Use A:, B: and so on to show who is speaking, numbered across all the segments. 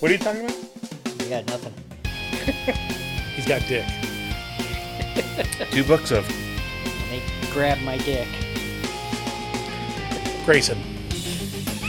A: What are you talking about?
B: You got nothing.
C: He's got dick.
A: Two books of
B: Let me grab my dick.
C: Grayson.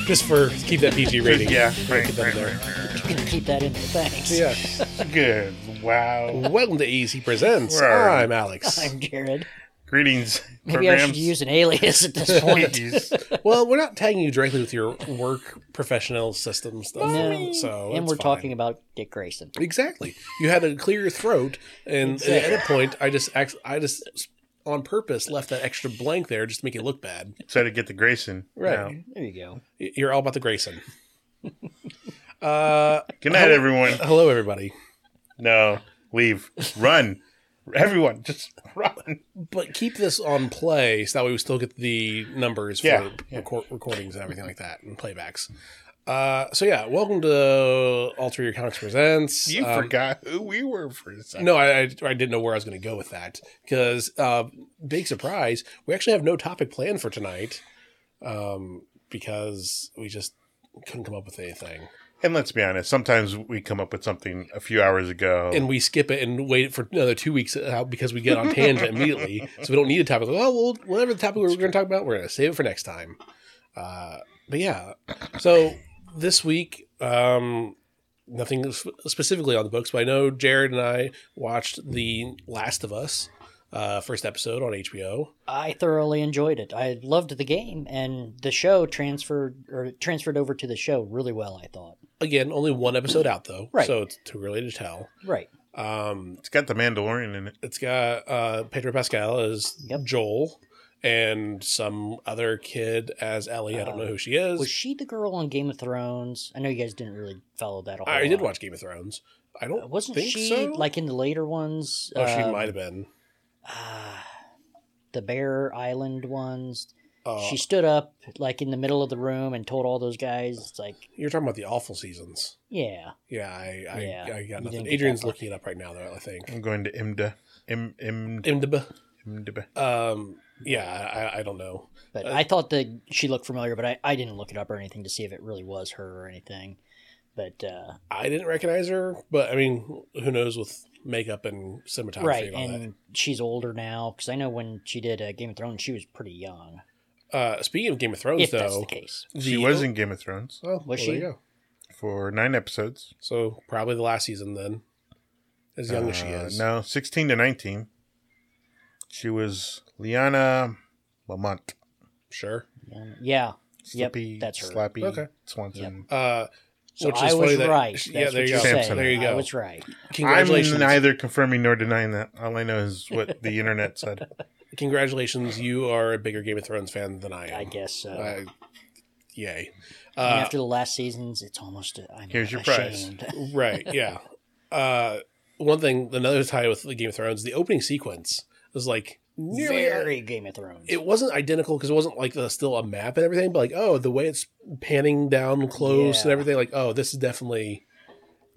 C: Just for keep that PG rating.
A: yeah,
C: Gotta
A: right,
C: keep that
A: right,
C: in there.
A: right, right,
B: Gonna keep that in there. Thanks.
C: Yeah.
A: right. Good. Wow.
C: Welcome to Easy Presents.
A: Right.
C: I'm Alex.
B: I'm Jared.
A: Greetings.
B: Maybe I should
A: programs.
B: use an alias at this point.
A: Please.
C: well, we're not tagging you directly with your work professional system stuff.
B: No.
C: So
B: and
C: it's
B: we're
C: fine.
B: talking about Dick Grayson.
C: Exactly. You had to clear your throat, and
B: Exactly.
C: at a point, I just act- I just on purpose left that extra blank there just to make it look bad.
A: so to get the Grayson.
C: Right.
A: Now.
B: There you go.
C: Y- You're all about the Grayson. uh,
A: Good night, everyone.
C: hello, everybody.
A: No, leave. Run. Everyone, just run.
C: But keep this on play so that way we still get the numbers for
A: Yeah.
C: recor- recordings and everything like that and playbacks. Uh, so yeah, welcome to Alter Your Comics Presents.
A: You
C: Um,
A: forgot who we were for a second.
C: No, I, I, I didn't know where I was going to go with that because uh, big surprise, we actually have no topic planned for tonight um, because we just couldn't come up with anything,
A: And let's be honest, sometimes we come up with something a few hours ago.
C: and we skip it and wait for another two weeks out because we get on tangent immediately, so we don't need a topic. Like, oh, well, whatever the topic we were going to talk about, we're going to save it for next time. Uh, but yeah, so this week. Um, Nothing s- specifically on the books, but I know Jared and I watched The Last of Us, uh, first episode on HBO.
B: I thoroughly enjoyed it. I loved the game, and the show transferred or transferred over to the show really well. I thought.
C: again, only one episode out though,
B: Right.
C: so it's too early to tell.
B: Right.
C: Um,
A: it's got the Mandalorian in it.
C: it's got uh, Pedro Pascal as
B: Yep.
C: Joel and some other kid as Ellie. I don't know who she
B: Uh,
C: is.
B: Was she the girl on Game of Thrones? I know you guys didn't really follow that. A whole
C: I did
B: lot. Uh,
C: watch Game of Thrones. I don't
B: Wasn't
C: think
B: she
C: so.
B: like in the later ones?
C: Oh, she
B: uh,
C: might have been.
B: ah, the Bear Island ones.
C: Uh,
B: she stood up like in the middle of the room and told all those guys, "It's like,
C: you're talking about the awful seasons.
B: yeah,
C: Yeah, I, I,
B: Yeah,
C: I got
B: you didn't
C: nothing.
B: get
C: Adrian's
B: that far.
C: looking it up right now, though. I think.
A: I'm going to IMDA. Im, im,
C: IMDb.
A: IMDb.
C: Um, yeah, I, I don't know.
B: But
C: Uh,
B: I thought that she looked familiar, but I, I didn't look it up or anything to see if it really was her or anything. But uh,
C: I didn't recognize her, but I mean, who knows with makeup and cinematography
B: right,
C: and all that.
B: and she's older now because I know when she did uh, Game of Thrones, she was pretty young.
C: Uh, speaking of Game of Thrones,
B: if that's
C: though,
B: the case,
A: She
C: the-
A: was in Game of Thrones
C: Oh, well,
B: Was
C: there
B: she?
C: you go.
A: for nine episodes.
C: So probably the last season then, as young as she
A: Uh,
C: is.
A: No, 16 to 19. She was Liana Lamont.
C: Sure.
B: yeah, yeah. Yep,
A: Slippy,
B: that's her.
A: Slappy
C: Okay.
A: Swanson.
C: Uh,
B: So
C: Which is
B: I
C: funny
B: was
C: that-
B: right.
C: yeah,
B: That's
C: there
B: what
C: you
B: you're
A: go.
B: saying.
A: Samson.
C: There you
B: I
C: go.
B: was right.
C: Congratulations!
A: I'm neither confirming nor denying that. All I know is what the internet said.
C: Congratulations! You are a bigger Game of Thrones fan than I am.
B: I guess so.
C: Uh, yay!
B: and
C: Uh,
B: after the last seasons, it's almost i I'm
A: Here's your prize.
B: ashamed.
C: right? Yeah. Uh, one thing, another tie with the Game of Thrones, the opening sequence was like nearly
B: Very Game of Thrones.
C: it wasn't identical because it wasn't like the, still a map and everything, but like oh, the way it's panning down close and
B: Yeah.
C: everything, like oh, this is definitely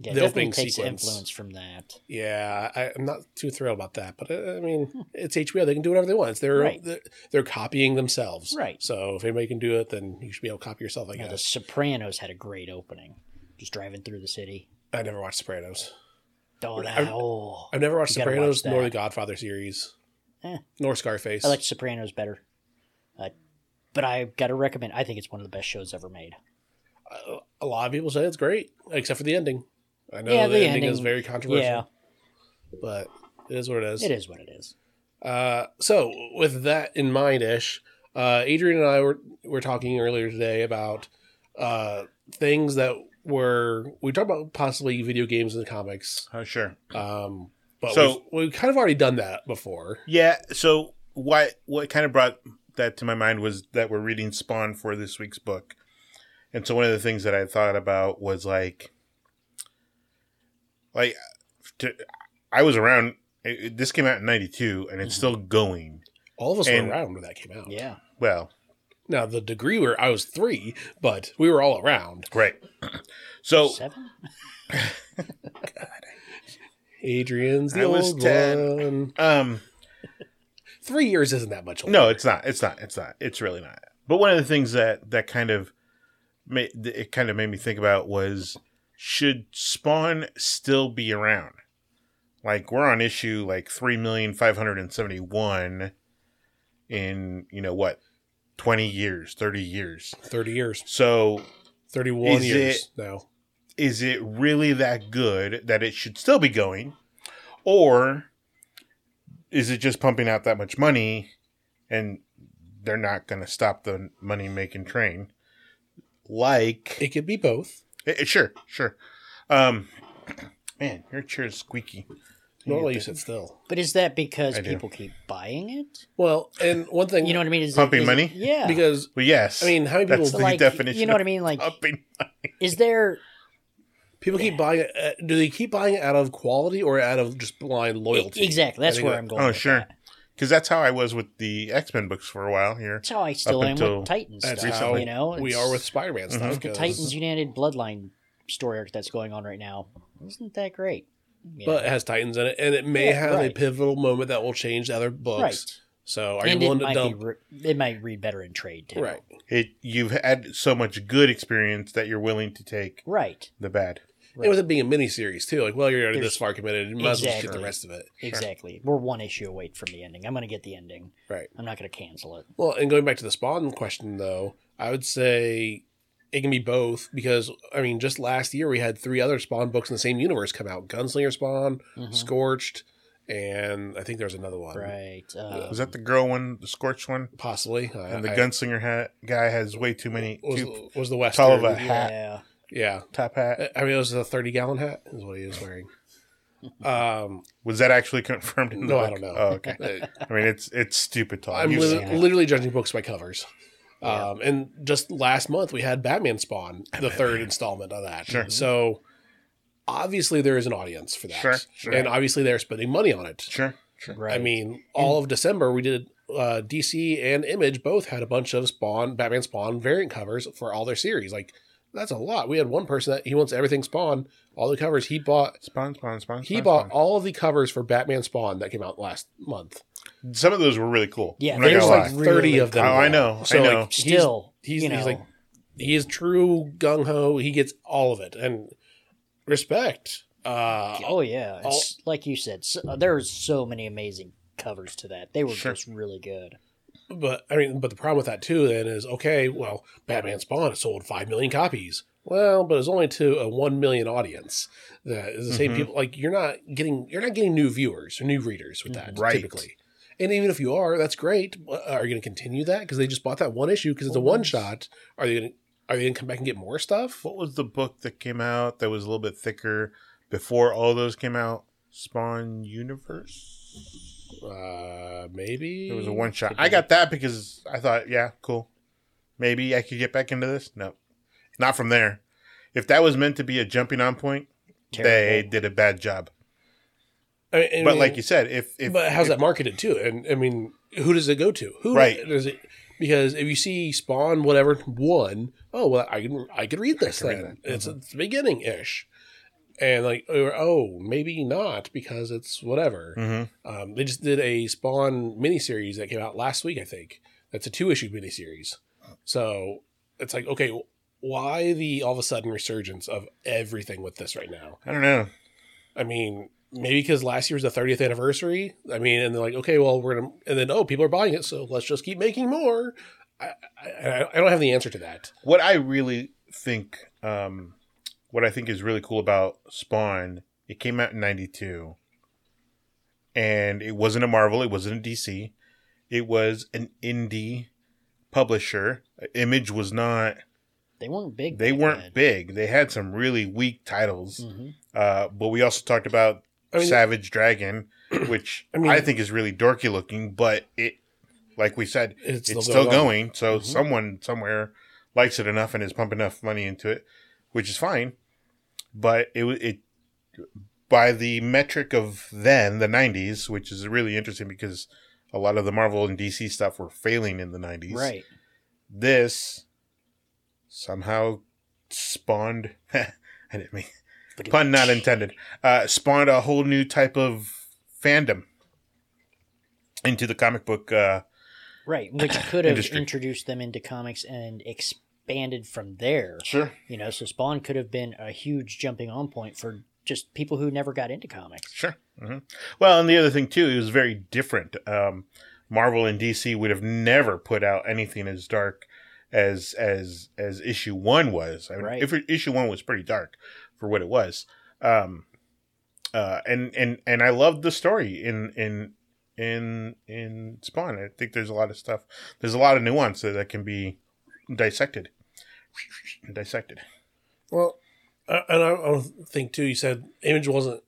B: yeah,
C: the
B: definitely
C: opening
B: takes
C: sequence.
B: influence from that.
C: Yeah, I, I'm not too thrilled about that, but uh, I mean, it's HBO. They can do whatever they want. It's their,
B: Hmm. Right.
C: they're, they're copying themselves.
B: Right.
C: So if anybody can do it, then you should be able to copy yourself. I
B: Now, the
C: guess.
B: Sopranos had a great opening. Just driving through the city.
C: I never watched Sopranos.
B: Oh, that,
C: I've-
B: oh.
C: I've never watched
B: You gotta watch
C: Sopranos nor
B: that.
C: the Godfather series,
B: Eh.
C: nor Scarface.
B: I like Sopranos better. Uh, but I gotta recommend. I think it's one of the best shows ever made.
C: Uh, a lot of people say it's great, except for the ending. I know
B: Yeah,
C: the,
B: the
C: ending, is
B: ending-
C: very controversial,
B: Yeah,
C: but it is what it is.
B: it is what it is.
C: Uh, so with that in mind, Ish, uh, Adrian and I were were talking earlier today about uh, things that were we talked about possibly video games and comics.
A: Oh, sure.
C: Um, but
A: So-
C: we've, we've kind of already done that before.
A: Yeah. So what what kind of brought that to my mind was that we're reading Spawn for this week's book, and so one of the things that I thought about was like, like, to, I was around. It, it- this came out in '92, and
B: Mm-hmm.
A: it's still going.
C: All of us
A: And-
C: were around when that came out.
B: Yeah,
A: Well,
C: Now the degree where I was three, but we were all around.
A: right. So
B: seven.
C: Adrian's the
A: I was
C: old
A: 10.
C: one.
A: um.
C: Three years isn't that much. Older.
A: No, it's not. It's not. It's not. It's really not. But one of the things that that kind of made it kind of made me think about was should Spawn still be around? Like we're on issue like three million five hundred and seventy one in you know what twenty years, thirty years.
C: Thirty years,
A: So
C: thirty-one
A: Is
C: years
A: it-
C: now.
A: is it really that good that it should still be going, or is it just pumping out that much money and they're not going to stop the money making train? Like
C: It could be both.
A: Eh, eh, sure, sure. Um, man, your chair is squeaky.
C: Normally, you sit still.
B: But is that because
A: I do.
B: people keep buying it?
C: Well, and one thing
B: You know what I mean? Is it-
A: Pumping
B: is it-
A: money?
B: yeah.
C: because
A: Well, yes.
C: I mean, how many
A: That's
C: people
A: the
B: So, like,
A: definition
B: You know what I
A: of
B: mean? Like,
A: pumping.
B: is there
C: people keep buying it? uh, Do they keep buying it out of quality or out of just blind loyalty?
B: exactly?
C: I
B: That's
C: think
B: where
C: that-
B: I'm going.
A: Oh,
B: with
A: sure.
B: that.
A: Because that's how I was with the X Men books for a while here.
B: That's how I still
A: Up
B: am
A: until-
B: with Titans.
C: That's
B: Stuff,
C: how
B: you know,
C: we
B: It's
C: are with Spider-Man
A: Mm-hmm.
C: stuff.
B: the
C: 'cause-
B: Titans United Bloodline story arc that's going on right now. Isn't that great? You
C: but it
B: know?
C: has Titans in it, and it may
B: Yeah,
C: have a
B: right.
C: pivotal moment that will change the other books.
B: right.
C: So, are
B: and
C: you
B: it
C: willing to
B: might
C: dump?
B: be re- it might read better in trade too.
C: right.
A: It you've had so much good experience that you're willing to take
B: Right.
A: the bad.
C: And with it being a miniseries too, like well, you're already
B: There's-
C: this far committed, you might as well just get
B: Exactly.
C: the rest of it.
B: Exactly. We're one issue away from the ending. I'm going to get the ending.
C: Right.
B: I'm not going to cancel it.
C: Well, and going back to the Spawn question though, I would say it can be both because I mean, just last year we had three other Spawn books in the same universe come out: Gunslinger Spawn,
B: Mhm.
C: Scorched, and I think there's another one,
B: Right. Uh,
A: Was that the girl one, the scorched one,
C: possibly.
A: and the
C: I- I-
A: gunslinger hat guy has way too many too
C: was, was the West
A: tall of a hat.
B: yeah.
C: Yeah,
A: top hat.
C: I mean, it was a thirty-gallon hat is what he was wearing. Um,
A: Was that actually confirmed? In the
C: no, I
A: book?
C: don't know.
A: Oh, okay. I mean, it's it's stupid tall.
C: uh, I'm
A: You've
C: li-
A: seen it.
C: literally judging books by covers. Um, and just last month we had Batman Spawn, the third installment of that.
A: Sure.
C: So obviously there is an audience for that,
A: Sure, sure.
C: and obviously they're spending money on it.
A: sure, sure.
B: Right.
C: I mean, all of December we did uh, DC and Image both had a bunch of Spawn, Batman Spawn variant covers for all their series. Like that's a lot. We had one person that he wants everything Spawn, all the covers he bought.
A: Spawn, spawn, spawn.
C: He
A: spawn,
C: bought
A: spawn.
C: all of the covers for Batman Spawn that came out last month.
A: Some of those were really cool.
B: Yeah,
A: I'm not
B: there's
A: gonna
B: like
A: lie.
B: really
C: thirty of them.
A: Oh, I know, I know.
C: like, he's-
B: still,
C: he's-
B: you know,
C: he's like- he is true gung ho. He gets all of it and respect. Uh,
B: oh yeah, it's, like you said, so, there's so many amazing covers to that. They were
A: Sure.
B: just really good.
C: but I mean, but the problem with that too then is okay. Well, Batman Spawn sold five million copies. Well, but it's only to a one million audience. That is the same
A: Mhm.
C: people. Like you're not getting you're not getting new viewers or new readers with that
A: Right.
C: typically. And even if you are, that's great. But uh, Are you going to continue that because they just bought that one issue because it's a one shot? Are they going to are they going to come back and get more stuff?
A: What was the book that came out that was a little bit thicker before all those came out? Spawn Universe.
C: Uh, maybe
A: It was a one shot. I got that because I thought, yeah, cool. Maybe I could get back into this. No, not from there. If that was meant to be a jumping on point, they
B: Terrible.
A: did a bad job.
C: I mean-
A: But like you said, if if
C: but how's that marketed too? And I mean, who does it go to? Who
A: Right.
C: does it? Because if you see Spawn, whatever one, oh well, I can I could read this
A: can read Uh-huh.
C: then. It's, it's the beginning ish, and like or, oh maybe not because it's whatever.
A: Mhm.
C: Um, they just did a Spawn miniseries that came out last week, I think. That's a two issue miniseries.
A: Oh.
C: So it's like okay, why the all of a sudden resurgence of everything with this right now?
A: I don't know.
C: I mean, maybe because last year was the 30th anniversary. I mean, and they're like, okay, well, we're gonna, and then oh, people are buying it, so let's just keep making more. I, I, I don't have the answer to that.
A: what I really think, um, what I think is really cool about Spawn, it came out in '92, and it wasn't a Marvel, it wasn't a DC, it was an indie publisher. Image was not;
B: they weren't big.
A: they
B: back
A: weren't big. They had some really weak titles,
B: then. Mhm.
A: uh, but we also talked about
C: I mean,
A: Savage Dragon, which
C: I
A: I,
C: mean-
A: think is really dorky looking, but it, like we said,
C: it's,
A: it's still, going. Mm-hmm. So
C: Mhm.
A: someone somewhere likes it enough and is pumping enough money into it, which is fine. But it wa- it by the metric of then the '90s, which is really interesting because a lot of the Marvel and DC stuff were failing in the '90s.
B: Right.
A: This somehow spawned. I didn't mean pun not intended. Uh, spawned a whole new type of fandom into the comic book. Uh,
B: Right, which could have
A: Industry.
B: introduced them into comics and expanded from there.
A: Sure.
B: You know, so Spawn could have been a huge jumping on point for just people who never got into comics.
A: Sure. hmm Well, and the other thing too, it was very different. Um, Marvel and DC would have never put out anything as dark as as as issue one was. I mean,
B: Right.
A: If issue one was pretty dark for what it was, um, uh, and and and I loved the story in in in in Spawn. I think there's a lot of stuff. There's a lot of nuance that can be dissected, dissected.
C: Well, uh, and I, I don't think too. You said Image wasn't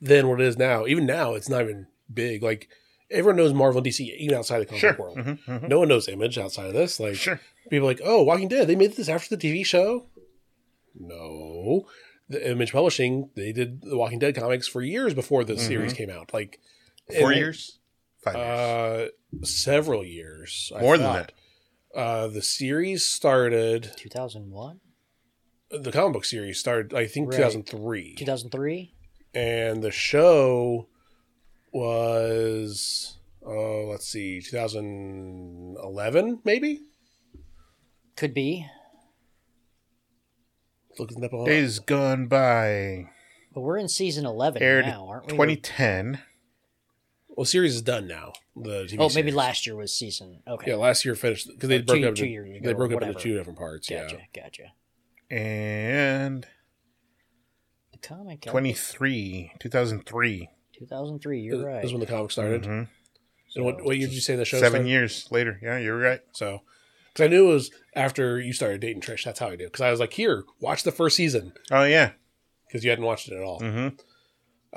C: then what it is now. Even now, it's not even big. Like everyone knows Marvel and DC, even outside the comic
A: Sure.
C: book world.
A: Mhm, mhm.
C: No one knows Image outside of this. Like
A: Sure.
C: people are like, oh, Walking Dead. They made this after the TV show. No, the Image Publishing they did the Walking Dead comics for years before the series came out. Like
A: Mm-hmm. Four
C: and-
A: years. Five years.
C: uh, several years. I
A: More than
C: thought.
A: that.
C: Uh, the series started.
B: 2001?
C: The comic book series started, I think,
B: Right.
C: 2003.
B: 2003?
C: and the show was oh let's see 2011 maybe
B: Could be.
C: looking up all
A: Days gone by.
B: But we're in season 11
A: aired
B: now, aren't we?
A: 2010.
C: well series is done now the TV
B: Oh, maybe
C: series.
B: last year was season. Okay.
C: yeah last year finished because they
B: Or
C: broke
B: two-
C: up
B: two
C: into-
B: years ago,
C: they broke up into
B: whatever.
C: two different parts
B: gotcha.
C: yeah
B: Gotcha.
A: And
B: The comic.
A: 23, 2003.
B: 2003, you're
C: This
B: right. Mm-hmm.
C: is when the comic started
A: Mhm.
C: and what, what year did you say the show
A: Seven
C: started?
A: years later. Yeah, you're right.
C: so because I knew it was after you started dating Trish that's how I knew because I was like here watch the first season
A: Oh, yeah.
C: because you hadn't watched it at all
A: Mm-hmm.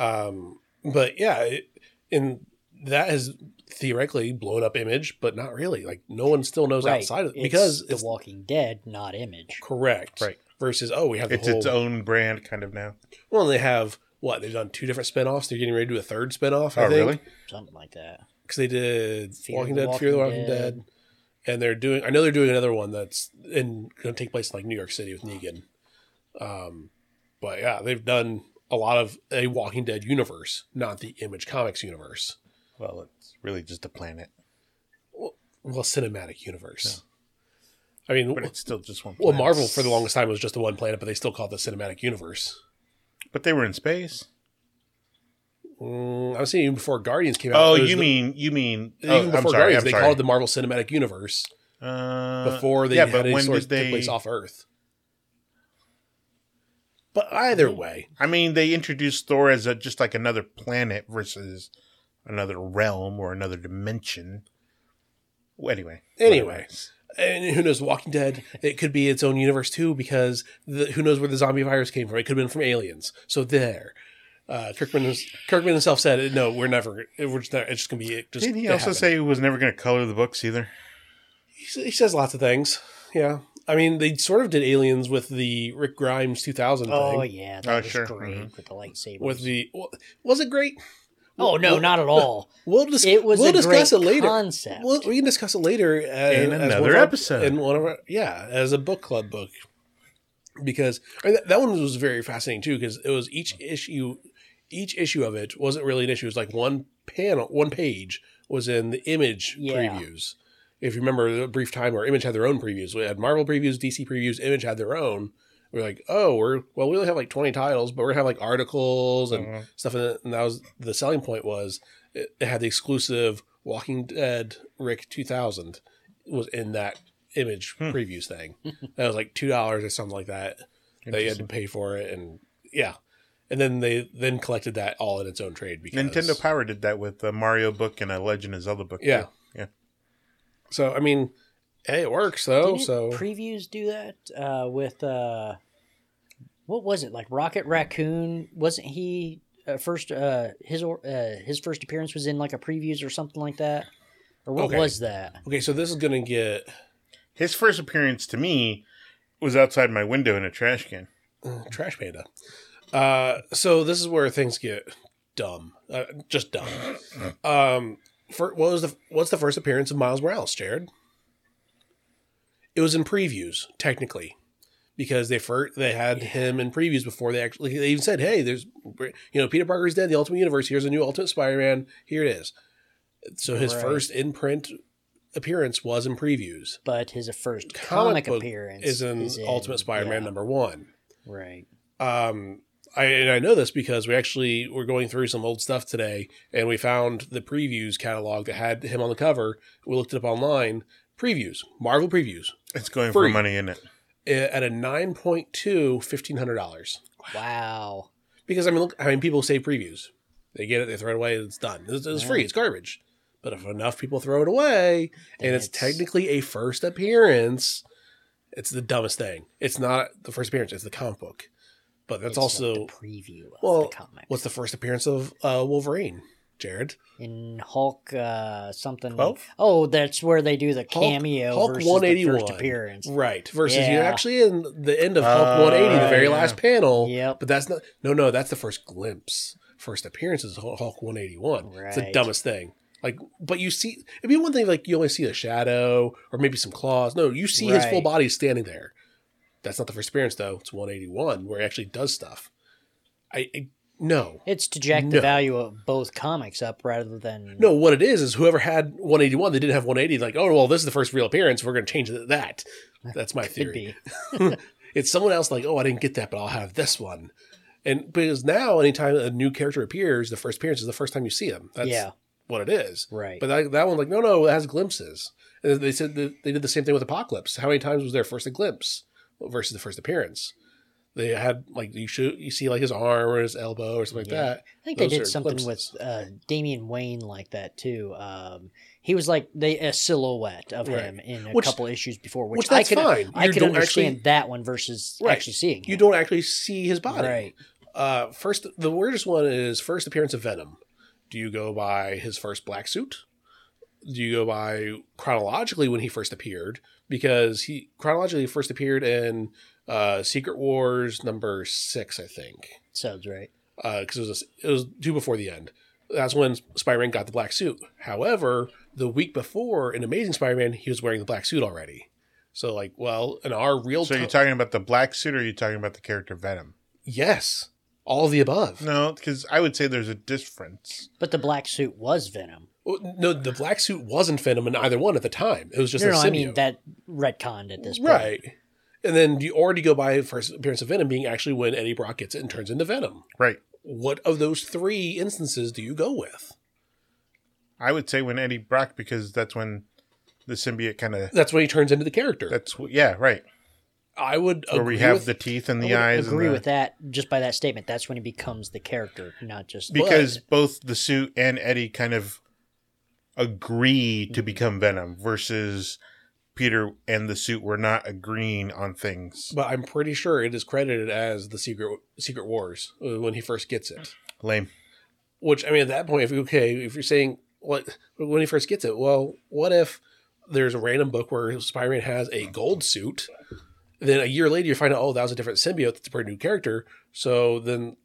C: Um, but yeah, it, and that has theoretically blown up image, but not really. Like no one still knows
B: Right.
C: outside of
B: It's
C: because
B: The
C: it's
B: Walking Dead, not Image.
C: correct,
A: Right.
C: Versus oh, we have the
A: It's
C: whole.
A: its own brand kind of now.
C: Well, they have what they've done two different spinoffs. They're getting ready to do a third spinoff. I
A: Oh, really?
B: Something like that.
C: Because they did
B: Fear
C: Walking
B: the
C: Dead, Fear the
B: Walking
C: Walking
B: Dead.
C: Dead. and they're doing. I know they're doing another one that's in going to take place in like New York City with Negan. Um, but yeah, they've done a lot of a Walking Dead universe, not the Image Comics universe.
A: Well, it's really just a planet,
C: well cinematic universe. I mean,
A: but it's still just one
C: well,
A: planet.
C: Marvel for the longest time was just the one planet, but they still called it the cinematic universe.
A: But they were in space.
C: Mm, I was saying even before Guardians came out.
A: Oh,
C: it was
A: you
C: the-
A: mean, you mean,
C: even
A: oh,
C: before
A: I'm sorry.
C: Guardians
A: I'm
C: they
A: sorry.
C: called it the Marvel Cinematic Universe
A: uh,
C: before they
A: yeah,
C: had
A: but
C: any
A: when
C: sort
A: did
C: of took
A: they,
C: place off Earth. But either way,
A: I mean, they introduced Thor as a, just like another planet versus another realm or another dimension. Well, Anyway.
C: Anyway. and who knows? The Walking Dead. It could be its own universe too, because the, who knows where the zombie virus came from? It could have been from aliens. So there, uh, Kirkman is, Kirkman himself said, "No, we're never. We're just not, it's just gonna be. It just
A: Didn't he
C: it
A: also
C: happened."
A: say he was never going to color the books either?
C: he, s- he says lots of things? Yeah, I mean, they sort of did aliens with the Rick Grimes 2000
B: Oh,
C: thing.
B: yeah.
A: Oh,
B: That was
A: sure.
B: great
A: Mhm.
B: with the lightsaber.
C: Mm-hmm. With the wa- was it great?
B: oh, no, not at all.
C: We'll dis-
B: It was
C: we'll
B: a
C: discuss
B: great
C: it later.
B: concept.
C: We'll, we can discuss it later uh, as one of
A: another
C: our-
A: episode.
C: In one of our, yeah, as a book club book, because I mean, that, that one was very fascinating too. Because it was each issue, each issue of it wasn't really an issue. It was like one panel, one page was in the image
B: Yeah.
C: previews. If you remember, a brief time where Image had their own previews. We had Marvel previews, DC previews. Image had their own. We are like, oh, we're well, we only have like twenty titles, but we're gonna have like articles and
A: Mhm.
C: stuff. And, and that was the selling point was it, it had the exclusive Walking Dead Rick 2000 was in that image
A: Hmm.
C: previews thing. that was like two dollars or something like that. They had to pay for it, and yeah, and then they then collected that all in its own trade because
A: Nintendo Power did that with a Mario book and a Legend of Zelda book.
C: Yeah.
A: too. yeah.
C: So I mean, hey, it works though.
B: Didn't
C: Oh, so
B: previews do that uh, with uh, what was it like Rocket Raccoon? Wasn't he uh, first? Uh, his or, uh, his first appearance was in like a previews or something like that, or what
C: Okay.
B: was that?
C: okay, so this is gonna get
A: His first appearance to me was outside my window in a trash can.
C: uh, Trash Panda. Uh, so this is where things get dumb, uh, just dumb. Um, for, what was the what's the first appearance of Miles Morales, Jared? It was in previews, technically, because they first they had him in previews before they actually they even said, "Hey, there's you know Peter Parker's dead, the Ultimate Universe. Here's a new Ultimate Spider-Man. Here it is." So his
B: Right.
C: first in print appearance was in previews.
B: but his first
C: Comic
B: comic,
C: book
B: appearance
C: Is in Ultimate Spider-Man
B: yeah,
C: number one.
B: Right.
C: Um, I and I know this because we actually were going through some old stuff today, and we found the previews catalog that had him on the cover. We looked it up online. Previews, Marvel previews,
A: It's going
C: Free.
A: for money, isn't it?
C: eh, at a 9.2, 1500 dollars.
B: Wow.
C: Because I mean, look, I mean, people save previews. They get it, they throw it away, it's done. It's, it's
B: Yeah.
C: free, it's garbage. But if enough people throw it away, and
B: Then
C: it's,
B: it's-
C: technically a first appearance, it's the dumbest thing. It's not the first appearance; it's the comic book. But that's
B: It's like
C: also
B: the preview of
C: well,
B: the comic.
C: what's the first appearance of uh, Wolverine, Jared?
B: in Hulk uh, something?
A: Twelve?
B: Oh, that's where they do the
C: Hulk-
B: cameo
C: Hulk
B: versus the
C: 181.
B: first appearance.
C: Right. Versus you
B: Yeah. Oh,
C: actually in the end of Hulk
A: Uh,
C: 180, the very
A: yeah.
C: last panel.
B: Yep.
C: But that's not. No, no, that's the first glimpse. First appearance is Hul- Hulk 181. It's the
B: Right.
C: dumbest thing. Like, but you see, it'd be one thing like you only see a shadow or maybe some claws. No, you see his full
B: Right.
C: body standing there. That's not the first appearance though. It's 181 where he actually does stuff. I, I no.
B: It's to jack
C: No.
B: the value of both comics up rather than
C: No, what it is is whoever had 181, they didn't have 180. Like, oh well, this is the first real appearance. We're going to change it to that. That's my
B: could
C: theory.
B: be.
C: it's someone else like, oh, I didn't get that, but I'll have this one. And because now, anytime a new character appears, the first appearance is the first time you see them. That's
B: yeah.
C: what it is.
B: Right.
C: But that, that one, like, no, no, it has glimpses. And they said that they did the same thing with Apocalypse. How many times was there first a glimpse versus the first appearance? They had like you shoot, you see like his arm or his elbow or something
B: Yeah.
C: like that.
B: I think they
C: Those are
B: did something
C: glimpses.
B: with uh, Damian Wayne like that too. Um, he was like they a silhouette of
C: Right.
B: him in a
C: Which-
B: couple issues before, which,
C: which
B: I
C: that's
B: could
C: fine.
B: I
C: You
B: could
C: don't
B: understand
C: actually-
B: that one versus
C: Right.
B: actually seeing
C: You
B: him.
C: don't actually see his body.
B: right
C: Uh, first, the weirdest one is first appearance of Venom. Do you go by his first black suit? Do you go by chronologically when he first appeared? Because he chronologically first appeared in uh, Secret Wars number six, I think,
B: sounds right.
C: because it was a, it was two before the end. That's when Spider-Man got the black suit. However, the week before in Amazing Spider-Man, he was wearing the black suit already. So, like, well, in our real
A: So
C: time,
A: you're talking about the black suit, or are you talking about the character Venom?
C: yes, all of the above.
A: No, because I would say there's a difference.
B: But the black suit was Venom.
C: Well, No, the black suit wasn't Venom in either one at the time. It was just
B: No,
C: a
B: no,
C: symbiote.
B: I mean that retconned at this point.
C: right. And then you already go by first appearance of Venom being actually when Eddie Brock gets it and turns into Venom.
A: Right.
C: What of those three instances do you go with?
A: I would say when Eddie Brock, because that's when the symbiote kind of.
C: That's when he turns into the character.
A: That's wh- yeah, right.
C: I would
A: Where
C: agree
A: we have
C: with-
A: the teeth and
B: I
A: the
B: would
A: eyes.
B: agree
A: and the,
B: with that just by that statement. That's when he becomes the character, not just
A: because both the suit and Eddie kind of agree to become Venom versus Peter and the suit were not agreeing on things.
C: but I'm pretty sure it is credited as the Secret Secret Wars uh, when he first gets it.
A: Lame.
C: Which I mean, at that point, if okay, if you're saying what when he first gets it, well, what if there's a random book where Spider-Man has a gold suit, then a year later you find out, oh, that was a different symbiote. That's a pretty new character. So then,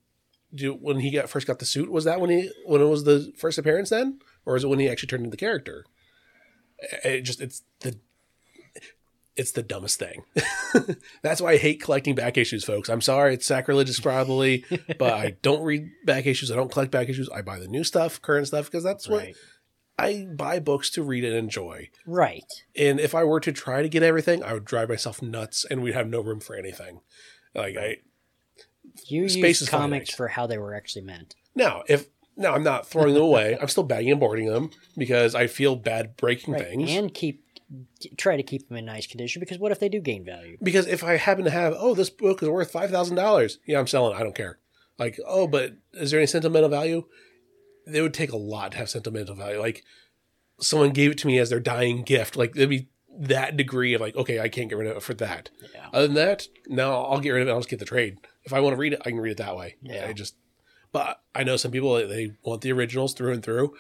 C: do when he got first got the suit, was that when he when it was the first appearance then, or is it when he actually turned into the character? It just it's the it's the dumbest thing. That's why I hate collecting back issues, folks. I'm sorry, it's sacrilegious probably, but I don't read back issues. I don't collect back issues. I buy the new stuff, current stuff, because that's
B: right.
C: what I buy books to read and enjoy.
B: Right.
C: And if I were to try to get everything, I would drive myself nuts, and we'd have no room for anything. Like I
B: You
C: Space
B: use
C: is
B: comics
C: finite.
B: for how they were actually meant.
C: now, if now I'm not throwing them away, I'm still bagging and boarding them because I feel bad breaking
B: Right.
C: things.
B: And keep try to keep them in nice condition because what if they do gain value?
C: because if I happen to have, oh, this book is worth five thousand dollars, yeah, I'm selling. it. I don't care. Like, oh, but is there any sentimental value? It would take a lot to have sentimental value. Like, someone gave it to me as their dying gift. Like, it'd be that degree of like, okay, I can't get rid of it for that.
B: Yeah.
C: Other than that, no, I'll get rid of it. I'll just get the trade. If I want to read it, I can read it that way.
B: Yeah.
C: I just, but I know some people they- they want the originals through and through,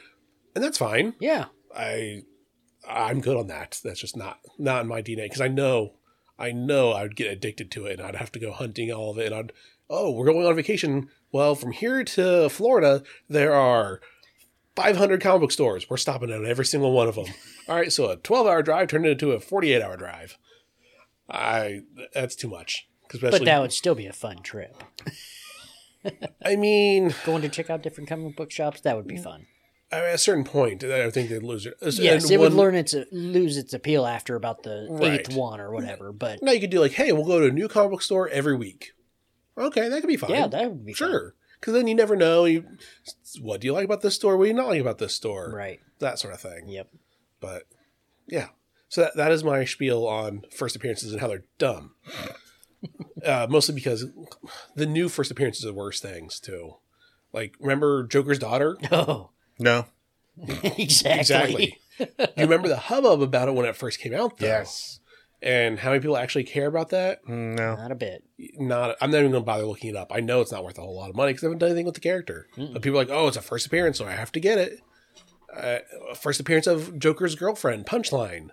C: and that's fine.
B: Yeah.
C: I I'm good on that. That's just not not in my DNA because I know I know I would get addicted to it and I'd have to go hunting all of it and I'd oh we're going on vacation. Well, from here to Florida there are 500 comic book stores. We're stopping at every single one of them. all right, so a 12 hour drive turned into a 48 hour drive. I that's too much. 'Cause Especially,
B: But that would still be a fun trip.
C: I mean,
B: Going to check out different comic book shops, that would be fun.
C: I mean, at a certain point, I think they'd lose it.
B: Yes,
C: And
B: it would
C: one-
B: learn its lose its appeal after about the
C: Right.
B: eighth one or whatever. But
C: No, you could do like, hey, we'll go to a new comic book store every week. Okay, that could be fine.
B: yeah, that would be fun.
C: sure. Because then you never know. You, what do you like about this store? What do you not like about this store?
B: Right.
C: That sort of thing.
B: Yep.
C: But yeah, so that, that is my spiel on first appearances and how they're dumb. uh, mostly because the new first appearances are the worst things too. Like remember Joker's daughter?
B: Oh,
A: No.
B: exactly.
C: you remember the hubbub about it when it first came out, though. And how many people actually care about that?
A: Mm, No.
B: Not a bit.
C: Not. I'm not even going to bother looking it up. I know it's not worth a whole lot of money because I haven't done anything with the character. But people are like, oh, it's a first appearance, so I have to get it. Uh, first appearance of Joker's girlfriend, punchline.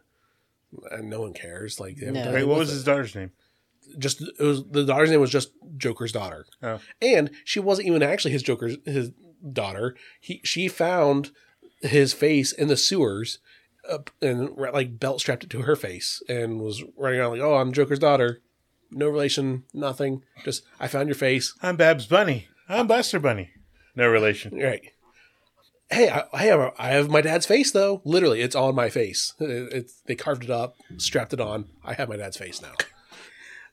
C: And no one cares. Like, they haven't
B: No.
C: done
A: Wait,
C: anything
A: what
C: with
A: was his daughter's name?
C: it. Just it was the daughter's name was just Joker's daughter,
A: Oh.
C: and she wasn't even actually his Joker's his daughter. He she found his face in the sewers, up and like belt strapped it to her face, and was running around like, "Oh, I'm Joker's daughter." No relation, nothing. Just I found your face.
A: I'm Babs Bunny. I'm Buster Bunny. No relation.
C: All right. Hey, I, I have I have my dad's face though. Literally, it's on my face. It- it's they carved it up, strapped it on. I have my dad's face now.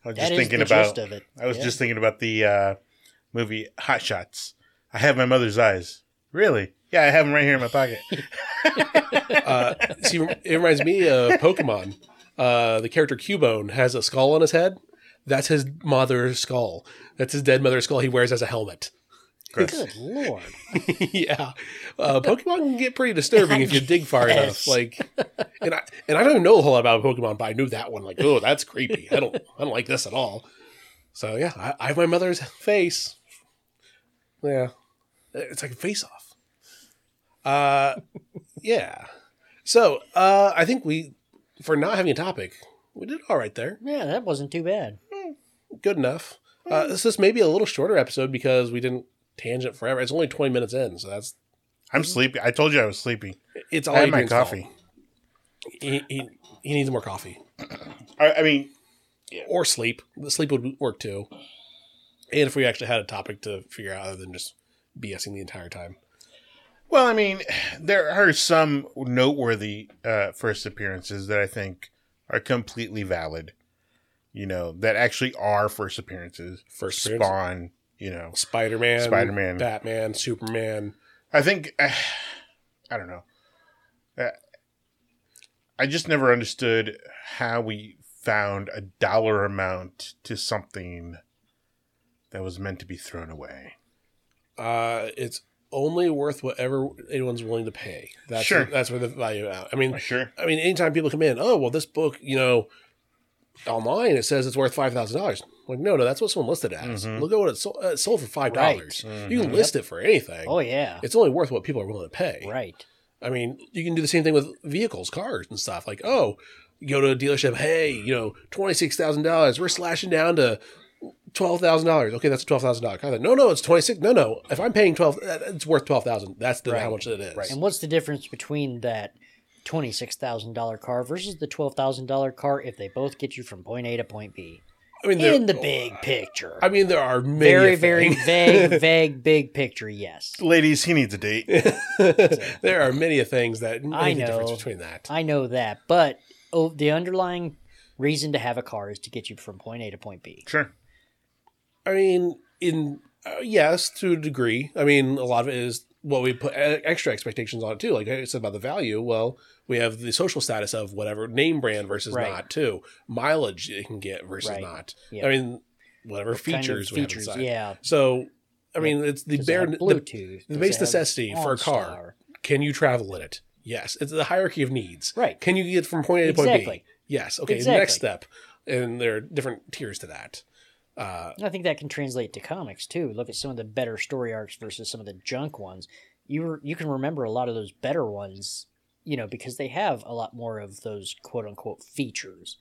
A: I was
B: That
A: just
B: is
A: thinking
B: the
A: about.
B: gist of it.
A: I was
B: Yeah.
A: just thinking about the uh, movie Hot Shots. I have my mother's eyes. Really? Yeah, I have them right here in my pocket.
C: Uh, see, it reminds me of Pokemon. Uh, the character Cubone has a skull on his head. That's his mother's skull. That's his dead mother's skull. He wears as a helmet.
A: Gross.
B: Good lord.
C: yeah, uh, Pokemon can get pretty disturbing if you dig far
B: Yes.
C: enough. Like, and I and I don't know a whole lot about Pokemon, but I knew that one. Like, oh, that's creepy. I don't I don't like this at all. So yeah, I, I have my mother's face. Yeah, it's like a face off. Uh, yeah. So uh, I think we for not having a topic, we did all right there.
B: Yeah, that wasn't too bad.
C: Good enough.
A: Mm.
C: Uh, this is maybe a little shorter episode because we didn't tangent forever. It's only twenty minutes in, so that's
A: I'm sleepy. I told you I was sleepy.
C: It's all
A: I had my
C: Adrian's
A: coffee.
C: fault. He, he, he needs more coffee
A: I, I mean,
C: or sleep. The sleep would work too. And if we actually had a topic to figure out other than just BSing the entire time.
A: Well, I mean, there are some noteworthy uh, first appearances that I think are completely valid. You know, that actually are first appearances.
C: First appearance.
A: Spawn. You know,
C: Spider Man,
A: Spider-Man.
C: Batman, Superman.
A: I think uh, I don't know. Uh, I just never understood how we found a dollar amount to something that was meant to be thrown away.
C: Uh, it's only worth whatever anyone's willing to pay. That's
A: Sure.
C: that's where the value out. I mean,
A: Sure.
C: I mean, anytime people come in, oh well, this book, you know, online it says it's worth five thousand dollars. Like, no, no, that's what someone listed it as.
A: Mhm.
C: Look at what it sold, uh, it sold for five dollars.
A: Right.
C: You can
A: Mhm.
C: list it for anything.
B: Oh yeah.
C: It's only worth what people are willing to pay.
B: Right.
C: I mean, you can do the same thing with vehicles, cars, and stuff. Like, oh, you go to a dealership, hey, you know, twenty six thousand dollars. We're slashing down to twelve thousand dollars. Okay, that's a twelve thousand dollar car. No, no, it's twenty six. No, no, if I'm paying twelve, uh, it's worth twelve thousand. That's the, how
B: Right.
C: much it is.
B: And what's the difference between that twenty six thousand dollar car versus the twelve thousand dollar car if they both get you from point A to point B?
C: I mean, there, Oh,
B: In the big picture.
C: I mean, there are many
B: very,
C: a
B: very
C: thing.
B: vague, vague, big picture, yes.
A: Ladies, he needs a date.
C: there are many of things that make
B: I
C: the difference
B: know.
C: between that.
B: I know that, but oh, the underlying reason to have a car is to get you from point A to point B.
A: Sure.
C: I mean, in uh, yes, to a degree. I mean, a lot of it is what we put e- extra expectations on it too. Like I said about the value. Well, we have the social status of whatever name brand versus
B: Right.
C: not too mileage it can get versus
B: Right.
C: not.
B: Yeah.
C: I mean, whatever
B: Kind of
C: features we
B: features,
C: have inside.
B: yeah.
C: So, I mean, it's the
B: Does it
C: bare
B: have
C: the,
B: Bluetooth.
C: the
B: Does
C: base
B: it have
C: necessity for a car.
B: OnStar?
C: Can you travel in it? Yes, it's the hierarchy of needs.
B: Right.
C: Can you get from point A to point
B: Exactly.
C: B? Yes. Okay.
B: Exactly.
C: Next step, and there are different tiers to that. Uh,
B: And I think that can translate to comics too. Look at some of the better story arcs versus some of the junk ones. You re- you can remember a lot of those better ones, you know, because they have a lot more of those quote unquote features.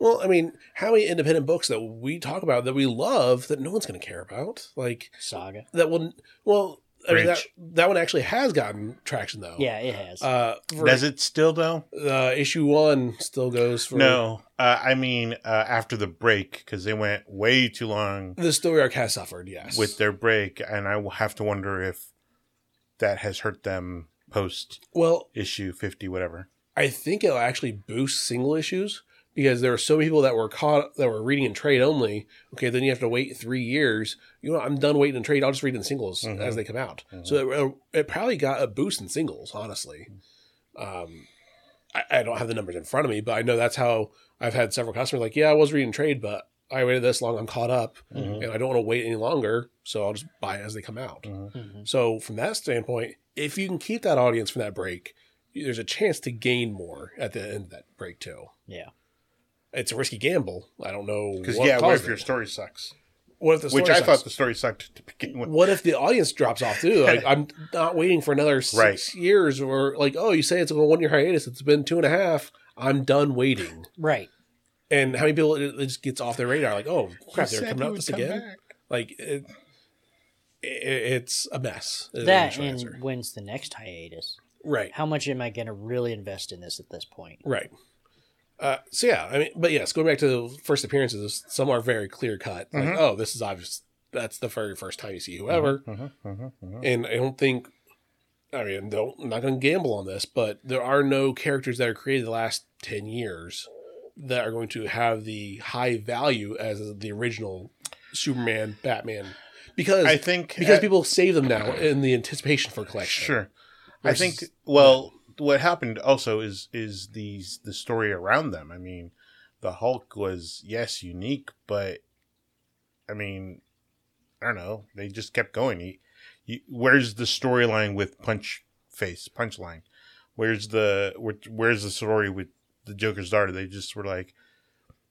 C: well, I mean, how many independent books that we talk about that we love that no one's going to care about? Like
B: Saga.
C: that one. Well, I mean, that
A: Bridge.
C: that one actually has gotten traction though.
B: Yeah, it has.
C: Oh. Uh, for,
A: Does it still though?
C: uh, issue one still goes for
A: No. Uh, I mean, uh, after the break because they went way too long
C: The story arc has suffered. Yes.
A: with their break, and I will have to wonder if that has hurt them post
C: Well,
A: issue 50, whatever.
C: I think it'll actually boost single issues because there are so many people that were caught that were reading in trade only. Okay, then you have to wait three years. You know, I'm done waiting in trade. I'll just read in singles
A: Mhm.
C: as they come out.
A: Mhm.
C: So it, it probably got a boost in singles, honestly. Um, I, I don't have the numbers in front of me, but I know that's how I've had several customers like, yeah, I was reading trade, but I waited this long. I'm caught up,
A: Mhm.
C: and I don't want to wait any longer, so I'll just buy it as they come out.
A: Mhm.
B: Mhm.
C: So from that standpoint, if you can keep that audience from that break, there's a chance to gain more at the end of that break too.
B: Yeah.
C: It's a risky gamble. I don't know
A: Because,
C: what
A: yeah, what
C: caused
A: if your
C: it.
A: story sucks?
C: what if the
A: Which
C: story
A: I
C: sucks?
A: thought the story sucked to begin with.
C: what if the audience drops off too? Like, I'm not waiting for another six
A: Right.
C: years or like oh you say it's a one year hiatus. It's been two and a half. I'm done waiting.
B: Right.
C: And how many people it it just gets off their radar? Like oh crap, they're coming out this again.
A: Back.
C: Like it, it, it's a mess. is the
B: that
C: short
B: and
C: answer.
B: when's the next hiatus?
C: right.
B: How much am I going to really invest in this at this point?
C: Right. Uh, so yeah, I mean, but yes, going back to the first appearances, some are very clear cut. Like,
A: Mhm.
C: oh, this is obvious. That's the very first time you see whoever.
A: Mhm, mhm, mhm.
C: And I don't think, I mean, don't I'm not going to gamble on this, but there are no characters that are created the last ten years that are going to have the high value as the original Superman, Batman, because
A: I think
C: because
A: uh,
C: people save them now in the anticipation for collection.
A: Sure. I
C: Versus-
A: think well what happened also is is these the story around them. I mean, the Hulk was yes unique, but I mean, I don't know. They just kept going. He, you, where's the storyline with Punch Face Punchline? Where's the where, where's the story with the Joker's daughter? They just were like,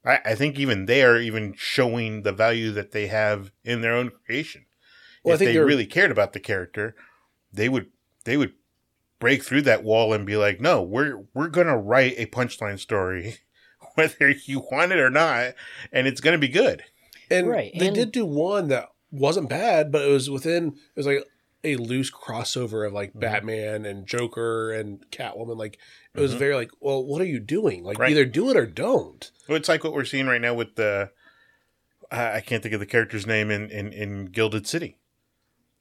A: I, I think even they are even showing the value that they have in their own creation.
C: Well, I
A: if
C: think
A: they
C: they're-
A: really cared about the character, they would they would break through that wall and be like, no, we're we're gonna write a punchline story, whether you want it or not, and it's gonna be good.
C: And
B: Right,
C: they
B: and-
C: did do one that wasn't bad, but it was within it was like a loose crossover of like
A: Mhm.
C: Batman and Joker and Catwoman. Like it was
A: Mhm.
C: very like, well, what are you doing? Like
A: Right.
C: either do it or don't.
A: Well, It's like what we're seeing right now with the I I can't think of the character's name in in, in Gilded City.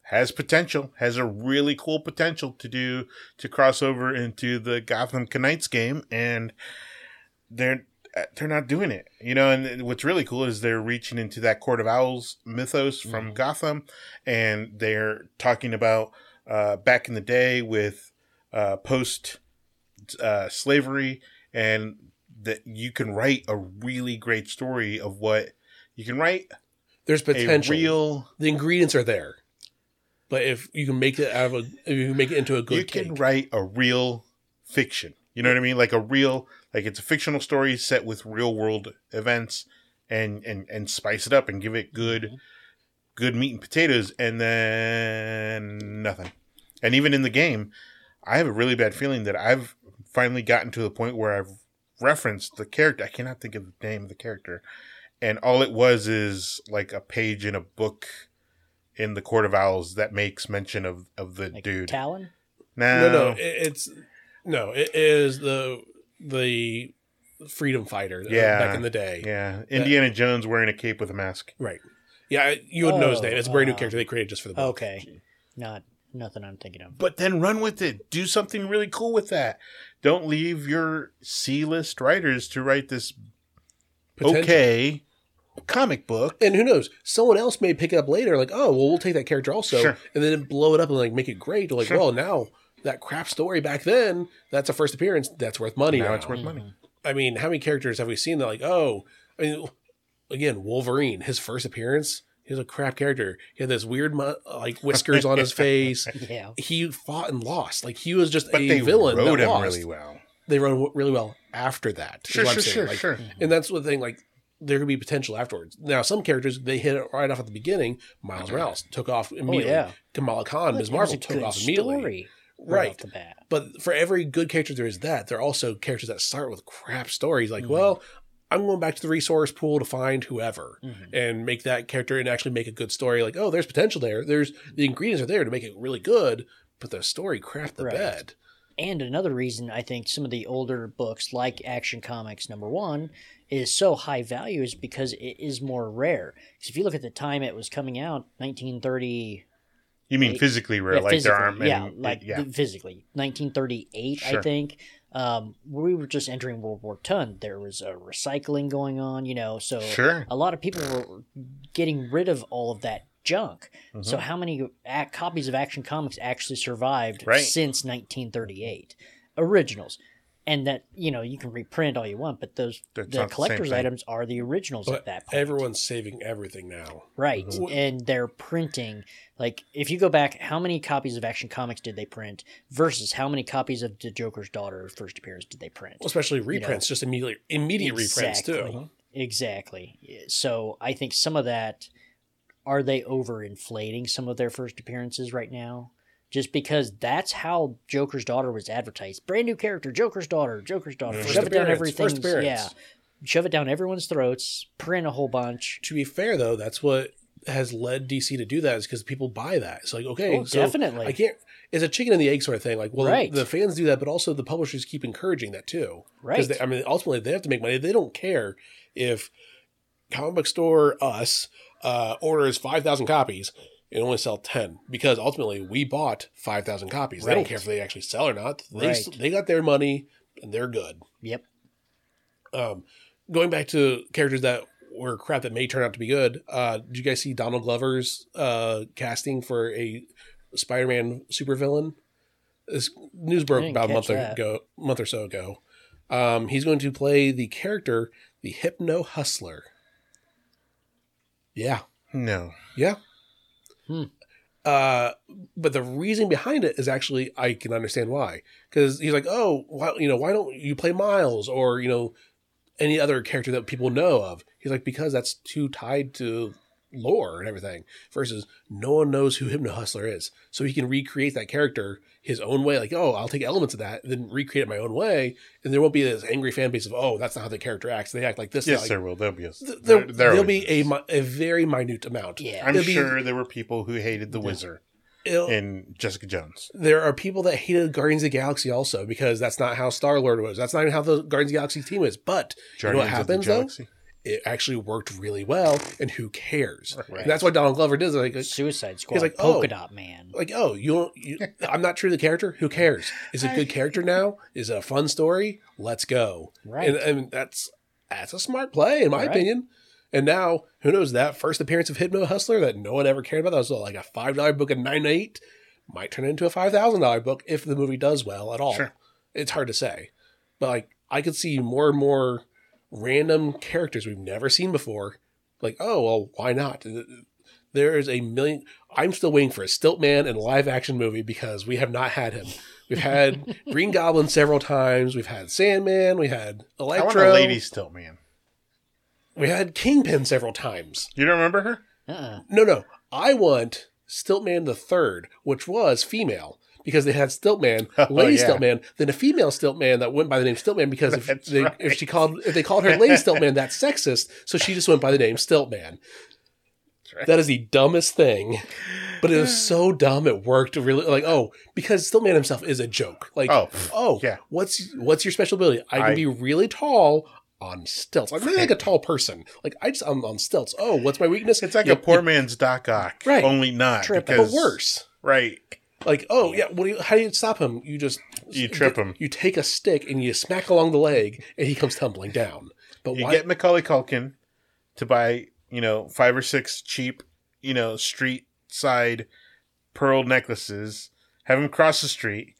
A: Has potential, has a really cool potential to do to cross over into the Gotham Knights game, and they're uh, they're not doing it, you know. And what's really cool is they're reaching into that Court of Owls mythos from Gotham, and they're talking about uh, back in the day with uh, post uh, slavery, and that you can write a really great story of what you can write
C: There's potential.
A: a real.
C: the ingredients are there, but if you can make it out of a, if you can make it into a good
A: you
C: cake,
A: can write a real fiction. You know what I mean? Like a real, like it's a fictional story set with real world events, and and and spice it up and give it
C: Mm-hmm.
A: good, good meat and potatoes, and then nothing. And even in the game, I have a really bad feeling that I've finally gotten to the point where I've referenced the character. I cannot think of the name of the character, and all it was is like a page in a book. In the Court of Owls, that makes mention of of the
B: Like
A: dude.
B: Talon?
A: No,
C: no, no, it, it's no, it is the the freedom fighter. uh,
A: Yeah.
C: back in the day,
A: yeah, Indiana Jones wearing a cape with a mask.
C: right? Yeah, you would know his
B: Oh,
C: name. It's a brand new
B: uh,
C: character they created just for the
A: Oh,
C: book.
B: Okay. Not nothing I'm thinking of.
A: But then run with it. Do something really cool with that. Don't leave your C-list writers to write this
C: Potential.
A: okay comic book.
C: And who knows? Someone else may pick it up later, like, oh, well, we'll take that character also,
A: Sure.
C: and then blow it up and like make it great. Like,
A: Sure.
C: well, now that crap story back then, that's a first appearance, that's worth money.
A: Now
C: Now,
A: it's worth money.
C: I mean, how many characters have we seen that like, oh, I mean, again, Wolverine, his first appearance, he was a crap character. He had this weird mu- like whiskers on his face.
B: Mm-hmm. Yeah.
C: He fought and lost. Like he was just
A: But
C: a
A: they
C: villain.
A: wrote
C: that
A: him
C: lost.
A: really well.
C: They wrote really well after that. is
A: Sure,
C: what I'm
A: sure,
C: saying.
A: sure,
C: Like,
A: sure.
C: and that's the thing, like, there could be potential afterwards. Now, some characters, they hit it right off at the beginning. Miles Morales took off immediately.
B: Oh, yeah.
C: Kamala Khan, Ms.
B: It was
C: Marvel
B: a
C: took
B: good
C: off immediately.
B: Story
C: Right.
B: right off the bat.
C: But for every good character there is that, there are also characters that start with crap stories.
B: Mm-hmm.
C: Like, well, I'm going back to the resource pool to find whoever
B: Mhm.
C: and make that character and actually make a good story. Like, oh, there's potential there. There's the ingredients are there to make it really good, but the story crapped the
B: Right.
C: bed.
B: And another reason I think some of the older books, like Action Comics number one, is so high value is because it is more rare. Because if you look at the time it was coming out, 1930,
A: You mean
B: Eight-
A: physically rare,
B: Yeah,
A: like
B: physically,
A: their arm? And,
B: yeah, like
A: yeah,
B: th- physically. 1938, I
A: Sure.
B: think. Um, we were just entering World War One. There was a recycling going on, you know, so
A: sure.
B: a lot of people were getting rid of all of that junk. So
A: Mhm.
B: how many ac copies of Action Comics actually survived
A: Right.
B: since 1938 originals? And that you know you can reprint all you want, but those
A: That's
B: the
A: not the same
B: collector's
A: thing.
B: items are the originals
C: But
B: at that point.
C: Everyone's saving everything now.
B: Right.
C: Mhm.
A: Mm-hmm.
B: And they're printing like if you go back, how many copies of Action Comics did they print versus how many copies of the Joker's daughter first appearance did they print?
C: Well, especially reprints, just immediately immediate reprints too.
B: Exactly. So I think some of that are they overinflating some of their first appearances right now? Just because that's how Joker's daughter was advertised. Brand new character, Joker's daughter, Joker's daughter.
A: First
B: shove it down
C: appearance, Mm-hmm. first
B: everything's
C: appearance.
B: yeah. Shove it down everyone's throats, print a whole bunch.
C: To be fair though, that's what has led DC to do that is because people buy that. It's like okay,
B: Oh,
C: so
B: definitely.
C: I can't. It's a chicken and the egg sort of thing. Like, well,
B: Right.
C: the fans do that, but also the publishers keep encouraging that too. 'Cause
B: Right.
C: they- I mean, ultimately, they have to make money. They don't care if comic book store us uh, orders five thousand copies and only sell ten because ultimately we bought five thousand copies. They
B: Right.
C: don't care if they actually sell or not. They s
B: Right.
C: they got their money and they're good.
B: Yep.
C: Um, going back to characters that were crap that may turn out to be good. Uh, did you guys see Donald Glover's uh, casting for a Spider-Man supervillain? This news broke
B: didn't
C: about a month
B: catch that.
C: ago, month or so ago. Um, he's going to play the character, the Hypno Hustler. Yeah,
A: No.
C: yeah.
B: Hmm.
C: Uh, but the reason behind it is actually I can understand why because he's like, oh, why, you know, why don't you play Miles or you know any other character that people know of? He's like because that's too tied to lore and everything. Versus no one knows who Hypno Hustler is, so he can recreate that character his own way. Like, oh, I'll take elements of that, and then recreate it my own way, and there won't be this angry fan base of oh, that's not how the character acts. They act like this.
A: Yes,
C: Like,
A: there will. There'll be a.
C: th- there,
A: there- there
C: there'll
A: always
C: be a,
A: is.
C: mi- a very minute amount.
B: Yeah.
A: I'm
C: there'll be-
A: sure there were people who hated the Wizard
C: It'll-
A: and Jessica Jones.
C: there are people that hated Guardians of the Galaxy also because that's not how Star Lord was. That's not even how the Guardians of the Galaxy team is. But you know what
A: Guardians of the
C: happens though?
A: Galaxy.
C: It actually worked really well, and who cares?
A: Right.
C: And that's why Donald Glover does it. Like, like,
B: Suicide Squad,
C: like,
B: Polka
C: oh.
B: Dot Man.
C: like, oh, you, don't, you, I'm not true to the character. Who cares? Is it a good character now? Is it a fun story? Let's go.
B: Right.
C: And, and that's that's a smart play in my
B: Right.
C: opinion. And now, who knows that first appearance of Hypno Hustler that no one ever cared about? That was like a five dollar book at nine eight might turn into a five thousand dollar book if the movie does well at all.
A: Sure.
C: It's hard to say, but like I could see more and more random characters we've never seen before. Like, oh well, why not? There is a million. I'm still waiting for a Stilt Man in a live action movie because we have not had him. We've had Green Goblin several times. We've had Sandman. We had
A: I want
C: Electro.
A: a lady still, man.
C: We had Kingpin several times.
A: You don't remember her?
B: Uh-uh.
C: No, no. I want Stiltman the Third, which was female, because they had Stiltman,
A: Oh,
C: Lady
A: yeah.
C: Stiltman, then a female Stiltman that went by the name Stiltman because if,
A: That's
C: they,
A: right.
C: if she called if they called her Lady Stiltman, that's sexist. So she just went by the name Stiltman.
A: right.
C: That is the dumbest thing, but it was so dumb it worked really like oh because Stiltman himself is a joke like
A: Oh,
C: oh,
A: pff, yeah.
C: yeah what's what's your special ability I can
A: I-
C: be really tall on stilts I'm really like a tall person like I just I'm on stilts oh what's my weakness
A: It's like
C: You-
A: a poor man's Doc Ock,
C: Right.
A: Only not
B: Trip, but
A: because
C: but worse
A: Right.
C: Like, oh yeah, what do you, how do you stop him? You just
A: You trip him.
C: You take a stick and you smack along the leg, and he comes tumbling down. But
A: You
C: why?
A: get Macaulay Culkin to buy, you know, five or six cheap, you know, street side pearl necklaces, have him cross the street,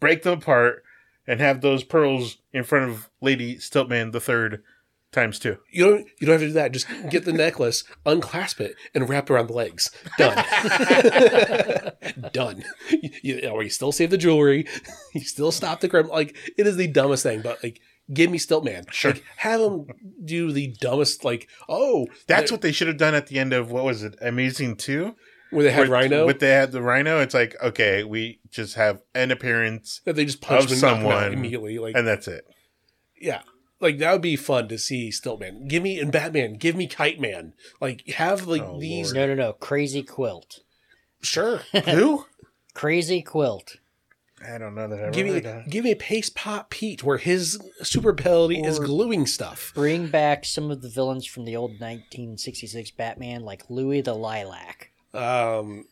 A: break them apart, and have those pearls in front of Lady Stiltman the Third times two.
C: you don't. You don't have to do that. Just get the necklace, unclasp it, and wrap it around the legs. Done. Done. You, you, or you still save the jewelry. You still stop the crime. Like it is the dumbest thing. But like, give me Stiltman.
A: Sure.
C: Like, have him do the dumbest. Like, oh,
A: That's
C: they-
A: what they should have done at the end of what was it, Amazing Two?
C: where they had
A: Where-
C: Rhino.
A: What they had the Rhino. It's like okay, we just have an appearance
C: that they just punched
A: of
C: him and knocked him out
A: someone,
C: immediately. Like
A: and that's it.
C: Yeah. Like that would be fun to see Stiltman. Give me and Batman, give me Kite Man. Like have like
A: Oh,
C: these
B: No, no, no. Crazy Quilt.
C: sure.
A: Who?
B: Crazy Quilt.
A: I don't know that I
C: give me
A: really done.
C: give me Paste Pot Pete where his super ability is
B: Or-
C: gluing stuff.
B: bring back some of the villains from the old 1966 Batman, like Louis the Lilac.
C: Um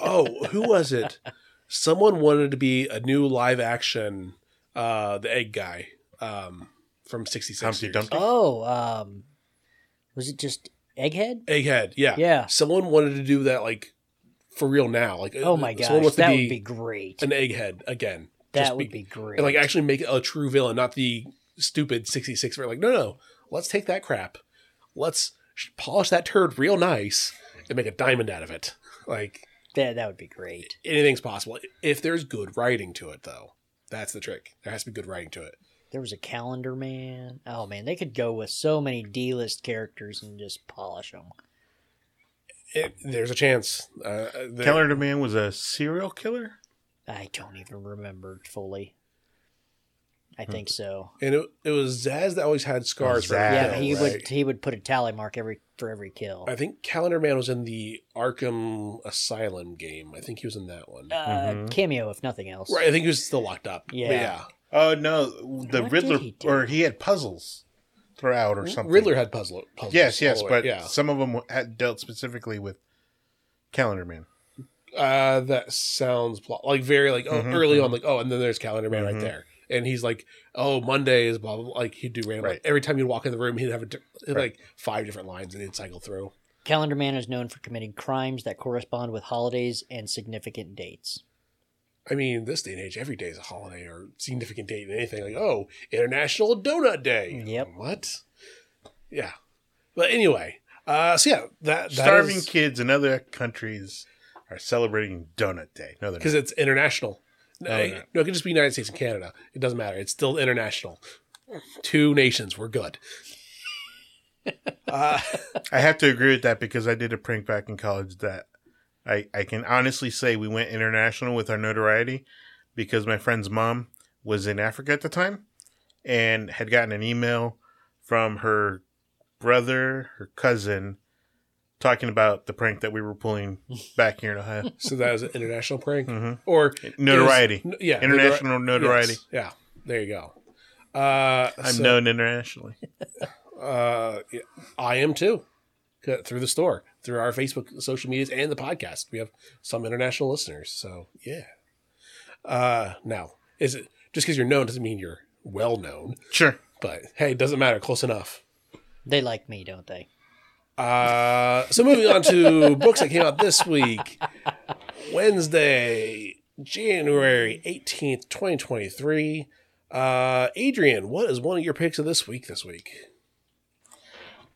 C: oh, who was it? Someone wanted to be a new live action, uh, the egg guy um, from 66.
A: Humpty
C: years.
A: Dumpty?
B: Oh, um, was it just Egghead?
C: Oh, Egghead, yeah.
B: Yeah.
C: Someone wanted to do that, like, for real now. Like,
B: Oh my gosh,
C: someone wants to
B: that
C: be,
B: would be great.
C: an egghead again.
B: That
C: Just
B: would be great.
C: And, like, actually make it a true villain, not the stupid 66. We're like, no, no, let's take that crap. Let's sh- polish that turd real nice and make a diamond out of it. Like,
B: that that would be great.
C: anything's possible if there's good writing to it though that's the trick there has to be good writing to it
B: There was a Calendar Man. Oh man, they could go with so many D-list characters and just polish them.
C: It- there's a chance uh, there-
A: Calendar Man was a serial killer.
B: I don't even remember fully. I think so.
C: and it, it was zaz that always had scars for
A: Zaz.
C: every
B: Yeah,
A: know,
C: kill,
B: he
C: right?
B: would he would put a tally mark every for every kill.
C: i think calendar man was in the arkham asylum game i think he was in that one
B: Uh,
A: Mhm.
B: Cameo, if nothing else.
C: right i think he was still locked up But
B: Yeah.
C: yeah,
A: Oh no, the
B: What did
A: Riddler,
B: he do?
A: or he had puzzles throughout, or something.
C: riddler had puzzle puzzles
A: yes,
C: all
A: yes,
C: the way-
A: but
C: yeah
A: some of them had dealt specifically with Calendar Man.
C: uh, that sounds plot like very like oh,
A: Mhm,
C: early
A: mhm.
C: on like oh and then there's calendar man
A: Mhm.
C: right there and he's like oh monday is blah blah, blah. like he'd do random
A: Right.
C: like, every time you'd walk in the room he'd have a, di- he'd,
A: Right.
C: like five different lines and he'd cycle through
B: Calendar Man is known for committing crimes that correspond with holidays and significant dates.
C: i mean this day and age every day is a holiday or significant date and anything like oh international donut day
B: Yep.
C: what yeah but anyway uh so yeah that, that
A: Starving kids in other countries are celebrating Donut Day. No, they're
C: because
A: not.
C: it's international no,
A: No,
C: it-
A: no.
C: no, it could just be United States and Canada. It doesn't matter. It's still international. Two nations. We're good. uh,
A: I have to agree with that because I did a prank back in college that I, I can honestly say we went international with our notoriety because my friend's mom was in Africa at the time and had gotten an email from her brother, her cousin, talking about the prank that we were pulling back here in Ohio.
C: so that was an international prank,
A: Mhm.
C: or
A: Notoriety.
C: N- yeah,
A: International
C: notori-
A: notoriety.
C: yes, yeah, there you go. Uh,
A: I'm
C: so,
A: known internationally.
C: Uh, yeah, I am too. C- Through the store, through our Facebook, social medias, and the podcast, we have some international listeners. So yeah. Uh, now is it just because you're known doesn't mean you're well known?
A: Sure.
C: But hey, it doesn't matter. Close enough.
B: They like me, don't they?
C: Uh, so moving on to books that came out this week, Wednesday, January eighteenth, twenty twenty three. Uh, Adrian, what is one of your picks of this week? This week,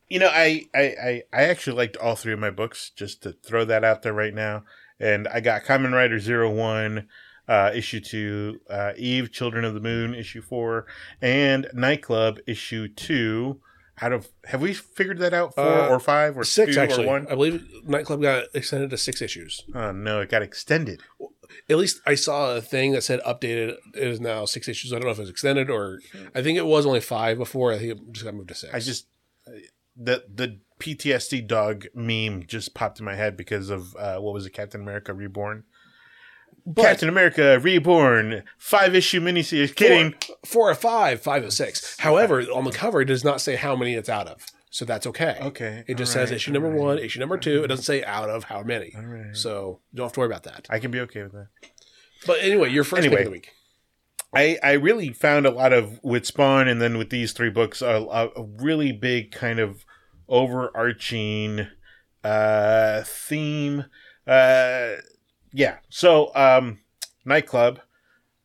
A: you know I, I i i actually liked all three of my books just to throw that out there right now and i got common rider Zero One, uh, issue 2 uh, eve children of the moon issue 4 and nightclub issue 2 out of have we figured that out four
C: Uh,
A: or five or
C: six
A: two
C: actually.
A: or one?
C: I believe Nightclub got extended to six issues.
A: Oh, no it got extended
C: At least I saw a thing that said updated. It is now six issues. I don't know if it was extended or I think it was only five before. I think it just got moved to six.
A: Hmm. i just the the ptsd dog meme just popped in my head because of uh, what was it captain america reborn Captain America Reborn, five issue miniseries. Kidding.
C: Four, four or five, five or six. However, on the cover, it does not say how many it's out of. So that's okay.
A: Okay,
C: It just
A: alright,
C: says issue number
A: alright.
C: one, issue number two. It doesn't say out of how many.
A: Alright.
C: So you don't have to worry about that.
A: I can be okay with that.
C: But anyway, your first
A: Anyway.
C: pick of the week.
A: I, I really found a lot of with Spawn and then with these three books a, a a really big kind of overarching uh, theme. Uh, yeah, so um, nightclub.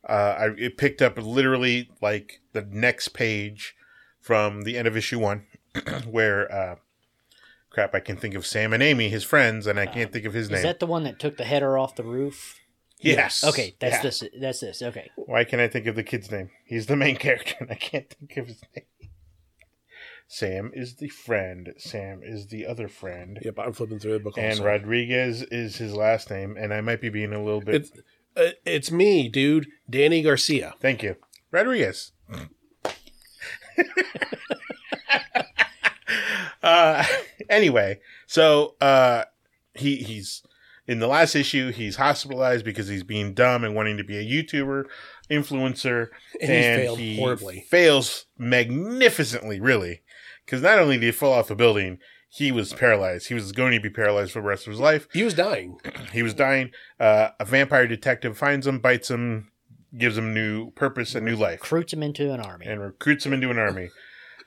A: Uh, I it picked up literally like the next page from the end of issue one, where uh, crap I can think of Sam and Amy, his friends, and I can't think of his
B: Uh, Is
A: name.
B: that the one that took the header off the roof?
A: yes.
B: Okay, that's
A: Yeah.
B: this. That's this. Okay,
A: Why can't I think of the kid's name? He's the main character, and I can't think of his name. Sam is the friend. Sam is the other friend.
C: Yep, I'm flipping through the book.
A: and
C: also.
A: Rodriguez is his last name, and I might be being a little bit.
C: It's, uh, it's me, dude, Danny Garcia.
A: Thank you, Rodriguez. uh, anyway, so uh, he he's in the last issue. He's hospitalized because he's being dumb and wanting to be a YouTuber influencer,
C: And he failed horribly.
A: Fails magnificently, really, because not only did he fall off a building, he was paralyzed. He was going to be paralyzed for the rest of his life.
C: He was dying.
A: He was dying. Uh, a vampire detective finds him, bites him, gives him new purpose and new life,
B: Recruits him into an army.
A: and recruits him into an army.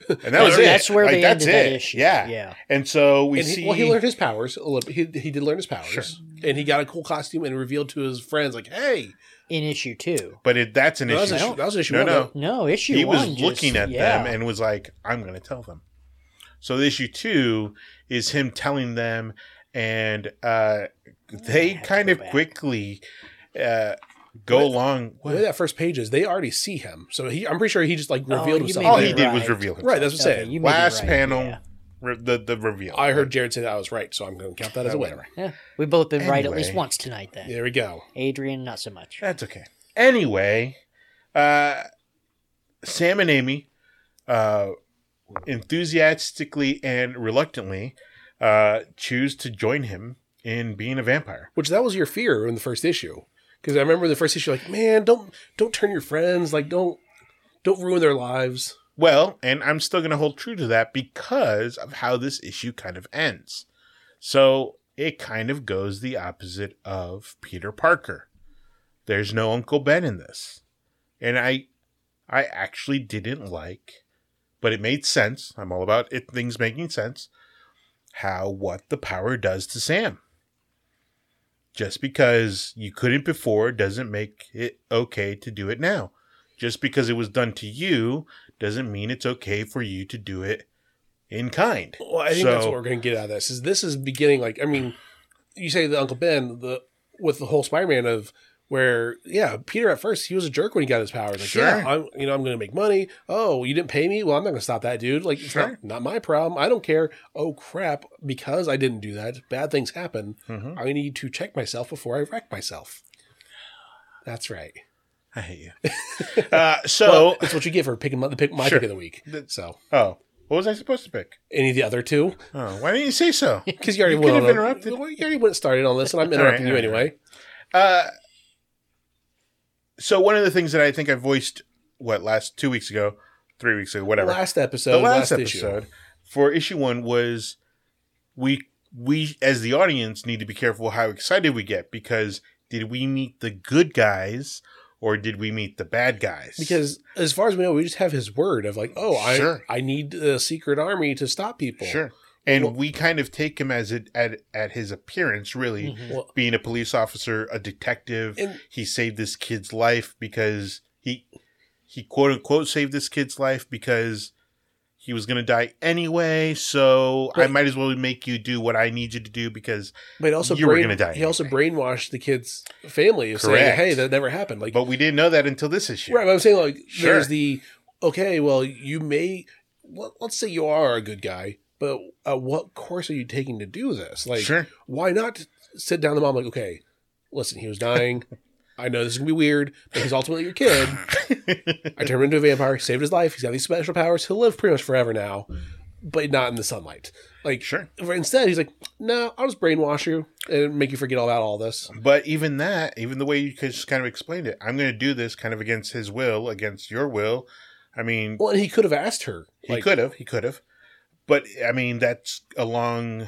A: And that was it.
B: that's where
A: Like,
B: they
A: that's
B: ended
A: it.
B: that issue.
A: Yeah.
B: yeah.
A: And so we
C: and
A: see.
C: he, well, he learned his powers a little. Bit. He he did learn his powers, and he got a cool costume and revealed to his friends like, "Hey,
B: In issue two.
A: but it, that's an
C: that was,
A: issue.
C: an issue, that was an issue."
A: No,
C: one,
A: no.
C: though.
B: No issue.
A: he was
B: one just-
A: looking at
B: yeah.
A: them and was like, I'm going to tell them. So the issue two is him telling them, and uh, they
B: have to
A: kind
B: go
A: of
B: back.
A: quickly uh, go
C: What?
A: along.
C: The way that first page is, they already see him, so he, I'm pretty sure he just like
B: Oh,
C: revealed
B: you
C: himself.
B: mean
A: All he
B: Right.
A: did was reveal himself.
C: right, that's what I'm
B: Okay,
C: saying.
B: you may be
A: Last
B: right,
A: panel,
B: yeah.
A: re- the, the reveal.
C: I heard Jared say that I was right, so I'm going to count that as a
A: Oh,
C: win.
A: whatever.
B: Yeah. We've both been right at least
A: Anyway.
B: once tonight then.
C: There we go.
B: Adrian, not so much.
A: That's okay. Anyway, uh, Sam and Amy uh, enthusiastically and reluctantly uh, choose to join him in being a vampire.
C: Which that was your fear in the first issue, because I remember the first issue like, man, don't don't turn your friends like don't don't ruin their lives.
A: Well, and I'm still going to hold true to that because of how this issue kind of ends. So it kind of goes the opposite of Peter Parker. There's no Uncle Ben in this. And I I actually didn't like, but it made sense. I'm all about it things making sense. How what the power does to Sam. Just because you couldn't before doesn't make it okay to do it now. Just because it was done to you doesn't mean it's okay for you to do it in kind.
C: Well, I think that's
A: So-
C: what we're going to get out of this. Is this is beginning like I mean, you say the Uncle Ben the with the whole Spider-Man of where yeah Peter at first he was a jerk when he got his powers like
A: Sure.
C: yeah I'm you know I'm going to make money oh you didn't pay me well I'm not going to stop that dude like it's
A: Sure.
C: not, not my problem I don't care oh crap because I didn't do that bad things happen
A: Mhm.
C: I need to check myself before I wreck myself. That's right.
A: I hate you. uh,
C: Well,
A: so,
C: it's what you get for picking my, the pick, my
A: Sure.
C: pick of the week. So
A: oh, what was I supposed to pick?
C: any of the other two
A: Oh, why didn't you say so?
C: because you already
A: You
C: went
A: could have
C: on a-
A: interrupted.
C: well, you already went started on this and I'm
A: right,
C: interrupting
A: all
C: you
A: right.
C: anyway.
A: Uh, so one of the things that I think I voiced what last two weeks ago, three weeks ago, whatever,
C: Last
A: the
C: episode,
A: last,
C: last,
A: episode
C: issue.
A: for issue one was we we as the audience need to be careful how excited we get because did we meet the good guys or did we meet the bad guys?
C: Because as far as we know, we just have his word of like, oh, I
A: Sure.
C: I need a secret army to stop people.
A: sure, and
C: Well-
A: we kind of take him as it at at his appearance really.
B: Mhm.
C: Well,
A: being a police officer, a detective.
C: and
A: he saved this kid's life because he he quote unquote saved this kid's life because he was going to die anyway. So I
C: Right.
A: might as well make you do what I need you to do because.
C: but he also
A: You were
C: brain-
A: gonna die
C: He also
A: anyway.
C: brainwashed the kid's family of saying,
A: Correct.
C: hey, that never happened. Like,
A: But we didn't know that until this issue.
C: right? But I'm saying like,
A: Sure.
C: there's the okay. Well, you may let, let's say you are a good guy, but uh, what course are you taking to do this? Like,
A: sure.
C: why not sit down the mom like, okay, listen, he was dying. I know this is gonna be weird, but he's ultimately your kid. I turned him into a vampire, saved his life. He's got these special powers. He'll live pretty much forever now, but not in the sunlight. Like
A: sure.
C: instead, he's like, no, I'll just brainwash you and make you forget all about all this.
A: But even that, even the way you could just kind of explained it, I'm going to do this kind of against his will, against your will. I mean,
C: Well, and he could have asked her.
A: He could have. He could have. But I mean, that's along,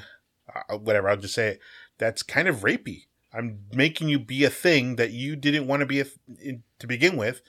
A: uh, whatever. I'll just say it. That's kind of rapey. I'm making you be a thing that you didn't want to be a th- in- to begin with,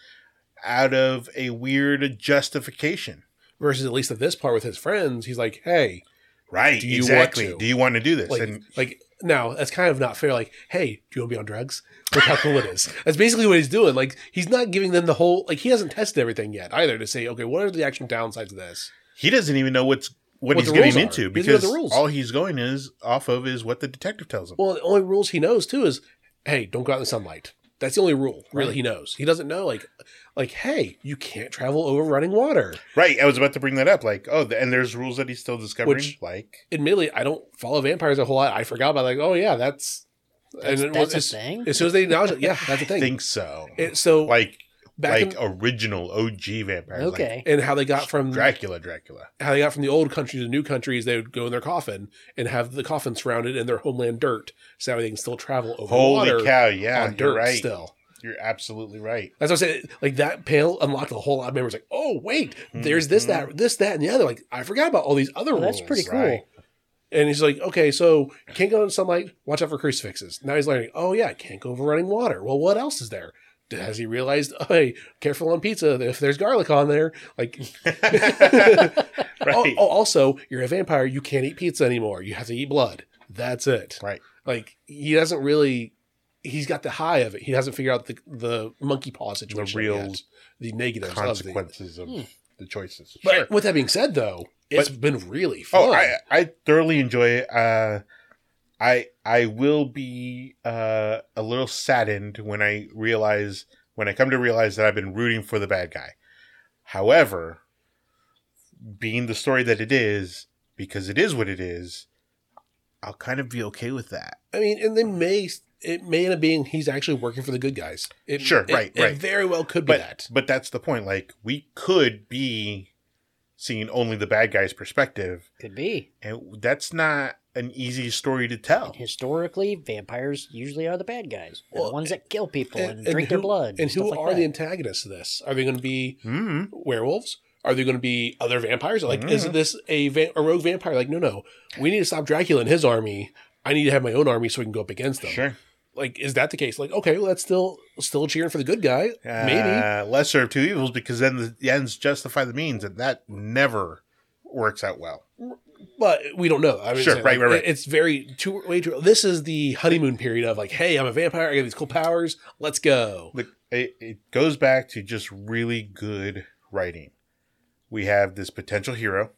A: out of a weird justification.
C: Versus at least at this part with his friends, he's like, hey,
A: Right.
C: Do you want
A: exactly.
C: to?
A: Do you want to do this?
C: like,
A: and
C: like now that's kind of not fair. Like, hey, do you want to be on drugs? Look how cool it is. That's basically what he's doing. Like, he's not giving them the whole. Like, he hasn't tested everything yet either to say, okay, what are the actual downsides of this?
A: he doesn't even know what's what,
C: What
A: he's
C: the rules
A: getting
C: are.
A: into
C: He doesn't know
A: because
C: the rules.
A: all he's going is off of is what the detective tells him.
C: Well, the only rules he knows too is, hey, don't go out in the sunlight. That's the only rule really
A: Right.
C: he knows. He doesn't know like, like, hey, you can't travel over running water.
A: right. I was about to bring that up. Like, oh, th- and there's rules that he's still discovering.
C: Which-
A: like,
C: Admittedly, I don't follow vampires a whole lot. I forgot about like, oh yeah, that's.
B: That's,
C: it
B: that's
C: was-
B: a
C: as,
B: thing.
C: as soon as they acknowledge it, yeah, that's a
A: I
C: thing.
A: think so.
C: It- so
A: like,
C: back
A: like
C: in,
A: original OG vampires. like
B: Okay.
C: and how they got from
A: Dracula, Dracula.
C: how they got from the old country to new countries, they would go in their coffin and have the coffin surrounded in their homeland dirt, so that way they can still travel over
A: Holy
C: water
A: cow! Yeah,
C: on
A: you're
C: dirt
A: right.
C: still.
A: You're absolutely right.
C: That's what I'm saying. Like that panel unlocked a whole lot of memories. Like, oh wait, there's this,
A: Mhm.
C: that, this, that, and the other. Like, I forgot about all these other
B: Oh,
C: rules.
B: that's pretty cool.
A: Right.
C: And he's like, okay, so can't go in sunlight. Watch out for crucifixes. Now he's learning. Oh yeah, can't go over running water. Well, what else is there? Has he realized? Oh, hey, careful on pizza. If there's garlic on there, like.
A: right.
C: Oh, oh, also, you're a vampire. You can't eat pizza anymore. You have to eat blood. That's it.
A: Right.
C: Like he doesn't really. He's got the high of it. He hasn't figured out the the monkey paw situation.
A: real
C: yet. the negatives of the.
A: Consequences of
B: Hmm.
A: the choices.
C: But
A: Sure.
C: with that being said, though, it's been really fun.
A: Oh, I, I thoroughly enjoy it. Uh, I I will be uh, a little saddened when I realize when I come to realize that I've been rooting for the bad guy. However, being the story that it is, because it is what it is, I'll kind of be okay with that.
C: I mean, and they may it may end up being he's actually working for the good guys. It,
A: Sure,
C: it-
A: right,
C: it
A: right.
C: very well could be
A: But
C: that.
A: but that's the point. Like we could be seeing only the bad guy's perspective,
B: Could be.
A: and that's not an easy story to tell.
B: Historically, vampires usually are the bad guys. They're
C: Well,
B: the ones that kill people and,
C: And- and
B: drink their
C: who-
B: blood.
C: And who
B: stuff like
C: are the
B: that.
C: antagonists of this? Are they going to be
A: Hmm.
C: werewolves? Are they going to be other vampires? Like, is
A: Mhm.
C: this a, va- a rogue vampire? Like, no, no, we need to stop Dracula and his army. I need to have my own army so we can go up against them.
A: Sure.
C: Like, is that the case? Like, okay, well, that's still still cheering for the good guy. Maybe.
A: Uh, lesser of two evils because then the the ends justify the means, and that never works out well.
C: but we don't know. I mean,
A: Sure,
C: like,
A: right, right, right.
C: it- It's very too way too. This is the honeymoon period of like, hey, I'm a vampire. I got these cool powers. Let's go.
A: Look, it, it goes back to just really good writing. We have this potential hero,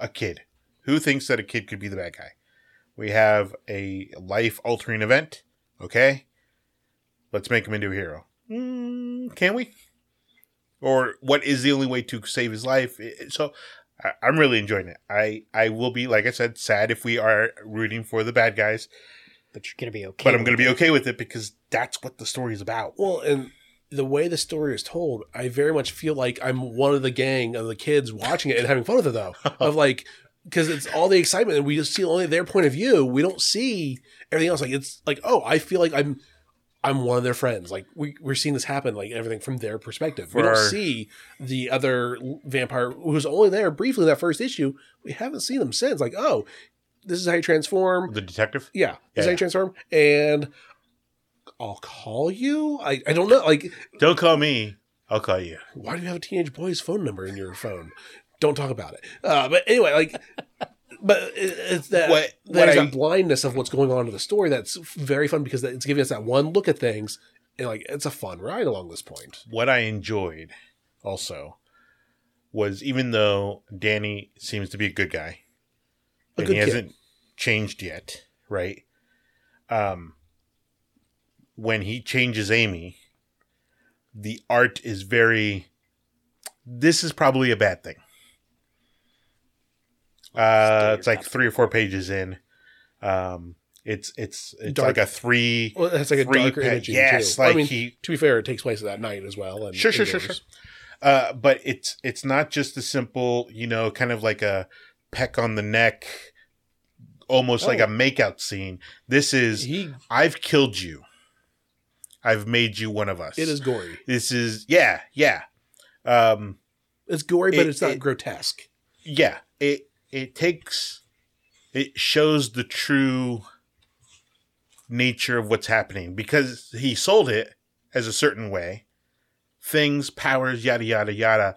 A: a kid, who thinks that a kid could be the bad guy. We have a life altering event. Okay, let's make him into a hero. Mm, can we? Or what is the only way to save his life? It- it- So I, I'm really enjoying it. I I will be like I said, sad if we are rooting for the bad guys.
B: But you're gonna be okay.
A: but I'm
B: with
A: going to
B: it.
A: be okay with it because that's what the story is about.
C: Well, and the way the story is told, I very much feel like I'm one of the gang of the kids watching it and having fun with it, though. Of like, because it's all the excitement, and we just see only their point of view. We don't see everything else. Like it's like, oh, I feel like I'm, I'm one of their friends. Like we we're seeing this happen, like everything from their perspective.
A: For
C: we don't
A: our-
C: see the other vampire who's only there briefly in that first issue. We haven't seen them since. Like, oh, this is how you transform.
A: The detective?
C: Yeah,
A: Yeah,
C: is
A: yeah.
C: I transform and I'll call you. I, I don't know. Like,
A: Don't call me. I'll call you.
C: why do you have a teenage boy's phone number in your phone? Don't talk about it. Uh, but anyway, like, but it, it's that
A: What-
C: there's
A: what I-
C: that blindness of what's going on in the story that's very fun because it's giving us that one look at things and like it's a fun ride along this point.
A: What I enjoyed also was even though Danny seems to be a good guy
C: A
A: and
C: good
A: he
C: kid.
A: hasn't changed yet, right? Um, when he changes Amy, the art is very. This is probably a bad thing. Uh, it's like three or four pages in. Um, it's it's it's
C: Dark.
A: like a three
C: Well, that's like a
A: Three
C: darker
A: pa-
C: image.
A: yes,
C: too. I
A: like
C: mean,
A: he-
C: to be fair, it takes place that night as well. And
A: Sure, sure, sure,
C: indoors.
A: Uh, but it's it's not just a simple, you know, kind of like a peck on the neck, almost like
B: Oh.
A: a makeout scene. This is
C: He,
A: I've killed you. I've made you one of us.
C: it is gory.
A: This is yeah, yeah, um,
C: It's gory, but
A: It-
C: it's not
A: it-
C: grotesque.
A: yeah. It it takes it shows the true nature of what's happening because he sold it as a certain way, things, powers, yada yada yada.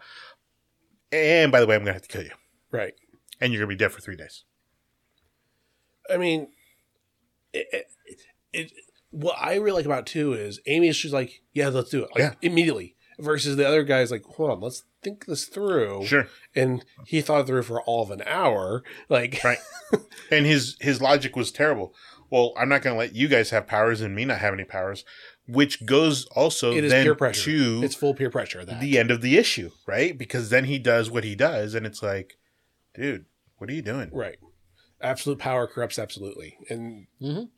A: And by the way, I'm gonna have to kill you.
C: Right.
A: and you're gonna be dead for three days.
C: I mean, it, it, it, what I really like about it too is Amy is she's like, yeah, let's do it, like,
A: Yeah.
C: immediately. Versus the other guy's like, hold on, let's think this through.
A: Sure.
C: And he thought it through for all of an hour. Like,
A: Right. And his his logic was terrible. Well, I'm not gonna let you guys have powers and me not have any powers, which goes also
C: it is
A: then
C: peer pressure.
A: to
C: It's full peer pressure. at That
A: the end of the issue, right? Because then he does what he does, and it's like, dude, what are you doing?
C: right, absolute power corrupts absolutely, and
A: Mm-hmm.
B: Mhm.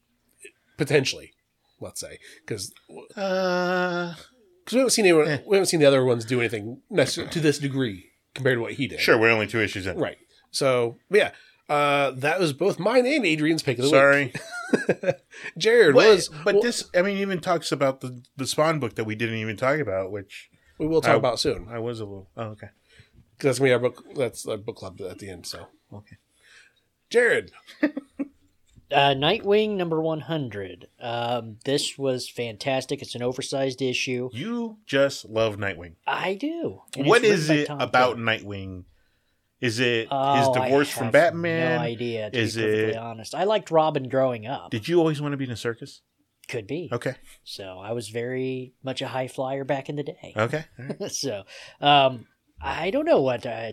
C: potentially, let's say, because
A: Uh,
C: we haven't seen anyone,
A: Eh.
C: we haven't seen the other ones do anything necessarily to this degree compared to what he did.
A: sure, we're only two issues in.
C: Right. So but yeah, uh, that was both mine and Adrian's pick of the week.
A: Sorry,
C: Jared
A: but,
C: was,
A: but
C: well,
A: this, I mean, even talks about the the Spawn book that we didn't even talk about, which
C: we will talk
A: I-
C: about soon
A: I was a little. Oh, okay.
C: because that's gonna be our book. That's our book club at the end. So
A: Okay.
C: Jared.
B: Uh, Nightwing number 100. Um, this was fantastic. It's an oversized issue.
A: You just love Nightwing.
B: I do. And
A: what is
B: it's written by
A: it
B: Tom
A: about
B: King.
A: Nightwing? Is it
B: Oh,
A: his
B: I
A: divorce from
B: have
A: Batman?
B: No idea. To
A: Is
B: be perfectly
A: it-
B: honest, I liked Robin growing up.
A: Did you always want to be in a circus?
B: Could be.
A: Okay.
B: So I was very much a high flyer back in the day.
A: Okay. All right.
B: so um, I don't know what uh,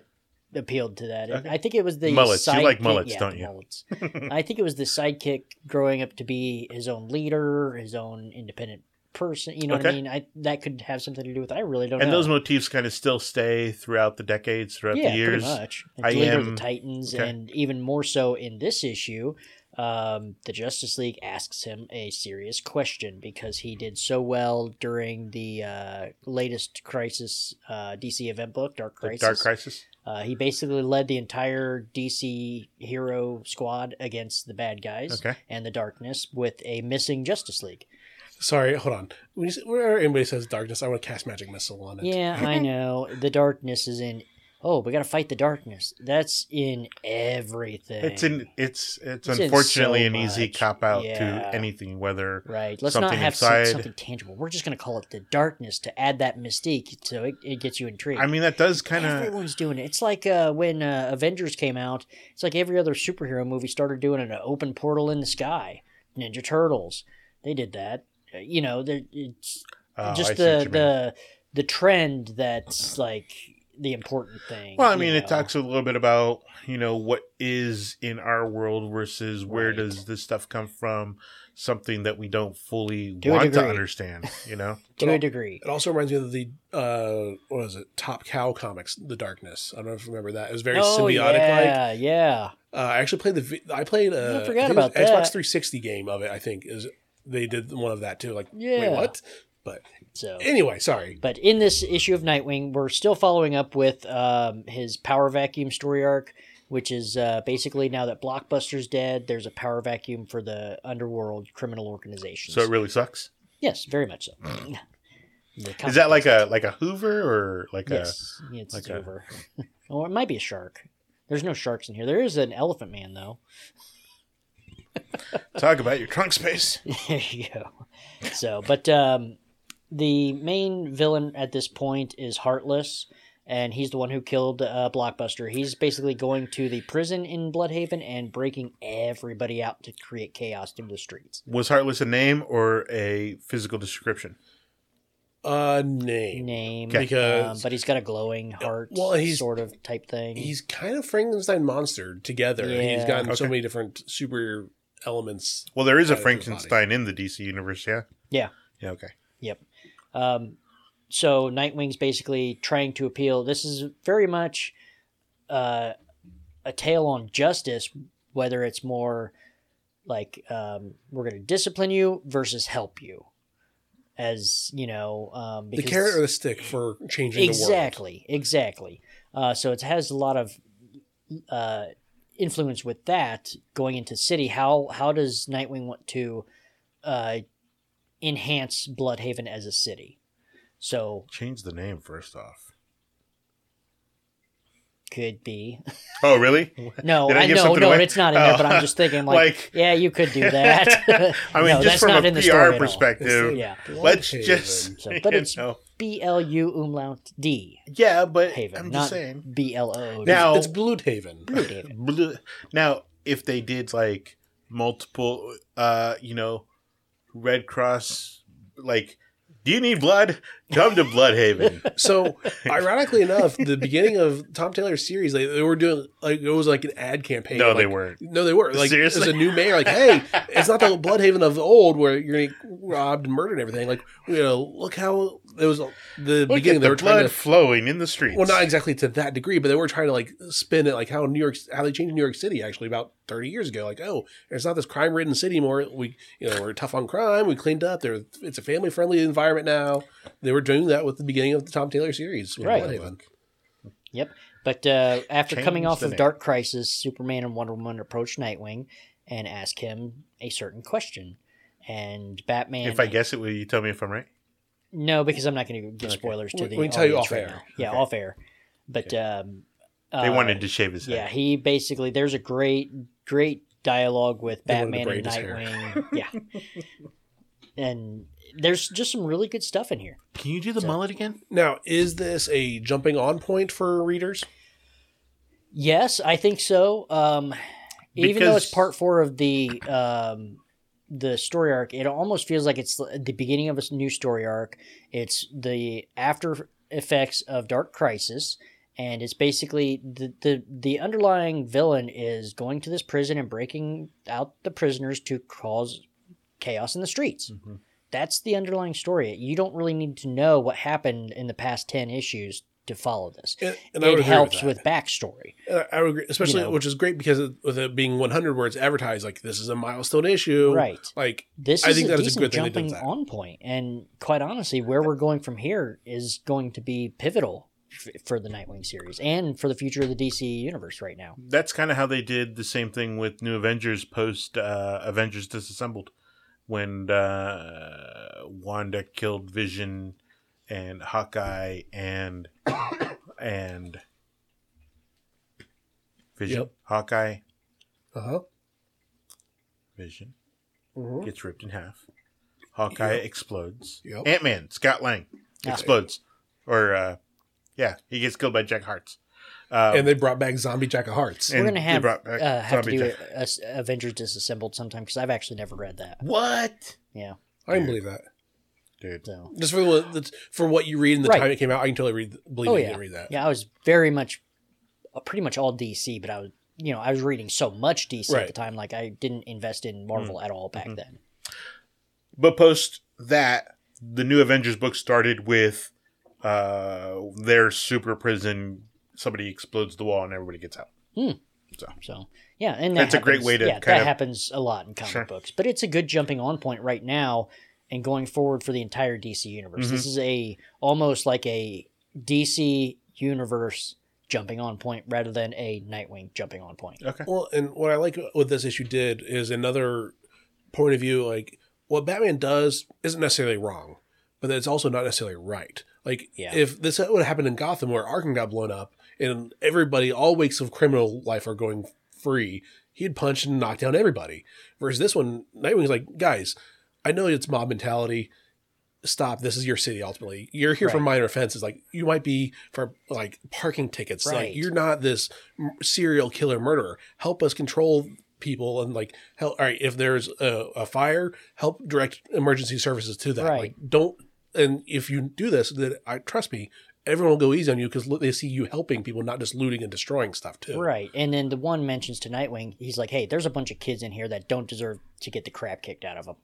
B: appealed to that.
A: Okay.
B: I think it was the
A: Mullets. You like
B: sidekick-
A: mullets,
B: yeah,
A: don't
B: the
A: you?
B: mullets. I think it was the sidekick growing up to be his own leader, his own independent person. You know what I
A: Okay.
B: mean? I that could have something to do with. it. I really don't.
A: And
B: know.
A: those motifs kind of still stay throughout the decades, throughout
B: yeah,
A: the years.
B: pretty much.
A: I
B: It's Leader of
A: am-
B: the Titans,
A: okay.
B: and even more so in this issue, um, the Justice League asks him a serious question because he did so well during the uh, latest Crisis uh, DC event book, Dark
A: The
B: Crisis.
A: Dark Crisis.
B: Uh, he basically led the entire DC hero squad against the bad guys
A: Okay.
B: and the darkness with a missing Justice League.
C: Sorry, hold on. When you say, where anybody says darkness, I want to cast magic missile on it.
B: Yeah, I know. The darkness is in. Oh, we got to fight the darkness. That's in everything.
A: It's an it's it's,
B: It's in
A: unfortunately
B: so
A: an easy
B: much.
A: cop out
B: Yeah.
A: to anything, whether
B: Right. Let's
A: something
B: not have some-
A: inside.
B: something tangible. We're just going to call it the darkness to add that mystique so it, it gets you intrigued.
A: I mean that does kind of
B: Everyone's doing it. It's like uh, when uh, Avengers came out, it's like every other superhero movie started doing an open portal in the sky. Ninja Turtles, they did that. Uh, You know, there- it's
A: uh, I
B: just
A: see what
B: the,
A: you mean.
B: the the trend that's like the important thing.
A: Well, I
B: you
A: mean,
B: know.
A: it talks a little bit about you know what is in our world versus where
B: Right.
A: does this stuff come from, something that we don't fully
B: To a
A: want to
B: degree.
A: understand. You know,
B: to a degree.
C: It also reminds me of the uh, what was it? Top Cow comics, The Darkness. I don't know if you remember that. It was very symbiotic. Like
B: yeah, Oh, yeah.
C: uh, I actually played the vi- I played uh,
B: I forgot
C: think it was
B: about that.
C: Xbox 360 game of it. I think is they did one of that too. Like
B: Yeah.
C: wait, what?
B: So
C: Anyway, sorry.
B: But in this issue of Nightwing, we're still following up with um, his power vacuum story arc, which is uh, basically now that Blockbuster's dead, there's a power vacuum for the underworld criminal organizations.
A: so it really sucks.
B: yes, very much so. The
A: Is that like a like a Hoover or like
B: yes? It's
A: like a-
B: over. or it might be a shark. There's no sharks in here. There is an elephant man though.
A: a talk about your trunk space?
B: there you go. So, but um, the main villain at this point is Heartless, and he's the one who killed uh, Blockbuster. He's basically going to the prison in Bloodhaven and breaking everybody out to create chaos through the streets.
A: Was Heartless a name or a physical description?
C: Uh, name.
B: Name,
A: Okay.
B: um,
C: Because-
B: but he's got a glowing heart,
C: Well, he's-
B: sort of type thing.
C: He's kind of Frankenstein monster together. He's
B: Yeah.
C: gotten so
A: Okay.
C: many different super elements.
A: Well, there is a
C: Out of his body.
A: Frankenstein in the DC universe. Yeah.
B: Yeah.
A: Yeah. Okay.
B: Um, so Nightwing's basically trying to appeal. This is very much uh, a tale on justice, whether it's more like um, we're going to discipline you versus help you, as you know. Um,
C: The carrot or the stick for changing
B: exactly, exactly. Uh, so it has a lot of uh, influence with that going into city. How how does Nightwing want to uh, enhance Bloodhaven as a city? So
A: Change the name first off.
B: could be
A: Oh, really?
B: no,
A: Did I
B: I
A: give
B: no,
A: something
B: no,
A: away?
B: it's not in there.
A: Oh.
B: But I'm just thinking like,
A: Like-
B: yeah, you could do that.
A: I mean,
B: No,
A: just
B: that's
A: from
B: not
A: a
B: in the story at
A: PR
B: all.
A: perspective,
B: yeah,
C: the world.
A: let's
C: Bloodhaven.
A: just.
B: So, but
A: you
B: it's-
A: know.
B: B L U umlaut D
A: yeah, but
B: Haven,
A: I'm
B: not
A: just saying.
B: B L O.
A: Now,
C: It's Bloodhaven.
B: Bloodhaven.
A: Blu- now if they did like multiple uh you know red cross like do you need blood come to bloodhaven
C: So, ironically enough, the beginning of Tom Taylor's series, they, they were doing like it was like an ad campaign.
A: No,
C: Like,
A: they weren't.
C: No, they were. Like
A: Seriously?
C: as a new mayor, like, hey, it's not the Bloodhaven of old where you're gonna get robbed and murdered and everything. Like, you know, look how it was the
A: Look
C: beginning.
A: at
C: They
A: the
C: were trying
A: blood
C: to.
A: flowing in the streets
C: well, not exactly to that degree, but they were trying to like spin it, like how New York, how they changed New York City actually about thirty years ago. Like, oh, it's not this crime-ridden city anymore. We, you know, we're tough on crime. We cleaned up. There, it's a family-friendly environment now. They were doing that with the beginning of the Tom Taylor series, with
B: Right.
C: Bloodhaven.
B: Yep. But uh, after
A: Change
B: coming off
A: the
B: of
A: name.
B: Dark Crisis, Superman and Wonder Woman approach Nightwing and ask him a certain question. And Batman.
A: if i guess it will you tell me if i'm right
B: No, because I'm not going to give spoilers to
C: We-
B: the.
C: we can tell you
B: audience
C: off
B: right
C: air.
B: now. Yeah, off air. But. Um,
A: they
B: uh,
A: wanted to shave his
B: Yeah,
A: head
B: he basically. There's a great great dialogue with
C: They wanted to
B: Batman and
C: braid his hair.
B: Nightwing. yeah, and there's just some really good stuff in here.
A: Can you do the
B: So-
A: mullet again?
C: Now, is this a jumping on point for readers?
B: Yes, I think so. Um, even though it's
A: Because-
B: part four of the um, the story arc, it almost feels like it's the the beginning of a s- new story arc. It's the after effects of Dark Crisis, and it's basically the the, the underlying villain is going to this prison and breaking out the prisoners to cause chaos in the streets.
A: Mm-hmm.
B: That's the underlying story. You don't really need to know what happened in the past ten issues to follow this.
C: And, and I would
B: It
C: agree
B: helps
C: that.
B: with backstory.
C: Uh, I would agree, especially
B: know.
C: which is great because it, with it being 100 words advertised, like this is a milestone issue,
B: Right.
C: Like,
B: This
C: I
B: is
C: think
B: a
C: that is a
B: decent
C: good thing they did
B: jumping
C: that.
B: on point, and quite honestly, where we're going from here is going to be pivotal f- for the Nightwing series and for the future of the DC universe right now.
A: That's kind of how they did the same thing with New Avengers post uh, Avengers Disassembled, when uh, Wanda killed Vision and Hawkeye and and Vision,
C: Yep.
A: Hawkeye,
C: uh huh.
A: Vision
B: Mm-hmm.
C: Mhm.
A: gets ripped in half. Hawkeye
C: Yep.
A: explodes.
C: Yep.
A: Ant Man, Scott Lang
B: Yeah.
A: explodes, or uh, yeah, he gets killed by Jack Hearts. Um,
C: and they brought back Zombie Jack of Hearts.
A: And
B: we're going to
A: they
B: have
A: brought back
B: uh, have to
A: Zombie
B: do
A: Jack.
B: a, a- Avengers Disassembled sometime because I've actually never read that.
A: what,
B: Yeah,
C: I can believe that.
A: dude?
B: so
C: Just for the one that's, for what you read and the
B: Right.
C: time it came out, I can totally read believe
B: Oh,
C: you
B: yeah.
C: didn't read that.
B: yeah, I was very much, uh, pretty much all DC, but I was you know I was reading so much DC
C: Right. Mm. Mm-hmm.
B: at the time, like I didn't invest in Marvel at all back then.
A: But post that, the new Avengers book started with uh, their super prison. Somebody explodes the wall and everybody gets out.
B: So yeah, and that
A: That's a great
B: happens-
A: way to
B: yeah,
A: kind
B: that
A: of-
B: happens a lot in comic
A: Sure.
B: books, but it's a good jumping on point right now and going forward for the entire DC universe.
A: Mm-hmm.
B: This is a almost like a DC universe jumping on point rather than a Nightwing jumping on point.
A: Okay.
C: Well, and what I like what this issue did is another point of view. Like what Batman does isn't necessarily wrong, but it's also not necessarily right. Like
B: Yeah.
C: if this would have happened in Gotham where Arkham got blown up and everybody, all wakes of criminal life are going free, he'd punch and knock down everybody. Versus this one, Nightwing's like, guys, I know it's mob mentality. Stop. This is your city. Ultimately, you're here for
B: Right.
C: minor offenses. Like you might be for like parking tickets.
B: Right.
C: Like you're not this m- serial killer murderer. Help us control people and like help. All right, if there's a, a fire, help direct emergency services to that.
B: Right.
C: Like don't. And if you do this, then I trust me, everyone will go easy on you because they see you helping people, not just looting and destroying stuff too.
B: Right. And then the one mentions to Nightwing, he's like, "Hey, there's a bunch of kids in here that don't deserve to get the crap kicked out of them."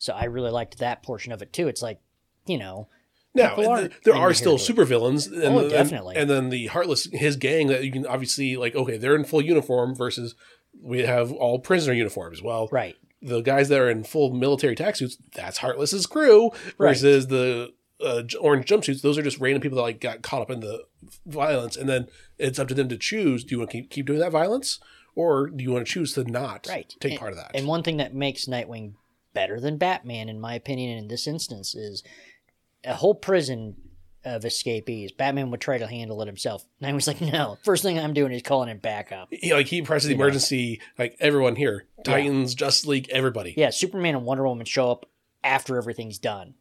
B: So I really liked that portion of it too. It's like, you know,
C: Now,
B: People aren't
C: th- there
B: in
C: are
B: here
C: still
B: to-
C: supervillains. And,
B: Oh,
C: and-
B: definitely.
C: And, then the Heartless, his gang that you can obviously, like, okay, they're in full uniform versus we have all prisoner uniforms. Well,
B: right.
C: the guys that are in full military taxsuits, that's Heartless's crew
B: Right.
C: versus the uh, j- orange jumpsuits. Those are just random people that, like, got caught up in the violence. And then it's up to them to choose do you want to keep, keep doing that violence or do you want to choose to not
B: Right.
C: take
B: And-
C: part of that?
B: And one thing that makes Nightwing better than Batman, in my opinion, in this instance, is a whole prison of escapees. Batman would try to handle it himself. Nightwing's like, no, first thing I'm doing is calling in backup.
C: he, like, he presses the emergency, like, everyone here Titans, Justice League, everybody.
B: Yeah, Superman and Wonder Woman show up after everything's done.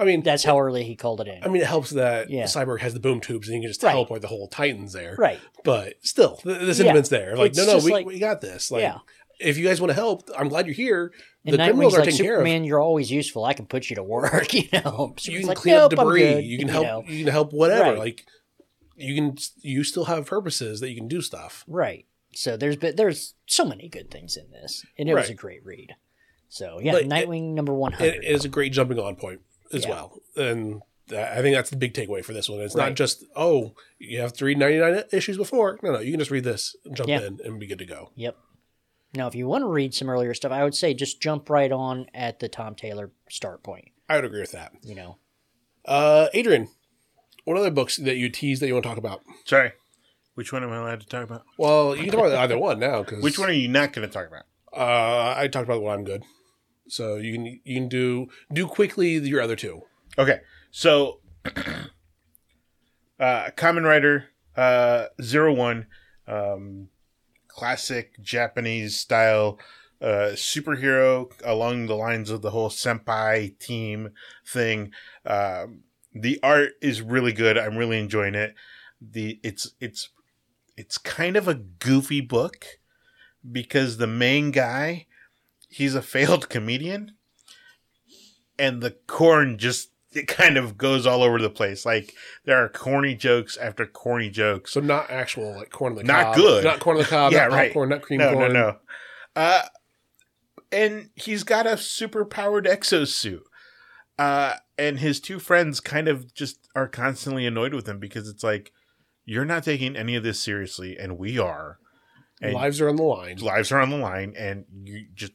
C: I mean,
B: That's how early he called it in.
C: I mean, it helps that
B: Yeah.
C: Cyborg has the boom tubes and you can just
B: Right.
C: teleport the whole Titans there.
B: right.
C: But still, th- the sentiment's there. Like,
B: It's
C: no, no,
B: just
C: we,
B: like-
C: we got this. Like,
B: Yeah.
C: if you guys want to help, I'm glad you're here. The
B: And
C: criminals
B: Nightwing's
C: are
B: like,
C: taken care of.
B: Superman, you're always useful. I can put you to work, you know.
C: You
B: Superman's
C: can
B: like,
C: clean up
B: "Nope, I'm
C: debris.
B: good,"
C: You can help. You,
B: know.
C: can help whatever.
B: Right.
C: Like, you can. You still have purposes that you can do stuff.
B: Right. So there's been, there's so many good things in this, and it was
C: Right.
B: a great read. So yeah,
C: But it-
B: Nightwing number one
C: It,
B: hundred.
C: it is a great jumping on point as
B: Yeah.
C: well, and that- I think that's the big takeaway for this one. It's not
B: Right.
C: just oh, you have three ninety nine issues before. No, no, you can just read this, jump
B: Yeah.
C: in, and be good to go.
B: Yep. Now, if you want to read some earlier stuff, I would say just jump right on at the Tom Taylor start point.
C: I would agree with that.
B: You know,
C: Uh, Adrian, what other books that you tease that you want to talk about?
A: Sorry, which one am I allowed to talk about?
C: Well, you can talk about either one now. 'cause,
A: Which one are you not going to talk about?
C: Uh, I talked about the one I'm good. So you can you can do do quickly your other two.
A: Okay, so uh, Common Rider uh, Zero One, um, classic Japanese style uh, superhero along the lines of the whole senpai team thing. Um the art is really good. I'm really enjoying it. The it's it's it's kind of a goofy book because the main guy he's a failed comedian and the corn just it kind of goes all over the place. Like there are corny jokes after corny jokes.
C: So not actual like corn on the
A: Not
C: cob.
A: good.
C: Not corn on the cob.
A: Yeah,
C: not
A: right.
C: popcorn, not cream
A: no, no,
C: corn.
A: no. Uh, and he's got a super powered exosuit. Uh, and his two friends kind of just are constantly annoyed with him because it's like, you're not taking any of this seriously, and we are. And
C: Lives are on the line.
A: lives are on the line, and you just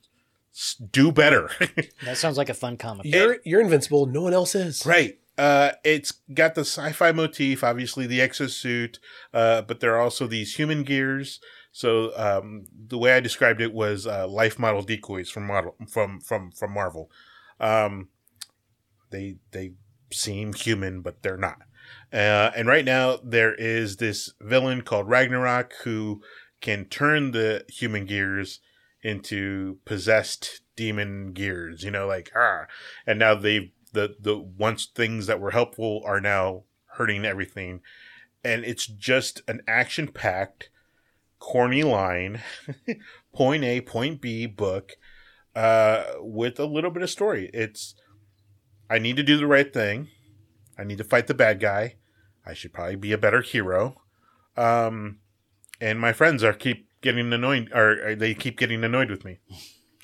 A: s- do better.
B: That sounds like a fun comic. book.
C: You're you're invincible. No one else is.
A: Right. Uh, it's got the sci-fi motif, obviously the exosuit, uh, but there are also these human gears. So um, the way I described it was uh, life model decoys from model from from from Marvel. Um, they they seem human, but they're not. Uh, and right now there is this villain called Ragnarok who can turn the human gears into possessed demon gears. You know, like ah, and now they've the the once things that were helpful are now hurting everything and it's just an action packed corny line point a point b book uh with a little bit of story it's i need to do the right thing i need to fight the bad guy i should probably be a better hero um and my friends are keep getting annoyed or they keep getting annoyed with me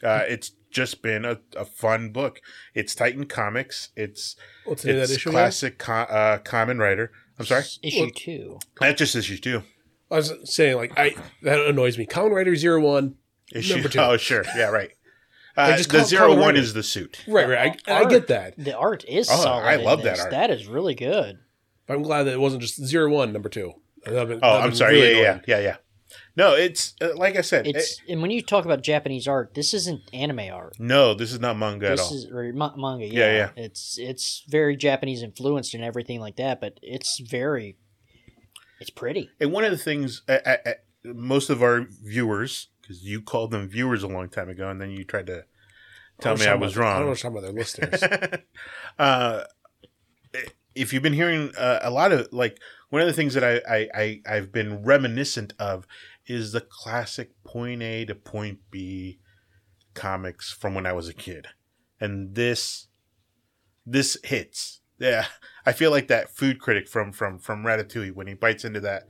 A: uh it's just been a, a fun book it's titan comics it's
C: What's the name of
A: it's
C: that issue? again?
A: classic co- uh, common writer. I'm sorry.
B: Issue two.
A: That's just issue two.
C: I was saying like I that annoys me. Common Writer Zero One.
A: Issue
C: Number two.
A: Oh, sure. Yeah, right. Uh,
C: just
A: the
C: call it
A: zero
C: Common
A: one
C: Rider.
A: is the suit.
C: Right, right. I, I get that.
B: The art is
A: Oh,
B: solid.
A: I
B: in
A: love
B: this.
A: that art.
B: That is really good.
C: But I'm glad that it wasn't just Zero One Number Two.
A: Oh, I'm sorry. yeah, yeah, yeah, yeah. No, it's uh, like I said.
B: It's
A: eh,
B: and when you talk about Japanese art, this isn't anime art.
A: no, this is not manga at
B: This
A: all.
B: is or ma- manga. Yeah.
A: Yeah, yeah.
B: It's it's very Japanese influenced and everything like that, but it's very it's pretty.
A: and one of the things uh, uh, uh, most of our viewers, because you called them viewers a long time ago, and then you tried to tell me I was
C: Oh,
A: wrong.
C: I don't know what you're talking about. They're listeners.
A: uh, if you've been hearing uh, a lot of like one of the things that I, I, I I've been reminiscent of is the classic point A to point B comics from when I was a kid, and this this hits. Yeah, I feel like that food critic from from from Ratatouille when he bites into that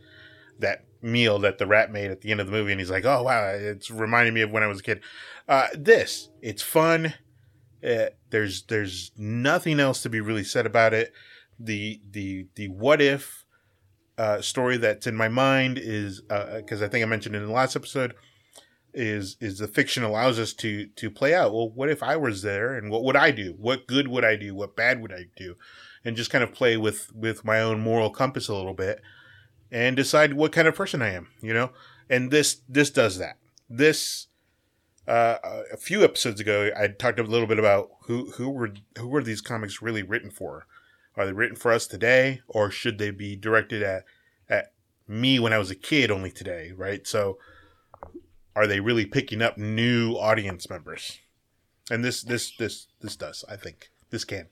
A: that meal that the rat made at the end of the movie, and he's like, "Oh wow, it's reminding me of when I was a kid." Uh, this it's fun. Uh, there's there's nothing else to be really said about it. The the the what if uh, story that's in my mind is because I think I mentioned it in the last episode is is the fiction allows us to to play out. Well, what if I was there and what would I do? What good would I do? What bad would I do? And just kind of play with with my own moral compass a little bit and decide what kind of person I am, you know? And this this does that. This uh, a few episodes ago, I talked a little bit about who who were who were these comics really written for? Are they written for us today, or should they be directed at at me when I was a kid only today? Right. So, are they really picking up new audience members? And this this this this does. I think this can.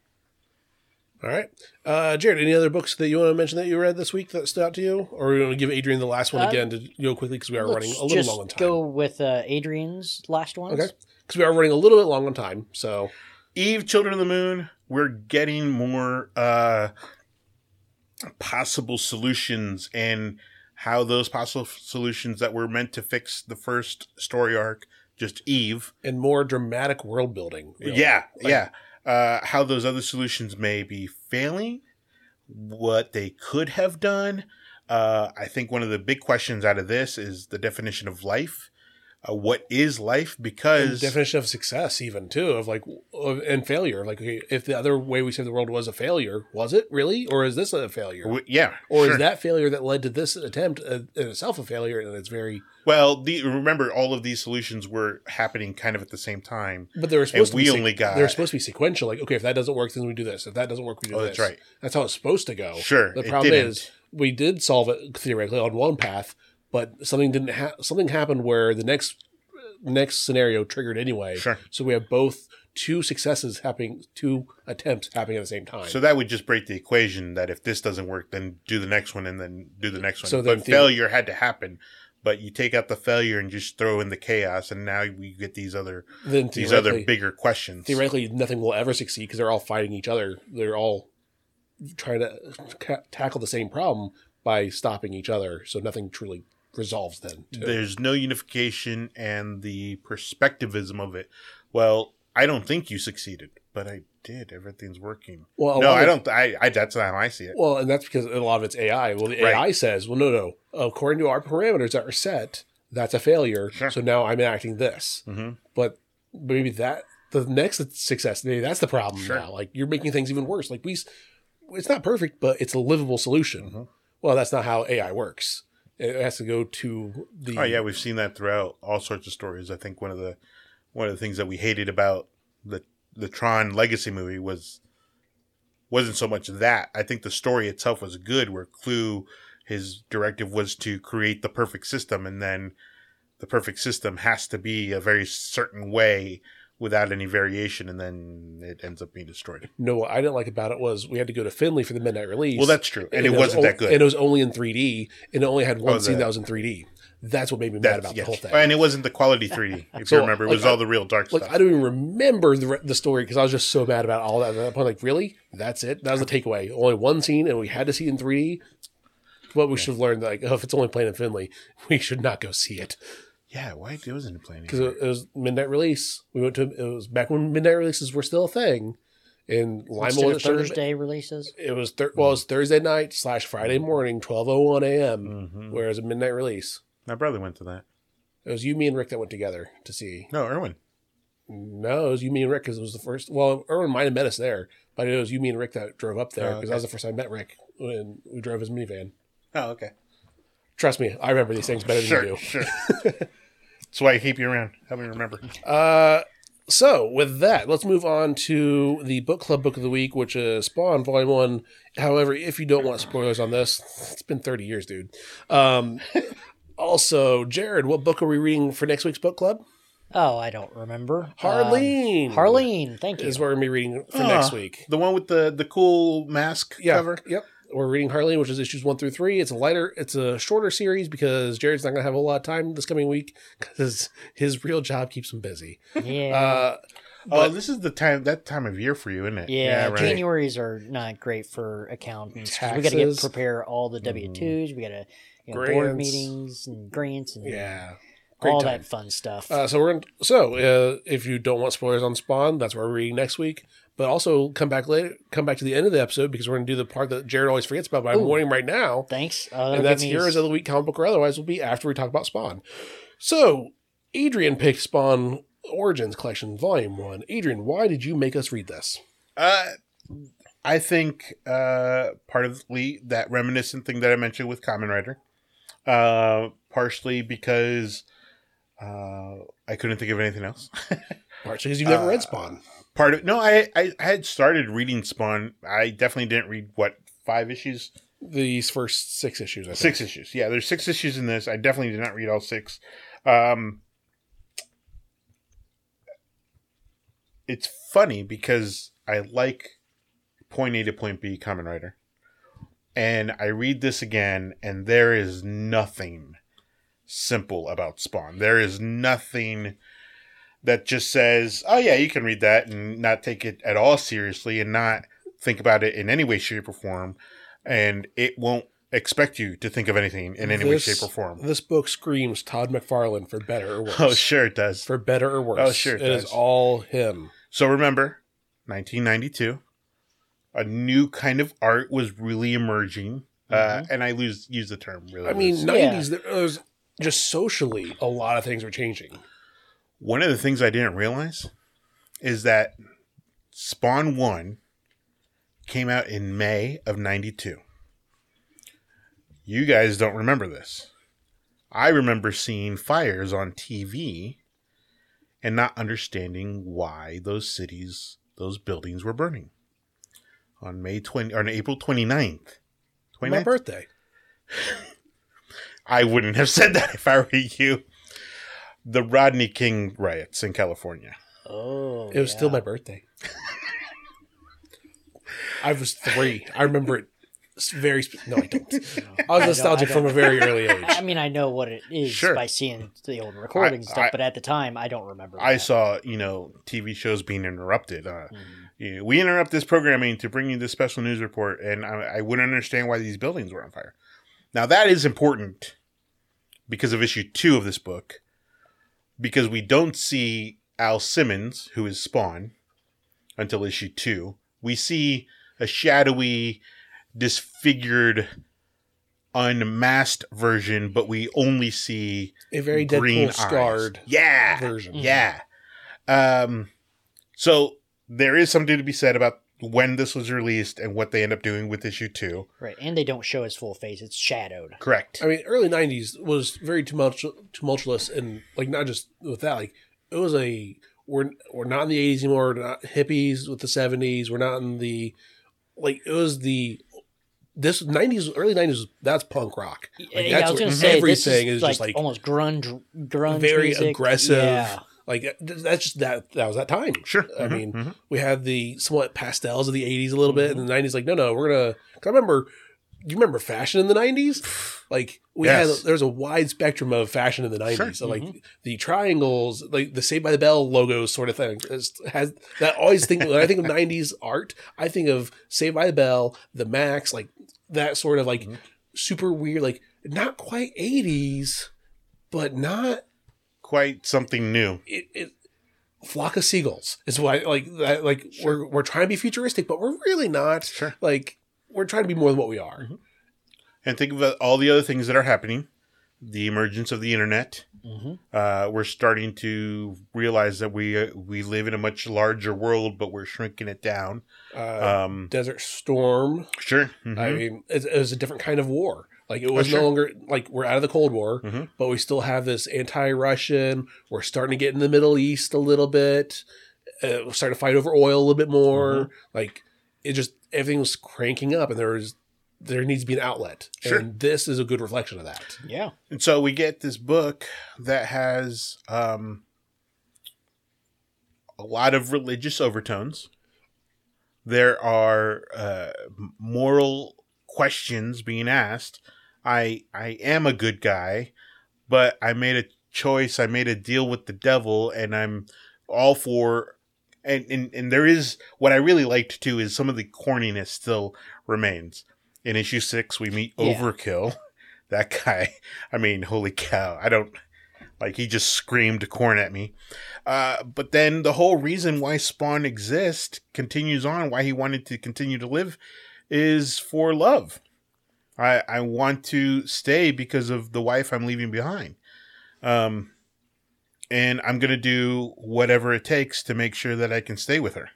C: All right, uh, Jared. Any other books that you want to mention that you read this week that stood out to you, or we want to give Adrian the last one
B: Uh,
C: again to go quickly because we are running a little
B: just
C: long on time.
B: go with uh, Adrian's last ones.
C: Okay, because we are running a little bit long on time. So
A: Eve, Children of the Moon, we're getting more uh, possible solutions and how those possible solutions that were meant to fix the first story arc, just Eve.
C: and more dramatic world building. really.
A: Yeah,
C: Like-
A: yeah. Uh, how those other solutions may be failing, what they could have done. Uh, I think one of the big questions out of this is the definition of life. Uh, what is life?
C: And
A: Because
C: definition of success, even too, of like of, and failure. Like, okay, if the other way we saved the world was a failure, was it really, or is this a failure,
A: w- yeah,
C: or
A: sure.
C: is that failure that led to this attempt uh, in itself a failure, and it's very.
A: Well, the, remember, all of these solutions were happening kind of at the same time.
C: But they were supposed
A: we
C: to be
A: only got-
C: they were supposed to be sequential. Like, okay, if that doesn't work, then we do this. If that doesn't work, we do
A: Oh,
C: this.
A: that's right.
C: That's how it's supposed to go.
A: Sure,
C: The
A: it
C: problem
A: didn't.
C: is we did solve it theoretically on one path, but something didn't ha- something happened where the next next scenario triggered anyway.
A: Sure.
C: So we have both two successes happening, two attempts happening at the same time.
A: So that would just break the equation that if this doesn't work, then do the next one and then do the next one.
C: So then
A: but
C: the-
A: failure had to happen. But you take out the failure and just throw in the chaos, and now we get these other
C: then
A: these other
C: theoretically-
A: bigger questions.
C: theoretically nothing will ever succeed because they're all fighting each other. They're all trying to ca- tackle the same problem by stopping each other. So nothing truly resolves then. too.
A: There's no unification and the perspectivism of it. Well, I don't think you succeeded, but I did. Everything's working.
C: well, a
A: no,
C: lot
A: I
C: of-
A: don't. I, I that's not how I see it.
C: Well, and that's because a lot of it's AI. Well, the
A: Right.
C: AI says, well, no, no. According to our parameters that are set, that's a failure.
A: Sure.
C: So now I'm enacting this.
A: hmm
C: But maybe that the next success, maybe that's the problem
A: Sure.
C: now. Like you're making things even worse. Like we, s- it's not perfect, but it's a livable solution.
A: Mhm.
C: Well, that's not how AI works. It has to go to the
A: Oh yeah, we've seen that throughout all sorts of stories. I think one of the one of the things that we hated about the the Tron Legacy movie was wasn't so much that. I think the story itself was good where Clue his directive was to create the perfect system and then the perfect system has to be a very certain way without any variation and then it ends up being destroyed.
C: no. What I didn't like about it was we had to go to Finley for the midnight release.
A: Well, that's true. And it
C: was
A: wasn't
C: o-
A: that good.
C: And it was only in 3D, and it only had one
A: Oh,
C: scene
A: the-
C: that was in 3D. That's what made me mad
A: That's-
C: about
A: yeah.
C: the whole thing.
A: And it wasn't the quality 3D, if
C: So,
A: you remember. It
C: like,
A: was
C: I-
A: all the real dark
C: Like
A: stuff.
C: I don't even remember the, re- the story because I was just so mad about all that at that point. Like, really? That's it? That was the takeaway. Only one scene, and we had to see it in 3D. What we should have learned, like, oh, if it's only playing in Finley, we should not go see it
A: yeah, why it wasn't playing?
C: because uh, it, it was midnight release. We went to it was back when midnight releases were still a thing, and Lima
B: Instead of
C: was
B: Thursday releases.
C: It was thir- well, it was Thursday night slash Friday morning, twelve oh one a.m.
A: Mhm.
C: Whereas a midnight release,
A: My brother went to that.
C: it was you, me, and Rick that went together to see
A: No, Erwin.
C: No, it was you, me, and Rick because it was the first. Well, Erwin might have met us there, but it was you, me, and Rick that drove up
A: Oh,
C: there because
A: okay.
C: that was the first time I met Rick when we drove his minivan.
A: Oh, okay.
C: Trust me, I remember these things better than you
A: Sure,
C: do.
A: sure. That's why I keep you around. Help me remember.
C: Uh, so, with that, let's move on to the book club book of the week, which is Spawn Volume 1. However, if you don't want spoilers on this, it's been 30 years, dude. Um, also, Jared, what book are we reading for next week's book club?
B: Oh, I don't remember. Um,
C: Harleen.
B: Harleen, thank you.
C: is what we're going to be reading for next
A: Ah,
C: week.
A: The one with the the cool mask
C: yeah,
A: cover.
C: Yep. We're reading Harley, which is issues one through three. It's a lighter, it's a shorter series because Jared's not going to have a lot of time this coming week because his real job keeps him busy.
B: yeah.
C: Uh,
A: Oh,
C: But-
A: this is the time that time of year for you, isn't it?
B: Yeah,
A: right.
B: Januaries are not great for accountants. 'cause We got to get
C: Taxes.
B: prepare all the W twos. We got to you know, board
C: Grants.
B: meetings and grants and
C: yeah. Great
B: all
C: time.
B: that fun stuff.
C: Uh, so we're in, so uh, if you don't want spoilers on Spawn, that's what we're reading next week. But also come back later, come back to the end of the episode because we're going to do the part that Jared always forgets about. But I'm
B: Ooh.
C: warning him right now.
B: Thanks. Uh, that'll
C: and
B: give
C: that's
B: me
C: Heroes of the Week comic book or otherwise will be after we talk about Spawn. So, Adrian picked Spawn Origins Collection Volume 1. Adrian, why did you make us read this?
A: Uh, I think uh, partly that reminiscent thing that I mentioned with Common Rider, uh, partially because uh, I couldn't think of anything else.
C: Partially because you've never
A: Uh,
C: read Spawn.
A: part of no I, I i had started reading spawn i definitely didn't read what five issues
C: These first six issues, I think.
A: six issues yeah there's six issues in this i definitely did not read all six um it's funny because i like point a to point b common writer and i read this again and there is nothing simple about spawn there is nothing that just says, "Oh yeah, you can read that and not take it at all seriously and not think about it in any way, shape, or form," and it won't expect you to think of anything in any way,
C: This-
A: shape, or form.
C: This book screams Todd McFarlane for better or worse.
A: Oh, sure it does.
C: For better or worse.
A: Oh, sure it
C: It is
A: does.
C: all him.
A: So remember, 1992, a new kind of art was really emerging, uh, and I lose use the term really.
C: Mm-hmm. I mean,
A: loosely.
C: 90s, there was just socially, a lot of things were changing.
A: one of the things I didn't realize is that Spawn 1 came out in May of 92. You guys don't remember this. I remember seeing fires on TV and not understanding why those cities, those buildings were burning. On May 20 on April 29th.
C: My
A: 29th
C: birthday.
A: I wouldn't have said that if I were you. The Rodney King riots in California.
B: Oh,
C: It was still
B: yeah.
C: my birthday. I was three. I remember it s- very. Sp- no, I don't. I was
B: I
C: nostalgic
B: don't- I
C: from a very early
B: I
C: age.
B: mean, I know what it is
A: Sure.
B: by seeing the old recordings and stuff,
A: I-
B: but at the time, I don't remember.
A: I
B: that.
A: saw, you know, TV shows being interrupted. Uh,
B: Mhm.
A: you know, we interrupt this programming to bring you this special news report, and I, I wouldn't understand why these buildings were on fire. Now, that is important because of issue two of this book, because we don't see Al Simmons, who is Spawn, until issue two. We see a shadowy, disfigured, unmasked version, but we only see
C: A very
A: green
C: Deadpool
A: eyes.
C: scarred
A: Yeah.
C: version.
A: Yeah. Um, so there is something to be said about when this was released and what they end up doing with issue two. Uh,
B: right, and they don't show his full face; it's shadowed.
A: Correct.
C: I mean, early '90s was very tumultu- tumultuous, and like not just with that. Like it was a we're we're not in the '80s anymore. We're not hippies with the '70s. We're not in the like it was the this '90s early '90s. That's punk rock. Like,
B: yeah, I was
C: that's what
B: going to say this
C: everything
B: is,
C: is
B: like,
C: just like
B: almost grunge, grunge,
C: very
B: music.
C: aggressive.
B: Yeah.
C: Like th- that's just that that was that time.
A: sure.
C: I
A: Mhm,
C: mean,
A: mhm.
C: We had the somewhat pastels of the '80s a little bit,
A: Mm-hmm.
C: and the '90s. Like, no, no, we're gonna. 'cause I remember. Do you remember fashion in the '90s? Like we
A: Yes.
C: had, there was a wide spectrum of fashion in the '90s.
A: Sure. Mm-hmm.
C: So like the triangles, like the Saved by the Bell logos, sort of thing. It's- has that always think when I think of '90s art, I think of Saved by the Bell, the Max, like that sort of like
A: Mhm.
C: super weird, like not quite '80s, but not
A: quite something new.
C: it, it flock of seagulls is why like that like we're we're trying to be futuristic but we're really not
A: Sure. Mm-hmm.
C: like we're trying to be more than what we are
A: And think about all the other things that are happening. The emergence of the internet.
B: hmm
A: Uh, we're starting to realize that we uh, we live in a much larger world, but we're shrinking it down.
C: uh,
A: Um,
C: desert storm
A: sure. Mhm.
C: i mean it, it was a different kind of war like it was
A: sure.
C: no longer like we're out of the cold war
A: Mhm.
C: but we still have this anti-russian we're starting to get in the middle east a little bit uh, we're starting to fight over oil a little bit more
A: Mm-hmm.
C: like it just everything was cranking up and there was there needs to be an outlet
A: Sure.
C: and this is a good reflection of that
B: Yeah,
A: And so we get this book that has um, a lot of religious overtones. There are uh, moral questions being asked. I I am a good guy, but I made a choice. I made a deal with the devil, and I'm all for. And, and, and there is what I really liked too is some of the corniness still remains. In issue six, we meet
B: Yeah.
A: Overkill. That guy I mean, holy cow. I don't like he just screamed corn at me. Uh, but then the whole reason why Spawn exists continues on, why he wanted to continue to live is for love. I, I want to stay because of the wife I'm leaving behind. Um, and I'm going to do whatever it takes to make sure that I can stay with her.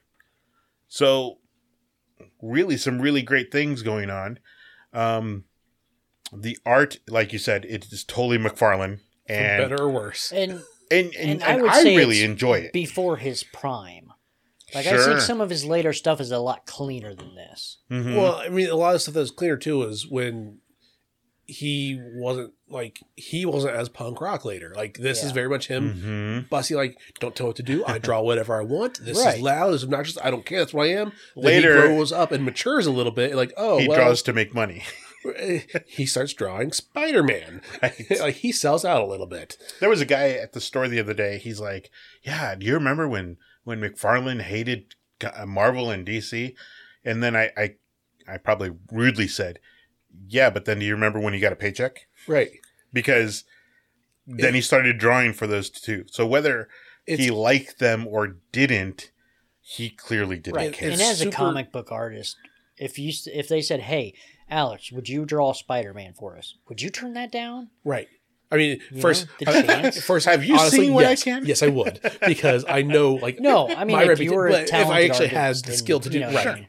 A: So, really, some really great things going on. Um, the art, like you said, it is totally McFarlane,
C: For
A: and
C: better or worse.
B: and
A: and, and,
B: And I
A: I,
B: would say
A: really
B: it's
A: enjoy it.
B: before his prime, like I
A: Sure.
B: think some of his later stuff is a lot cleaner than this.
A: Mhm.
C: Well, I mean, a lot of stuff that was cleaner too was when he wasn't like he wasn't as punk rock later. Like this is
B: Yeah.
C: very much him.
A: Mhm.
C: Bussy, like, don't tell what to do. I draw whatever I want. This
B: Right.
C: is loud. This is obnoxious. I don't care. That's what I am. Then
A: Later-
C: he grows up and matures a little bit. Like, oh,
A: he
C: well,
A: draws to make money.
C: He starts drawing Spider Man. like he sells out a little bit.
A: There was a guy at the store the other day. He's like, "Yeah, do you remember when when McFarlane hated uh, Marvel and DC?" And then I, I I probably rudely said, "Yeah, but then do you remember when he got a paycheck?"
C: Right.
A: Because then he started drawing for those two. So whether
C: It's
A: he liked them or didn't, he clearly didn't
C: Right.
A: care.
B: And
C: It's
B: as a
C: super-
B: comic book artist, if you s- if they said, "Hey, Alex, would you draw Spider Man for us?" Would you turn that down?
C: right. I mean,
B: You
C: first,
B: know, the chance.
C: first,
A: Have you
C: honestly,
A: seen what I
C: yes.
A: can?
C: Yes, I would because I know, like,
B: No, I mean,
C: My
B: if you
C: reputa-
B: were a
C: but if I
B: talented
C: actually
B: artist
C: had the
B: and,
C: skill to
B: you
C: do-
B: know
C: right.
B: what I mean.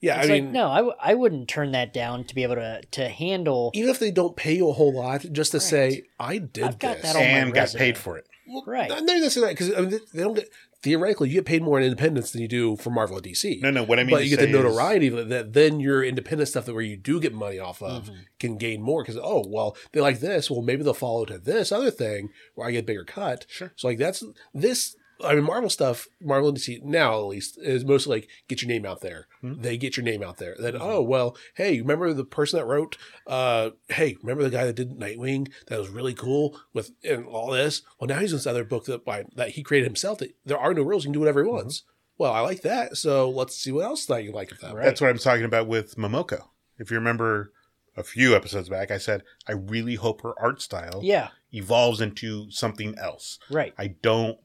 C: yeah.
B: It's
C: I
B: like,
C: mean,
B: no, I, w- I wouldn't turn that down to be able to to handle.
C: even if they don't pay you a whole lot, just to
B: Right.
C: say I did
B: I've got
C: this.
B: that on my
A: and got
B: resume.
A: paid for it.
C: Well,
B: Right.
C: Not not necessarily because I mean, they- they don't get theoretically you get paid more in independence than you do for Marvel at DC.
A: No, no. What I mean,
C: but
A: to
C: you get the
A: say is-
C: notoriety that, that then your independent stuff that where you do get money off of
B: Mm-hmm.
C: can gain more because oh well they like this well maybe they'll follow to this other thing where I get a bigger cut.
A: Sure.
C: So like that's this. I mean, Marvel stuff, Marvel and DC now at least is mostly like get your name out there.
B: Hmm.
A: Mhm.
C: They get your name out there. Then oh well, hey, remember the person that wrote? Uh, hey, remember the guy that did Nightwing? That was really cool with and all this. Well, now he's in this other book that by, that he created himself. That there are no rules. He can do whatever
B: Hmm.
C: he wants. Well, I like that. So let's see what else that you like of that.
B: Right.
A: That's what I'm talking about with Momoko. If you remember a few episodes back, I said I really hope her art style
B: Yeah,
A: evolves into something else.
B: right.
A: I don't.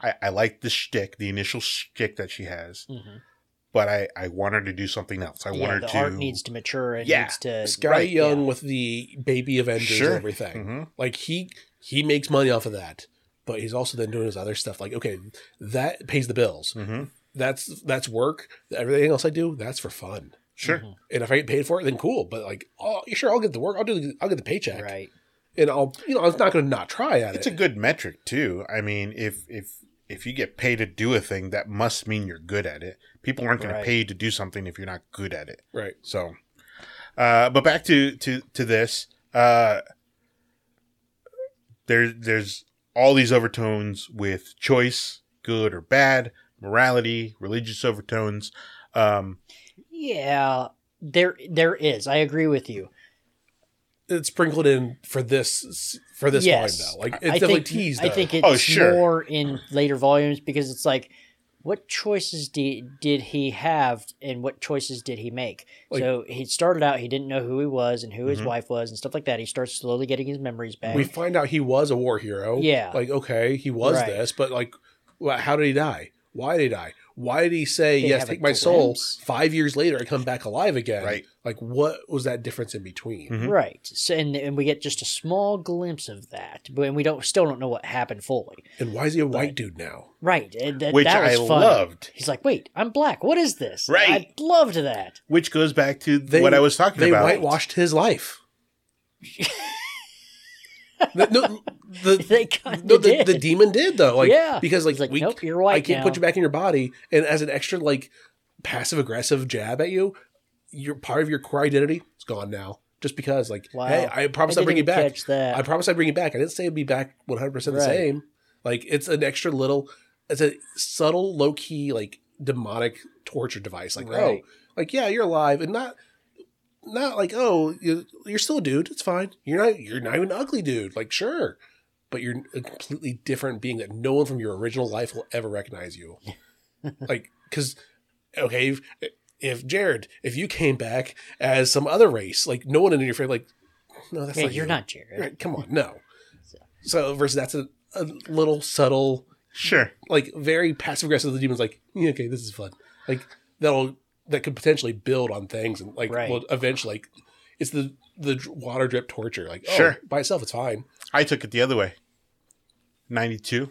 A: I, I like the shtick, the initial shtick that she has,
B: hmm
A: but I I want her to do something else. I want
B: yeah,
A: her
B: the
A: to.
B: art needs to mature. It
A: Yeah,
B: needs to
C: Sky
B: right,
C: Young
B: yeah. Mm-hmm.
C: with the baby Avengers
A: Sure.
C: and everything.
A: Mhm.
C: Like he he makes money off of that, but he's also then doing his other stuff. Like okay, that pays the bills.
A: Mhm.
C: That's that's work. Everything else I do, that's for fun.
A: Sure.
B: Mhm.
C: And if I get paid for it, then cool. But like, oh sure, I'll get the work. I'll do. I'll get the paycheck.
B: Right.
C: And I'll you know I'm not going to not try at
A: It's a
C: it.
A: good metric too. I mean, if if if you get paid to do a thing, that must mean you're good at it. People aren't going
B: Right.
A: to pay you to do something if you're not good at it.
C: right.
A: So, uh, but back to to to this. Uh, there's there's all these overtones with choice, good or bad, morality, religious overtones. Um,
B: Yeah, there there is. I agree with you.
C: It's sprinkled in for this for this
B: Yes.
C: volume though. Like it's
B: I
C: definitely
B: think,
C: teased.
B: I
C: though.
B: think it's
A: Oh, sure.
B: more in later volumes because it's like, what choices did did he have and what choices did he make?
C: Like-
B: so he started out he didn't know who he was and who his
A: Mhm.
B: wife was and stuff like that. He starts slowly getting his memories back.
C: we find out he was a war hero.
B: Yeah.
C: Like, okay, he was
B: Right.
C: this, but like, wh- how did he die? Why did he die? Why did he say,
B: They
C: yes,
B: have a
C: take my soul?
B: glimpse.
C: Five years later, I come back alive again.
A: Right.
C: Like, what was that difference in between?
A: Mhm.
B: Right, so, and and we get just a small glimpse of that, but and we don't still don't know what happened fully.
C: And why is he a white dude now?
B: Right, and that,
A: Which
B: that was
A: I
B: fun.
A: loved.
B: He's like, "Wait, I'm black. What is this?"
A: Right.
B: I loved that.
A: which goes back to
C: They-
A: what I was talking
C: they
A: about.
C: whitewashed his life. no, no, the,
B: They kind of
C: no, the,
B: did.
C: the demon did though. Like,
B: Yeah.
C: because like,
B: He's like,
C: we,
B: "Nope, you're white
C: I can't
B: now."
C: put you back in your body. And as an extra like passive aggressive jab at you, your part of your core identity is gone now. Just because like,
B: Wow.
C: hey, I promise
B: I
C: I bring you
B: didn't
C: back.
B: catch that.
C: I promise I bring you back. I didn't say it'd be back 100 percent the
B: Right.
C: same. Like it's an extra little, it's a subtle low key like demonic torture device. Like
B: Right.
C: oh, like yeah, you're alive and not not like oh you- you're still a dude it's fine you're not you're not even an ugly dude like sure but you're a completely different being that no one from your original life will ever recognize you like because okay if, if jared if you came back as some other race like no one in your family like no that's
B: Yeah,
C: not
B: you're
C: you.
B: not Jared.
C: Right, come on no so versus that's a, a little subtle
A: Sure.
C: like very passive aggressive the demon's like yeah, okay this is fun like that'll that could potentially build on things and like
B: Right.
C: will eventually like it's the the dr- water drip torture like oh,
A: Sure.
C: by itself it's fine
A: I took it the other way. 92.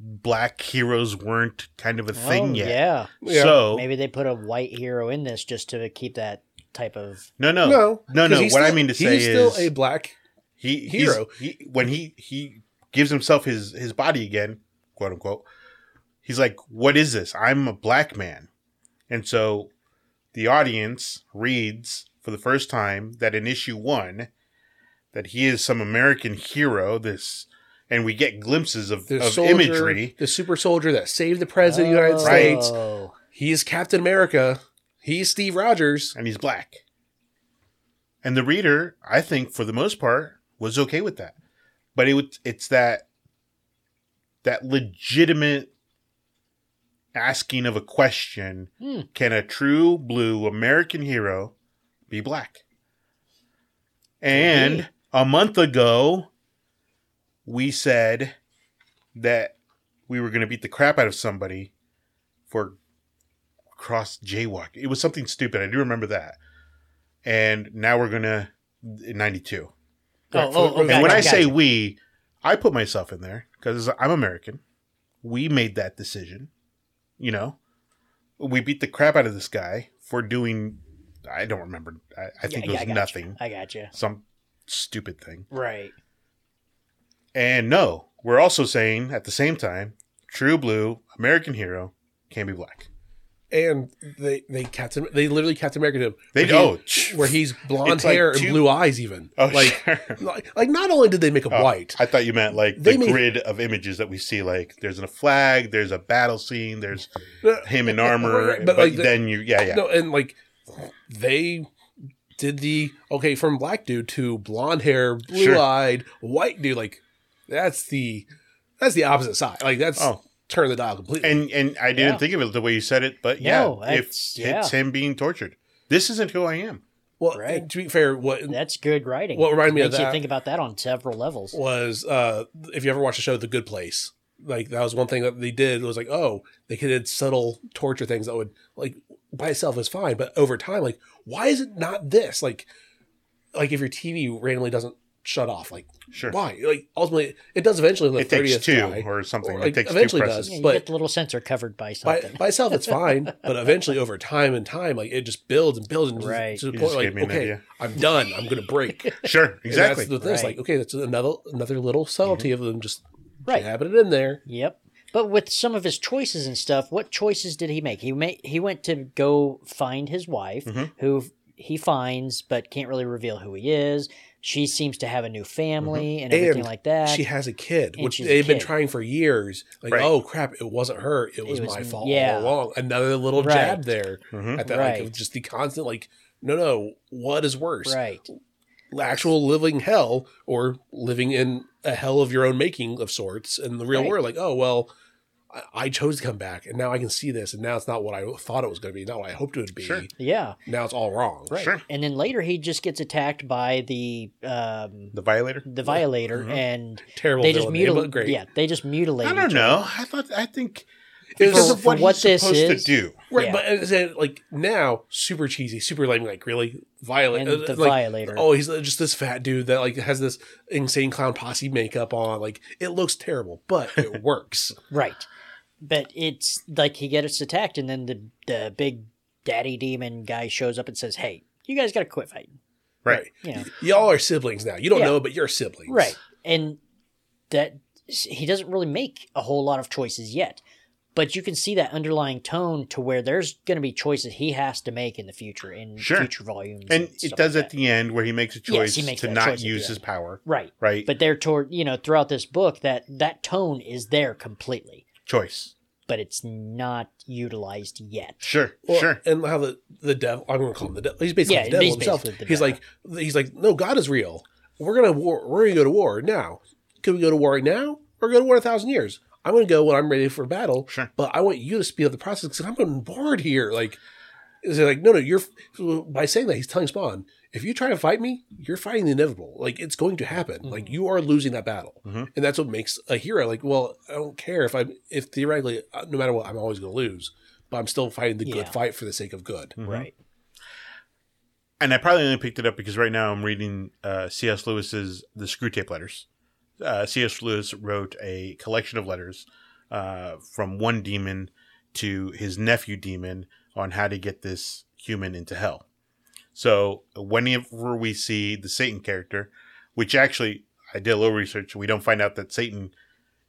A: Black heroes weren't kind of a thing
B: Oh,
A: yet.
B: Yeah.
C: Yeah.
A: So,
B: Maybe they put a white hero in this just to keep that type of
A: no, no.
C: no
A: No, no.
C: 'cause
A: What
C: he's
A: I
C: still-
A: mean to say
C: he's
A: is
C: still a black
A: he
C: hero.
A: hero. He, when he he gives himself his his body again, quote unquote. He's like, "What is this? I'm a black man," and so the audience reads for the first time that in issue one that he is some American hero. This, and we get glimpses of,
C: the
A: of
C: soldier
A: imagery.
C: the super soldier that saved the president of the united
A: Right.
C: states
B: Oh,
C: he's captain america he's steve rogers
A: and he's black. And the reader, I think, for the most part, was okay with that. But it would- it's that that legitimate asking of a question:
B: Hmm.
A: Can a true blue American hero be black? And
B: Indeed.
A: a month ago, we said that we were going to beat the crap out of somebody for cross jaywalk. It was something stupid. I do remember that. And now we're gonna ninety two.
B: oh, oh, oh,
C: And
A: and when
B: gotcha,
A: I say
B: gotcha.
A: we, I put myself in there because I'm American. We made that decision. You know, we beat the crap out of this guy for doing. I don't remember. I, I think
B: Yeah,
A: it was
B: yeah, I gotcha.
A: nothing.
B: I gotcha.
A: Some stupid thing.
B: Right.
A: And no, we're also saying at the same time, True Blue, American Hero, can be black.
C: And they they Captain they literally Captain America him.
A: They
C: where he-
A: oh,
C: where he's blonde
A: It's like
C: hair
A: two-
C: and blue eyes even.
A: oh,
C: like,
A: sure.
C: like like not only did they make him
A: Oh,
C: white,
A: I thought you meant like
C: They
A: the
C: made-
A: grid of images that we see. Like there's a flag, there's a battle scene, there's
C: No,
A: him in
C: no,
A: armor.
C: right,
A: but
C: but, like, the-
A: then you, yeah, yeah,
C: no, and like they did the okay from black dude to blonde hair, blue eyed, white dude. Like that's the that's the opposite side. Like that's
A: Oh.
C: turn the dial completely.
A: and and I didn't
B: Yeah.
A: think of it the way you said it, but yeah,
B: No,
A: it's,
B: that's- yeah.
A: it's him being tortured. This isn't who I am.
C: well,
B: Right.
C: and to be fair, what
B: That's good writing.
C: What reminded me of
B: Makes
C: that-
B: you think about that on several levels.
C: was uh if you ever watched the show The Good Place, like that was one thing that they did was like, oh, they did subtle torture things that would like by itself is fine, but over time, like, why is it not this? Like like if your TV randomly doesn't shut off, like
A: Sure,
C: why? Like ultimately it does eventually on the
A: it takes
C: thirtieth
A: two
C: try.
A: or something.
C: Or,
A: it
C: like,
A: takes two
C: eventually
A: presses.
C: does.
B: Yeah, you
C: but-
B: get the little sensor covered by
C: By,
B: something.
C: by itself it's fine, but eventually over time and time, like it just builds and builds and just-
B: Right.
C: to the
A: You
C: point
A: just
C: like,
A: gave me an
C: okay,
A: idea.
C: I'm done. I'm gonna break.
A: Sure,
C: And that's
A: exactly. Mm-hmm.
C: the thing. It's
B: Right.
C: like, okay, that's another another little subtlety of them just
B: Right.
C: jabbing it in there.
B: Yep. But with some of his choices and stuff, what choices did he make? He made he went to go find his wife,
C: Mm-hmm.
B: who he finds but can't really reveal who he is. She seems to have a new family and everything
C: Mm-hmm. And
B: like that.
C: she has a kid,
B: And
C: which
B: she's a
C: they've been
B: kid.
C: trying for years. Like,
A: Right.
C: oh crap, it wasn't her; it was,
B: was
C: my
B: m-
C: fault
B: yeah.
C: all along. Another little
B: Right.
C: jab there
A: Mm-hmm.
C: at that,
B: Right.
C: like just the constant, like, no, no, what is worse,
B: right.
C: actual living hell or living in a hell of your own making of sorts in the real
B: Right.
C: world? Like, oh well, I, I chose to come back, and now I can see this, and now it's not what I thought it was going to be, not what I hoped it would be.
A: Sure.
B: Yeah.
C: Now it's all wrong.
B: Right.
A: Sure.
B: And then later he just gets attacked by the um
A: The violator.
B: the violator
C: Mm-hmm.
B: and
C: Terrible.
B: they just
C: villain name, but
B: mutilate
C: Great.
B: yeah, they just mutilate
A: I don't
B: each
A: know. I thought. I think
C: It
A: because
C: was-
A: of what,
B: for what
A: he's
B: this
A: supposed
B: is-
A: to do.
C: Right,
B: Yeah.
C: but as I said, like now, super cheesy, super lame. Like really, violent.
B: And
C: uh,
B: the
C: like,
B: violator.
C: Oh, he's uh, just this fat dude that like has this insane clown posse makeup on. Like it looks terrible, but it works.
B: Right. But it's like he gets attacked, and then the the big daddy demon guy shows up and says, "Hey, you guys got to quit fighting."
A: Right.
B: You know,
C: Y'all are siblings now. You don't
B: Yeah.
C: know, but you're siblings.
B: right? And that he doesn't really make a whole lot of choices yet, but you can see that underlying tone to where there's going to be choices he has to make in the future in
A: Sure.
B: future volumes,
A: And it
B: stuff
A: does
B: like
A: at
B: that.
A: the end where he makes a
B: Yes,
A: choice
B: he makes
A: to
B: that
A: not
B: choice at the
A: use
B: end.
A: his power.
B: right.
A: Right.
B: But they're toward you know throughout this book that that tone is there completely,
A: choice.
B: but it's not utilized yet.
A: Sure.
C: Well,
A: sure.
C: And how the the devil? I'm going to call him the devil. He's basically
B: Yeah,
C: the devil
B: he's
C: himself.
B: basically the
C: he's
B: devil.
C: like he's like no, God is real. We're gonna war. We're gonna go to war now. Could we go to war right now or go to war in a thousand years? I'm gonna go when I'm ready for battle.
A: Sure.
C: But I want you to speed up the process because I'm getting bored here. Like, is it like no, no? You're by saying that he's telling Spawn if you try to fight me, you're fighting the inevitable. Like it's going to happen. Like you are losing that battle,
A: Mhm.
C: and that's what makes a hero. Like, well, I don't care if I'm if theoretically, uh, no matter what, I'm always going to lose, but I'm still fighting the good
B: Yeah.
C: fight for the sake of good.
A: Mm-hmm.
B: Right.
A: And I probably only picked it up because right now I'm reading uh, C.S. Lewis's The Screw Tape Letters. Uh, C.S. Lewis wrote a collection of letters uh, from one demon to his nephew demon on how to get this human into hell. So whenever we see the Satan character, which actually I did a little research, we don't find out that Satan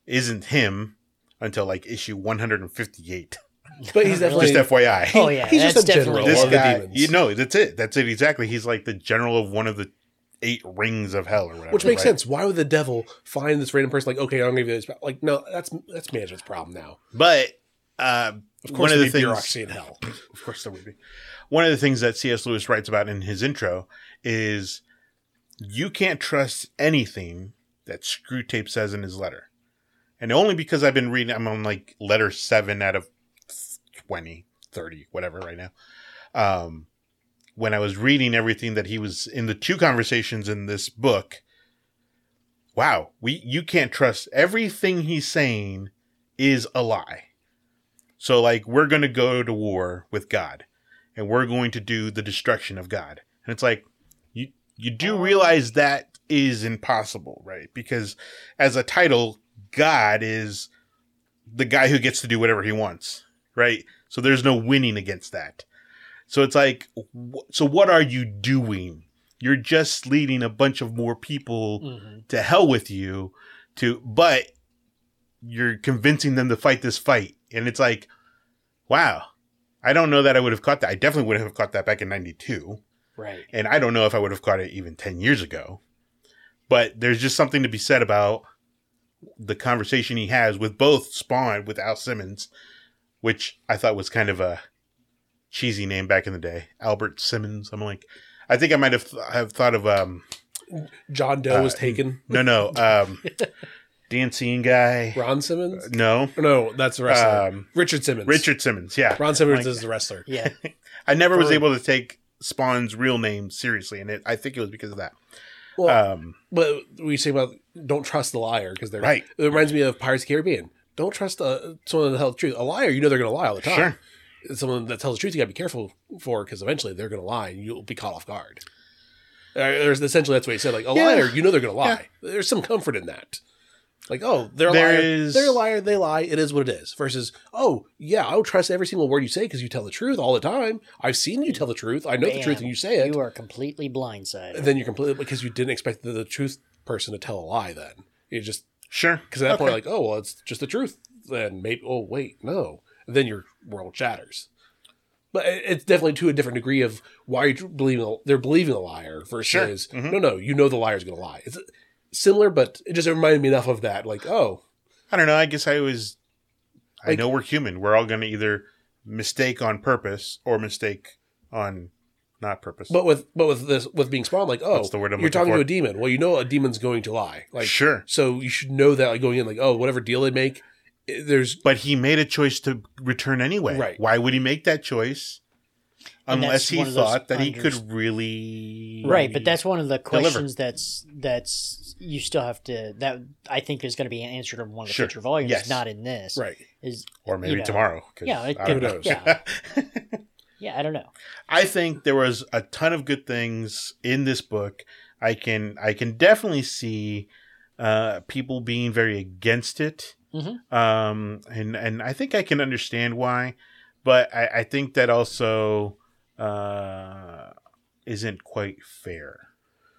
A: isn't him until like issue 158.
C: But he's definitely
A: Just FYI.
B: Oh yeah,
C: He's just
B: that's
C: a general.
B: definitely
A: this
C: all the
A: guy,
C: demons.
A: you know, that's it. That's it exactly. He's like the general of one of the eight rings of hell, or whatever.
C: which makes
A: right?
C: sense. Why would the devil find this random person? Like, okay, I'm going to give you this. ba- Like, no, that's that's management's problem now.
A: But uh,
C: Of course,
A: one of
C: it'd
A: the
C: be
A: things,
C: bureaucracy in hell.
A: of course, there would be. One of the things that C.S. Lewis writes about in his intro is you can't trust anything that Screwtape says in his letter, and only because I've been reading, I'm on like letter seven out of 20, 30, whatever, right now. Um, when I was reading everything that he was in the two conversations in this book, wow, we you can't trust everything he's saying is a lie. So like we're going to go to war with God and we're going to do the destruction of God. And it's like you you do realize that is impossible, right? Because as a title, God is the guy who gets to do whatever he wants, right? So there's no winning against that. So it's like wh- so what are you doing? You're just leading a bunch of more people
B: Mhm.
A: to hell with you to but you're convincing them to fight this fight and it's like wow i don't know that i would have caught that i definitely would have caught that back in 92
B: Right.
A: and i don't know if i would have caught it even 10 years ago but there's just something to be said about the conversation he has with both spawn with al simmons which i thought was kind of a cheesy name back in the day albert simmons i'm like i think i might have, th- have thought of um
C: John Doe
A: Uh,
C: was taken.
A: no, no. Um, dancing guy.
C: Ron Simmons? Oh,
A: No.
C: No, that's the wrestler.
A: uh, Um,
C: Richard Simmons.
A: Richard Simmons. Yeah.
C: Ron Simmons
B: Like-
C: is the wrestler.
B: Yeah.
A: I never was
B: Oh.
C: Fern.
A: able to take Spawn's real name seriously, and it, I think it was because of that.
C: Well,
A: Um,
C: but we say about don't trust the liar because they're
A: Right.
C: It reminds me of Pirates of the Caribbean. Don't trust uh, someone that tells the truth. A liar, you know they're going to lie all the time.
A: Sure.
C: Someone that tells the truth, you got to be careful for because eventually they're going to lie and you'll be caught off guard. Uh, There's essentially that's what he said. Like a
A: Yeah.
C: liar, you know they're going to lie. There's some comfort in that. Like oh, they're a
A: There
C: liar.
A: is-
C: They're a liar. They lie. It is what it is. Versus oh yeah, I'll trust every single word you say because you tell the truth all the time. I've seen you tell the truth. I know the truth
B: Bam.
C: and you say it
B: You are completely blindsided.
C: then you're completely because you didn't expect the, the truth person to tell a lie. Then you just
A: sure.
C: because at that point
A: Okay.
C: like, oh well, it's just the truth. Then maybe oh wait no. And then your world shatters. But it- it's definitely to a different degree of why you're believing they're believing a liar versus
A: Mhm.
C: no no you know the liar's going to lie. It's similar, but it just reminded me enough of that. Like oh
A: I don't know. I guess I was. I
C: Like-
A: know we're human. We're all going to either mistake on purpose or mistake on not purpose.
C: but with but with this with being spawned like oh
A: That's the word I'm
C: you're
A: looking
C: talking
A: for.
C: to a demon. Well you know a demon's going to lie like
A: sure.
C: so you should know that like going in like oh whatever deal they make i- there's
A: But he made a choice to return anyway.
C: Right.
A: Why would he make that choice?
B: And
A: Unless
B: that's
A: he
B: one of those
A: thought that he
B: unders-
A: could really
B: right, but that's one of the
A: Deliver.
B: questions that's that's you still have to that I think is going to be answered in one of the
A: Sure.
B: future volumes,
A: Yes.
B: not in this.
C: right.
B: Is
A: or maybe
B: know.
A: tomorrow. 'cause
B: yeah, it
A: I
B: could,
A: don't know.
C: knows?
B: yeah, yeah. I don't know.
A: I think there was a ton of good things in this book. I can I can definitely see uh, people being very against it,
B: Mhm.
A: um, and and I think I can understand why, but I, I think that also uh, isn't quite fair.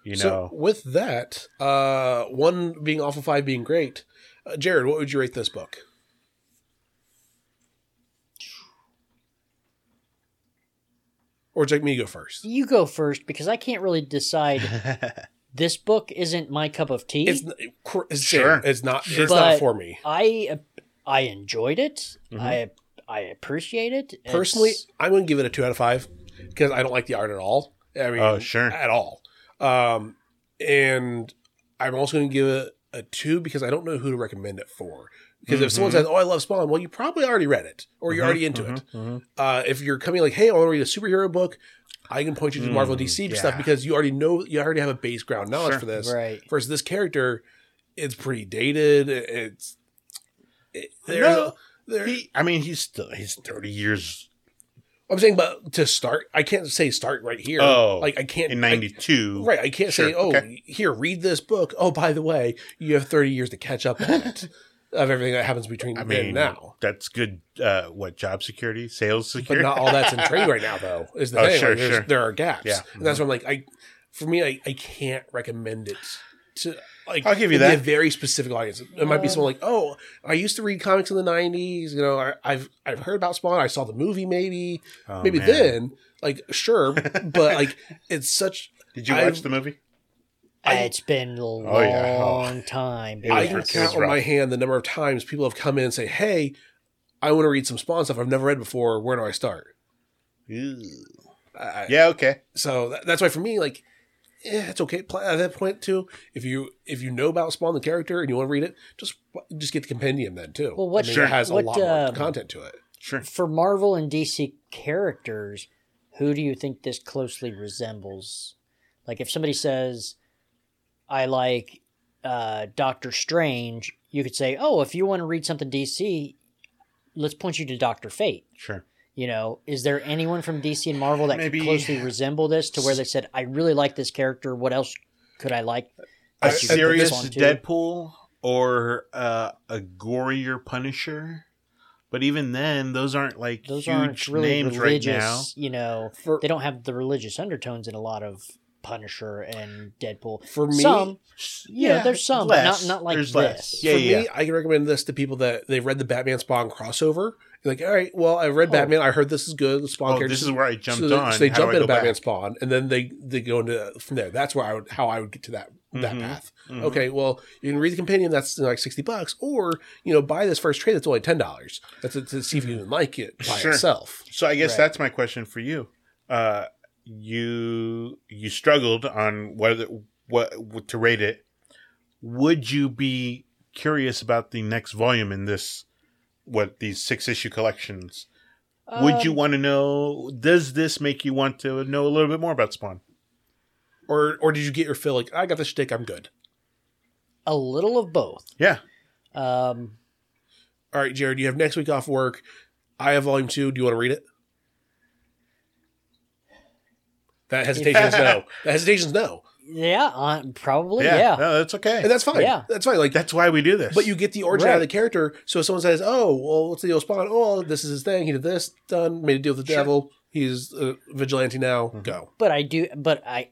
A: You know,
C: with that, uh, one being off of five being great, uh, Jared, what would you rate this book? Or would you like me to go first?
B: You go first because I can't really decide. This book isn't my cup of tea.
C: It's, n- cr- it's
A: Sure.
C: sure. It's not.
A: Sure.
C: It's not
B: But-
C: for me
B: I I enjoyed it.
A: Mhm.
B: I I appreciate it It's-
C: personally. I'm going to give it a two out of five because I don't like the art at all. I mean,
A: oh sure,
C: at all. Um, and I'm also going to give it a two because I don't know who to recommend it for. Because if someone
A: Mhm.
C: says, "Oh, I love Spawn," well, you probably already read it or you're
A: Mhm,
C: already into it.
A: mhm, mhm.
C: Uh, if you're coming like, "Hey, I want to read a superhero book," I can point you to
A: Mm,
C: Marvel DC
A: yeah.
C: stuff because you already know you already have a base ground knowledge
A: Sure.
C: for this.
B: right.
C: Versus this character, it's pretty dated. It's it, there's
A: No,
C: there-
A: He, I mean, he's still he's thirty years
C: I'm saying, but to start, I can't say start right here.
A: Oh,
C: like I can't
A: in
C: I-
A: ninety two.
C: Right. I can't say,
A: Sure,
C: oh,
A: okay.
C: here, read this book. Oh, by the way, you have 30 years to catch up on it of everything that happens between
A: I
C: then
A: mean,
C: and now.
A: that's good. Uh, what job security, sales
C: But
A: security?
C: not all that's in trade right now, though, is the
A: Oh,
C: thing. Like,
A: sure,
C: there's-
A: sure.
C: There are gaps.
A: Yeah. mm-hmm.
C: And that's why I'm like, I, for me, I, I can't recommend it to, like,
A: I'll give you
C: it'd be
A: that.
C: a very specific audience. It might be
B: Uh,
C: someone like, oh, I used to read comics in the 90s. You know, I, I've, I've heard about Spawn. I saw the movie maybe.
A: Oh,
C: maybe
A: man.
C: then, like, sure. but, like, it's such,
A: Did you
C: I've-
A: watch the movie?
C: I-
B: it's been a long
A: Oh, yeah. Oh.
B: time.
A: It was
C: I
B: baby.
C: can
A: rough. It
C: count
A: was
C: on my
A: rough.
C: hand the number of times people have come in and say, "Hey, I want to read some Spawn stuff I've never read before. Where do I start?" I- I-
A: Yeah. Okay.
C: So that, that's why for me, like, eh, it's okay. Pl- At that point, too, if you if you know about Spawn the character and you want to read it, just just get the compendium then too.
B: Well, what-
C: I mean,
A: Sure.
C: it has
B: what,
C: a lot more
B: um,
C: content to it.
A: Sure.
B: For Marvel and DC characters, who do you think this closely resembles? Like, if somebody says, "I like uh, Doctor Strange," you could say, "Oh, if you want to read something DC, let's point you to Doctor Fate."
A: Sure.
B: You know, is there anyone from DC and Marvel that
A: Maybe-
B: could closely resemble this to where they said, "I really like this character. What else could I like?"
A: A
C: I- I put this
A: serious
B: on, too.
A: Deadpool or uh, a gorier Punisher, but even then, those aren't like
B: Those
A: huge
B: aren't really
A: names
B: religious.
A: right now.
B: You know,
C: For
B: they don't have the religious undertones in a lot of Punisher and Deadpool.
C: For me,
B: Some,
A: yeah,
B: yeah, there's some, but
A: less.
B: not not like
A: There's
B: this.
A: less. Yeah.
C: for me, I can recommend this to people that they've read the Batman Spawn crossover. They're like, all right, well, I read
B: Oh.
C: Batman. I heard this is good. The Spawn
A: Oh,
C: character.
A: this is where I jumped
C: so they,
A: on.
C: So they
A: How do
C: jump
A: I
C: into
A: go back?
C: Batman Spawn, and then they they go into from there. That's where I would how I would get to that that
A: Mhm.
C: path.
A: Mhm.
C: Okay, well, you can read the companion. That's you know, like sixty bucks, or you know, buy this first trade. That's only ten dollars. That's to, to see if you even like it by
A: Mm-hmm. Sure.
C: itself.
A: So I guess
B: Right.
A: that's my question for you. Uh, you you struggled on whether what to rate it. Would you be curious about the next volume in this? What these six issue collections? Would you
B: Um,
A: want to know? Does this make you want to know a little bit more about Spawn?
C: Or or did you get your fill? Like I got the shtick. I'm good.
B: a little of both?
A: Yeah.
B: Um,
C: All right, Jared, you have next week off work. I have volume two. Do you want to read it? That hesitation is no. That hesitation is no,
B: yeah, uh, probably.
A: Yeah,
B: Yeah,
A: no, that's okay.
C: and that's fine.
B: Yeah.
C: that's fine. Like
A: that's why we do this.
C: But you get the origin out of
A: Right.
C: the character. So if someone says, "Oh, well, what's the deal, Spawn? Oh, this is his thing. He did this, done, made a deal with the
A: Sure. Mm-hmm.
C: devil. He's a vigilante now. Go."
B: but I do. But I,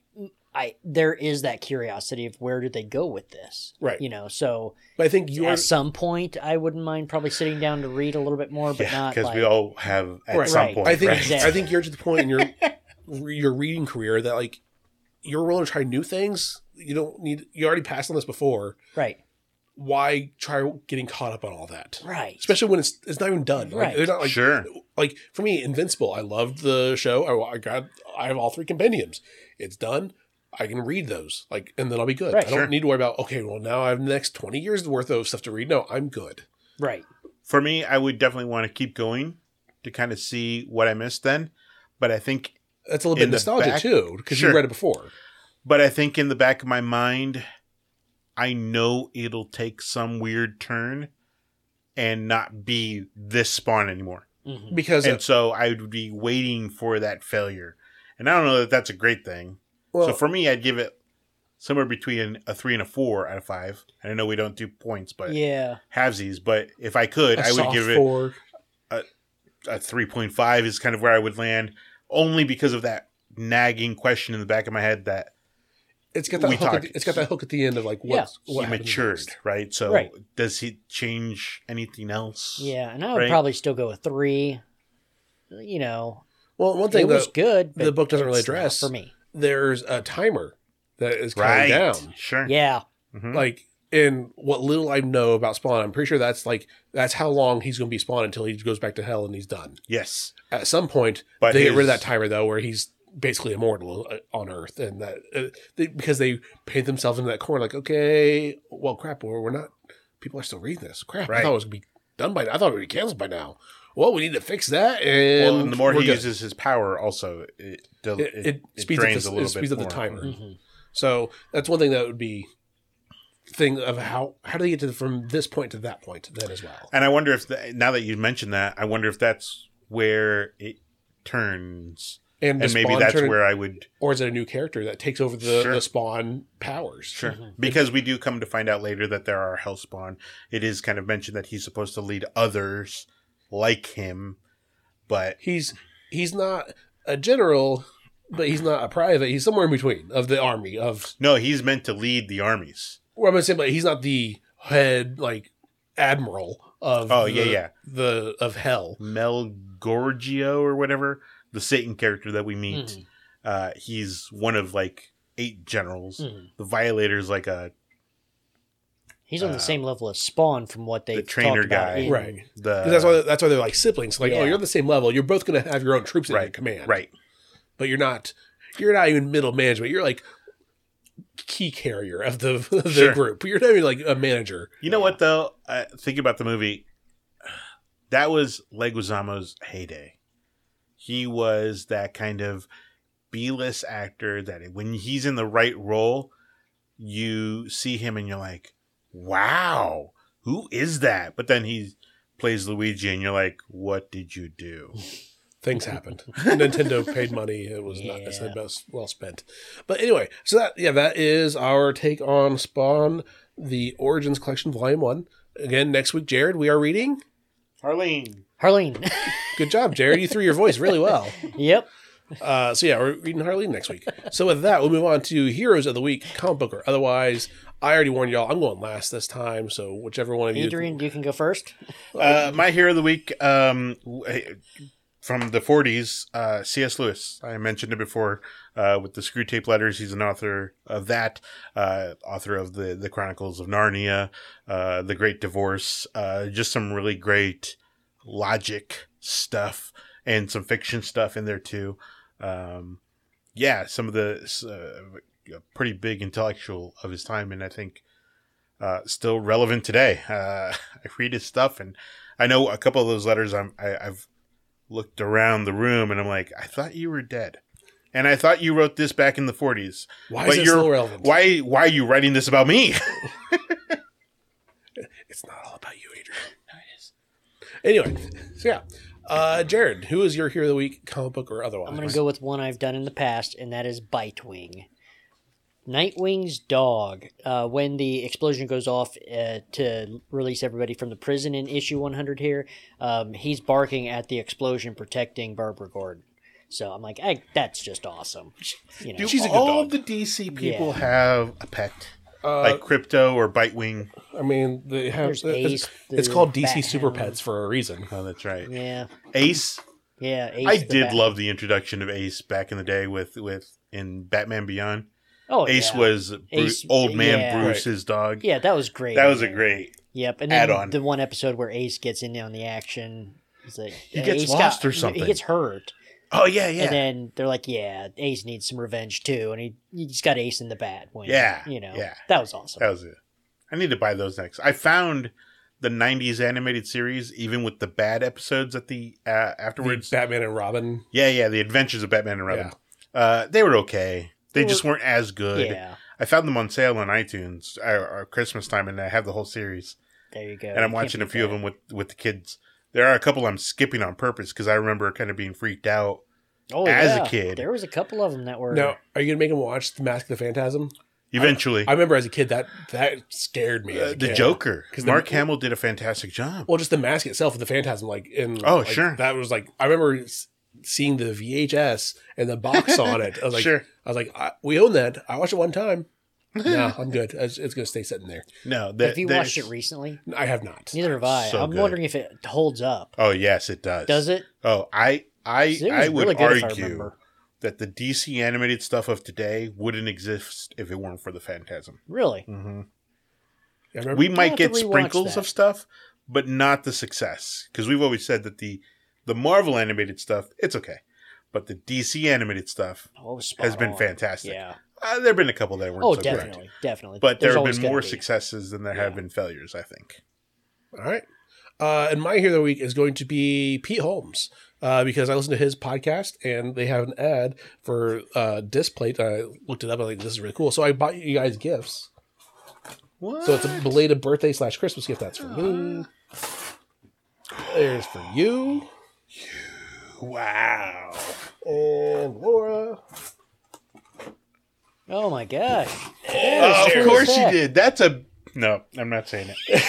B: I there is that curiosity of where did they go with this?
C: Right.
B: You know, so
C: But I think you're
B: at some point, I wouldn't mind probably sitting down to read a little bit more, but
A: yeah,
B: not
A: because
B: like,
A: we all have at
C: Right.
A: some
B: Right.
A: point.
C: I think
A: right?
B: Exactly.
C: I think you're to the point in your your reading career that like you're willing to try new things. You don't need. You already passed on this before.
B: right,
C: Why try getting caught up on all that?
B: right,
C: Especially when it's it's not even done. Like,
B: Right.
C: they're not like
A: sure.
C: like for me, Invincible. I loved the show. I, I got I have all three compendiums. It's done. I can read those like, and then I'll be good.
B: Right.
C: I don't
A: Sure.
C: need to worry about okay. Well, now I have the next twenty years worth of stuff to read. No, I'm good.
B: right.
A: for me, I would definitely want to keep going to kind of see what I missed then. But I think,
C: That's a little
A: In
C: bit
A: the
C: nostalgia
A: back-
C: too, because
A: Sure.
C: you read it before.
A: but I think in the back of my mind, I know it'll take some weird turn and not be this spawn anymore.
B: Mhm.
C: Because
A: And so I would be waiting for that failure. And I don't know that that's a great thing.
C: well,
A: so for me, I'd give it somewhere between a three and a four out of five. And I know we don't do points, but
B: Yeah,
A: halvesies. But if I could,
C: a
A: I would
C: soft
A: give it.
C: four.
A: a 3.5 is kind of where I would land, only because of that nagging question in the back of my head that
C: It's got that
A: we
C: hook. At
A: talked-
C: the, it's got that hook at the end of like
B: Yeah.
C: what's what
A: he
C: happens
A: matured,
C: next.
A: right? So
B: Right.
A: does he change anything else?
B: yeah, and I would
A: Right.
B: probably still go with three. You know,
C: Well, one
B: it
C: thing
B: was
C: that
B: good. But
C: the book doesn't really
B: it's not
C: address
B: for me.
C: there's a timer that is counting
A: Right.
C: down.
A: Sure.
B: Yeah,
A: Mhm.
C: like in what little I know about Spawn, I'm pretty sure that's like that's how long he's going to be Spawn until he goes back to hell and he's done.
A: yes.
C: At some point,
A: But
C: they get rid of
A: his-
C: that timer though, where he's basically immortal uh, on Earth, and that uh, they, because they paint themselves into that corner, like okay, well, crap, we're, we're not. People are still reading this. Crap, I
A: Right.
C: thought it was going to be done by. now. I thought it would be canceled by now. Well, we need to fix that, and,
A: Well, and the more
C: we're
A: he
C: good.
A: uses his power, also it del-
C: it, it speeds up
A: drains a
C: the,
A: little
C: it speeds
A: bit
C: up the
A: more.
C: timer.
B: hmm
C: So that's one thing that would be thing of how how do they get to the, from this point to that point then as well.
A: And I wonder if the, now that you mentioned that, I wonder if that's where it turns,
C: And,
A: and
C: does
A: maybe
C: Spawn
A: that's
C: turn-
A: where I would
C: or is it a new character that takes over the,
A: Sure.
C: the Spawn powers?
A: Sure.
B: Mm-hmm.
A: Because we do come to find out later that there are Hellspawn. It is kind of mentioned that he's supposed to lead others like him, but
C: He's he's not a general, but he's not a private. He's somewhere in between of the army of.
A: no, he's meant to lead the armies.
C: Well, I'm gonna say, but he's not the head like admiral of.
A: Oh,
C: the-
A: yeah, yeah.
C: The of hell.
A: Melgorgio or whatever, the Satan character that we meet, uh, he's one of like eight generals.
B: Hmm.
A: The Violator's like a
B: Mm-hmm. He's on
A: Uh,
B: the same level as Spawn from what they
A: the trainer
B: talked about
A: guy.
B: in-
C: Right.
A: the
C: 'Cause that's why that's why they're like siblings. Like, oh,
B: Yeah.
C: you're on the same level. You're both gonna have your own troops in your
A: Right,
C: command.
A: right.
C: but you're not you're not even middle management. You're like key carrier of the of the
A: Sure.
C: group. You're not even like a manager.
A: You know what though? Uh, thinking about the movie, that was Leguizamo's heyday. He was that kind of B-list actor that when he's in the right role, you see him and you're like, "Wow, who is that?" But then he plays Luigi and you're like, "What did you do?"
C: Things happened. Nintendo paid money. It was not it's
B: Yeah.
C: not best well spent. But anyway, so that yeah, that is our take on Spawn, the Origins Collection Volume One. Again, next week, Jared, we are reading.
A: Harleen.
B: Harleen.
C: Good job, Jared. You threw your voice really well.
B: yep.
C: Uh, so yeah, we're reading Harley next week. So with that, we'll move on to heroes of the week, comic book or otherwise. I already warned y'all, I'm going last this time. So whichever one of you,
B: Adrian, you can go first.
A: Uh, my hero of the week um, w- from the 40s, uh, C.S. Lewis. I mentioned it before uh, with the Screw Tape Letters. He's an author of that, uh, author of the, the Chronicles of Narnia, uh, The Great Divorce, uh, just some really great logic stuff and some fiction stuff in there too. Um, yeah, some of the uh, pretty big intellectual of his time, and I think uh, still relevant today. Uh, I read his stuff, and I know a couple of those letters. I'm I, I've looked around the room, and I'm like, I thought you were dead, and I thought you wrote this back in the 40s.
C: why
A: But
C: is it
A: you're-
C: still relevant?
A: Why why are you writing this about me?
C: It's not all about you, Adrian. Anyway, so yeah, uh, Jared, who is your hero of the week, comic book or otherwise?
B: I'm going to go with one I've done in the past, and that is Bitewing. Nightwing's dog, uh, when the explosion goes off uh, to release everybody from the prison in issue 100 here, um, he's barking at the explosion protecting Barbara Gordon. So I'm like, hey, that's just awesome. You know,
A: Do
C: She's a good
A: all
C: dog.
A: of the DC people have a pet
C: Uh,
A: like Crypto or Bitewing?
C: I mean, they have.
B: There's
C: it's-
B: Ace,
C: it's
B: the
C: called DC
B: Bat
C: Super
B: Hound.
C: Pets for a reason.
A: Oh, that's right.
B: yeah,
A: Ace.
B: yeah. Ace
A: I
B: the
A: did
B: Bat-
A: love the introduction of Ace back in the day with with in Batman Beyond.
B: oh,
A: Ace
B: yeah.
A: was Bru-
B: Ace-
A: old man
B: yeah.
A: Bruce's dog.
B: Yeah, that was great.
A: That was a great.
B: Yep, and then
A: Add-on.
B: the one episode where Ace gets in on the action. It's like,
A: He gets
B: Ace
A: lost or
B: He
A: something.
B: gets hurt,
A: Oh yeah, yeah.
B: and then they're like, "Yeah, Ace needs some revenge too," and he he's got Ace in the bat. When,
A: Yeah,
B: you know,
A: yeah.
B: that was awesome.
A: that was it. I need to buy those next. I found the '90s animated series, even with the bad episodes at the uh, afterwards.
C: Batman and Robin.
A: yeah, yeah. The Adventures of Batman and Robin. Uh, they were okay. They
B: They
A: just weren't as good.
B: yeah,
A: I found them on sale on iTunes uh, or Christmas time, and I have the whole series.
B: there you
A: and
B: go. You can't
A: I'm watching a
B: beat
A: few of
B: that.
A: them with with the kids. There are a couple I'm skipping on purpose because I remember kind of being freaked out.
B: Oh,
A: as a
B: yeah.
A: kid.
B: there was a couple of them that were.
C: Now, are you gonna make him watch The Mask of the Phantasm?
A: Eventually,
C: I remember as a kid that that scared me. as
A: Uh,
C: a
A: the
C: kid.
A: Joker,
C: 'Cause the-
A: Mark Hamill did a fantastic job.
C: Well, just the mask itself with the phantasm, like in.
A: Oh,
C: like,
A: sure.
C: That was like I remember s- seeing the VHS and the box on it. I was like,
A: sure,
C: I was like, I, we own that. I watched it one time. no, I'm good. It's, it's gonna stay sitting there.
A: no, that,
B: Have you
A: there's-
B: watched it recently?
C: I have not.
B: Neither have I.
A: So
B: I'm
A: good.
B: wondering if it holds up.
A: Oh yes, it does.
B: Does it?
A: Oh, I I
B: 'Cause it was
A: I would
B: really good if I
A: argue
B: remember.
A: that the DC animated stuff of today wouldn't exist if it weren't for the Phantasm.
B: Really?
C: Mm-hmm.
A: hmm
C: I remember-
A: We
B: have
A: might
B: to
A: get
B: rewatch
A: sprinkles
B: that.
A: of stuff, but not the success because we've always said that the the Marvel animated stuff it's okay, but the DC animated stuff
B: Oh, it was
A: has
B: spot
A: been
B: on.
A: fantastic.
B: Yeah.
A: Uh, there have been a couple that weren't
B: Oh,
A: so
B: definitely,
A: great.
B: definitely.
A: But there
B: There's
A: have
B: always
A: been
B: gonna
A: more
B: be.
A: successes than there have
B: Yeah.
A: been failures, I think.
C: All right. Uh, and my hero of the week is going to be Pete Holmes uh, because I listened to his podcast and they have an ad for uh, display. I looked it up. I was like, this is really cool. So I bought you guys gifts.
A: What?
C: So it's a belated birthday slash Christmas gift. That's for me. There's for you
A: wow.
C: and Laura.
B: Oh my gosh!
A: Oh,
B: sure
A: of
B: is
A: course you
B: that.
A: did. That's a no. I'm not saying it.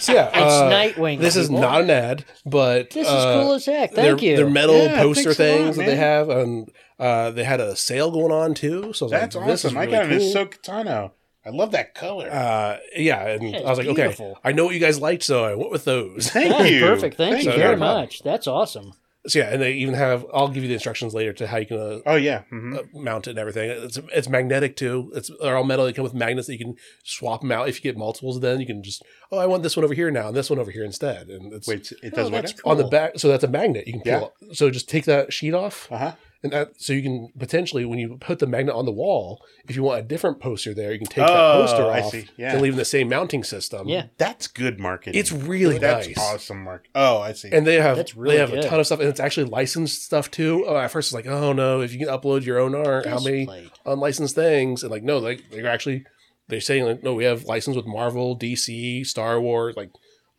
C: So yeah,
B: It's
C: uh,
B: Nightwing.
C: This is
B: people.
C: not an ad, but
B: This is
C: uh,
B: cool as heck.
C: their,
B: Thank you.
C: Their metal
A: Yeah,
C: poster
A: thanks a lot,
C: things that they
A: man.
C: have, and uh, they had a sale going on too. So I was
A: That's
C: like, This is
A: awesome. I
C: really
A: got an
C: cool.
A: Ahsoka Tano. I love that color.
C: uh, yeah, and
B: Yeah,
C: I was like, okay,
B: beautiful.
C: I know what you guys liked, so I went with those. so
A: Thank
B: That's
A: you.
B: perfect. Thank, you
C: you.
B: very
C: No problem.
B: much. That's awesome.
C: yeah, and they even have. I'll give you the instructions later to how you can uh,
A: Oh yeah. hmm
C: uh, mount it and everything. It's it's magnetic too. It's they're all metal. They come with magnets that you can swap them out. If you get multiples, then you can just oh, I want this one over here now and this one over here instead. And it's
A: Wait, it
B: Oh,
A: does what?
B: that's
C: on the
B: cool.
C: back. So that's a magnet. You can
A: Yeah.
C: peel. Up. So just take that sheet off.
A: Uh huh.
C: And that, so you can potentially, when you put the magnet on the wall, if you want a different poster there, you can take that
A: Oh,
C: poster
A: I
C: off
A: see. Yeah.
C: and leave in the same mounting system.
B: Yeah.
A: That's good marketing.
C: It's really
A: that's
C: nice.
A: awesome, Mark. Oh, I see.
C: And they have
B: That's really
C: they have
B: good.
C: a ton of stuff, and it's actually licensed stuff too. Oh, at first it's like, oh no, if you can upload your own art, how many
B: Displayed.
C: unlicensed things? And like, no, like they're actually they're saying like, no, we have license with Marvel, DC, Star Wars, like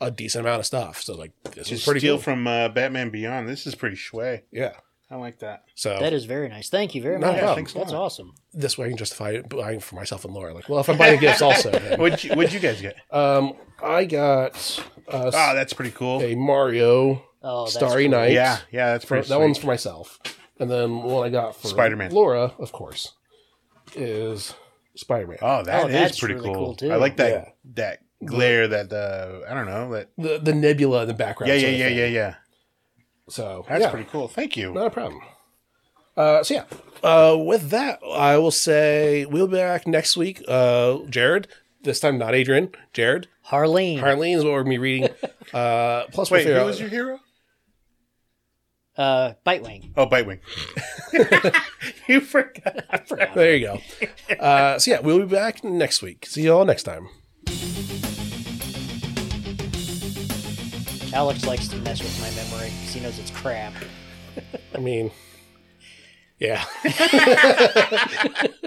C: a decent amount of stuff. So like, this
A: Just
C: is pretty
A: steal
C: cool.
A: from uh, Batman Beyond. This is pretty shway.
C: yeah.
A: I like that.
C: So
B: That is very nice. Thank you very
C: No
B: much.
C: problem.
A: Thanks a
B: That's
A: lot.
B: awesome.
C: this way I can justify buying for myself and Laura. Like, well, if I'm buying gifts also, then.
A: What'd you, what'd you guys get?
C: Um, I got uh,
A: Oh, that's pretty cool.
C: a Mario
B: Oh, that's
C: Starry
B: cool.
C: Night.
A: Yeah, yeah, that's
C: For,
A: pretty.
C: that one's
A: sweet.
C: for myself. And then what I got for
A: Spider-Man.
C: Laura, of course, is Uh, Spider Man.
A: Oh, that
B: Oh,
A: is
B: that's
A: pretty
B: really
A: cool.
B: cool, too.
A: I like that
C: Yeah.
A: that glare that uh I don't know that
C: The the nebula in the background.
A: yeah yeah
C: sort of
A: yeah
C: thing.
A: yeah yeah.
C: So
A: That's
C: yeah.
A: pretty cool. Thank you.
C: Not a problem. Uh, so yeah, uh, with that, I will say we'll be back next week. Uh, Jared, this time not Adrian. Jared,
B: Harleen.
C: Harleen is what we're gonna be reading. Uh, plus,
A: Wait,
C: we'll figure
A: who
C: out-
A: was your hero?
B: uh, Bitewing.
A: Oh, Bitewing.
C: you forgot. There you go. Uh, so yeah, we'll be back next week. See you all next time.
B: Alex likes to mess with my memory because he knows it's crap.
C: I mean, yeah.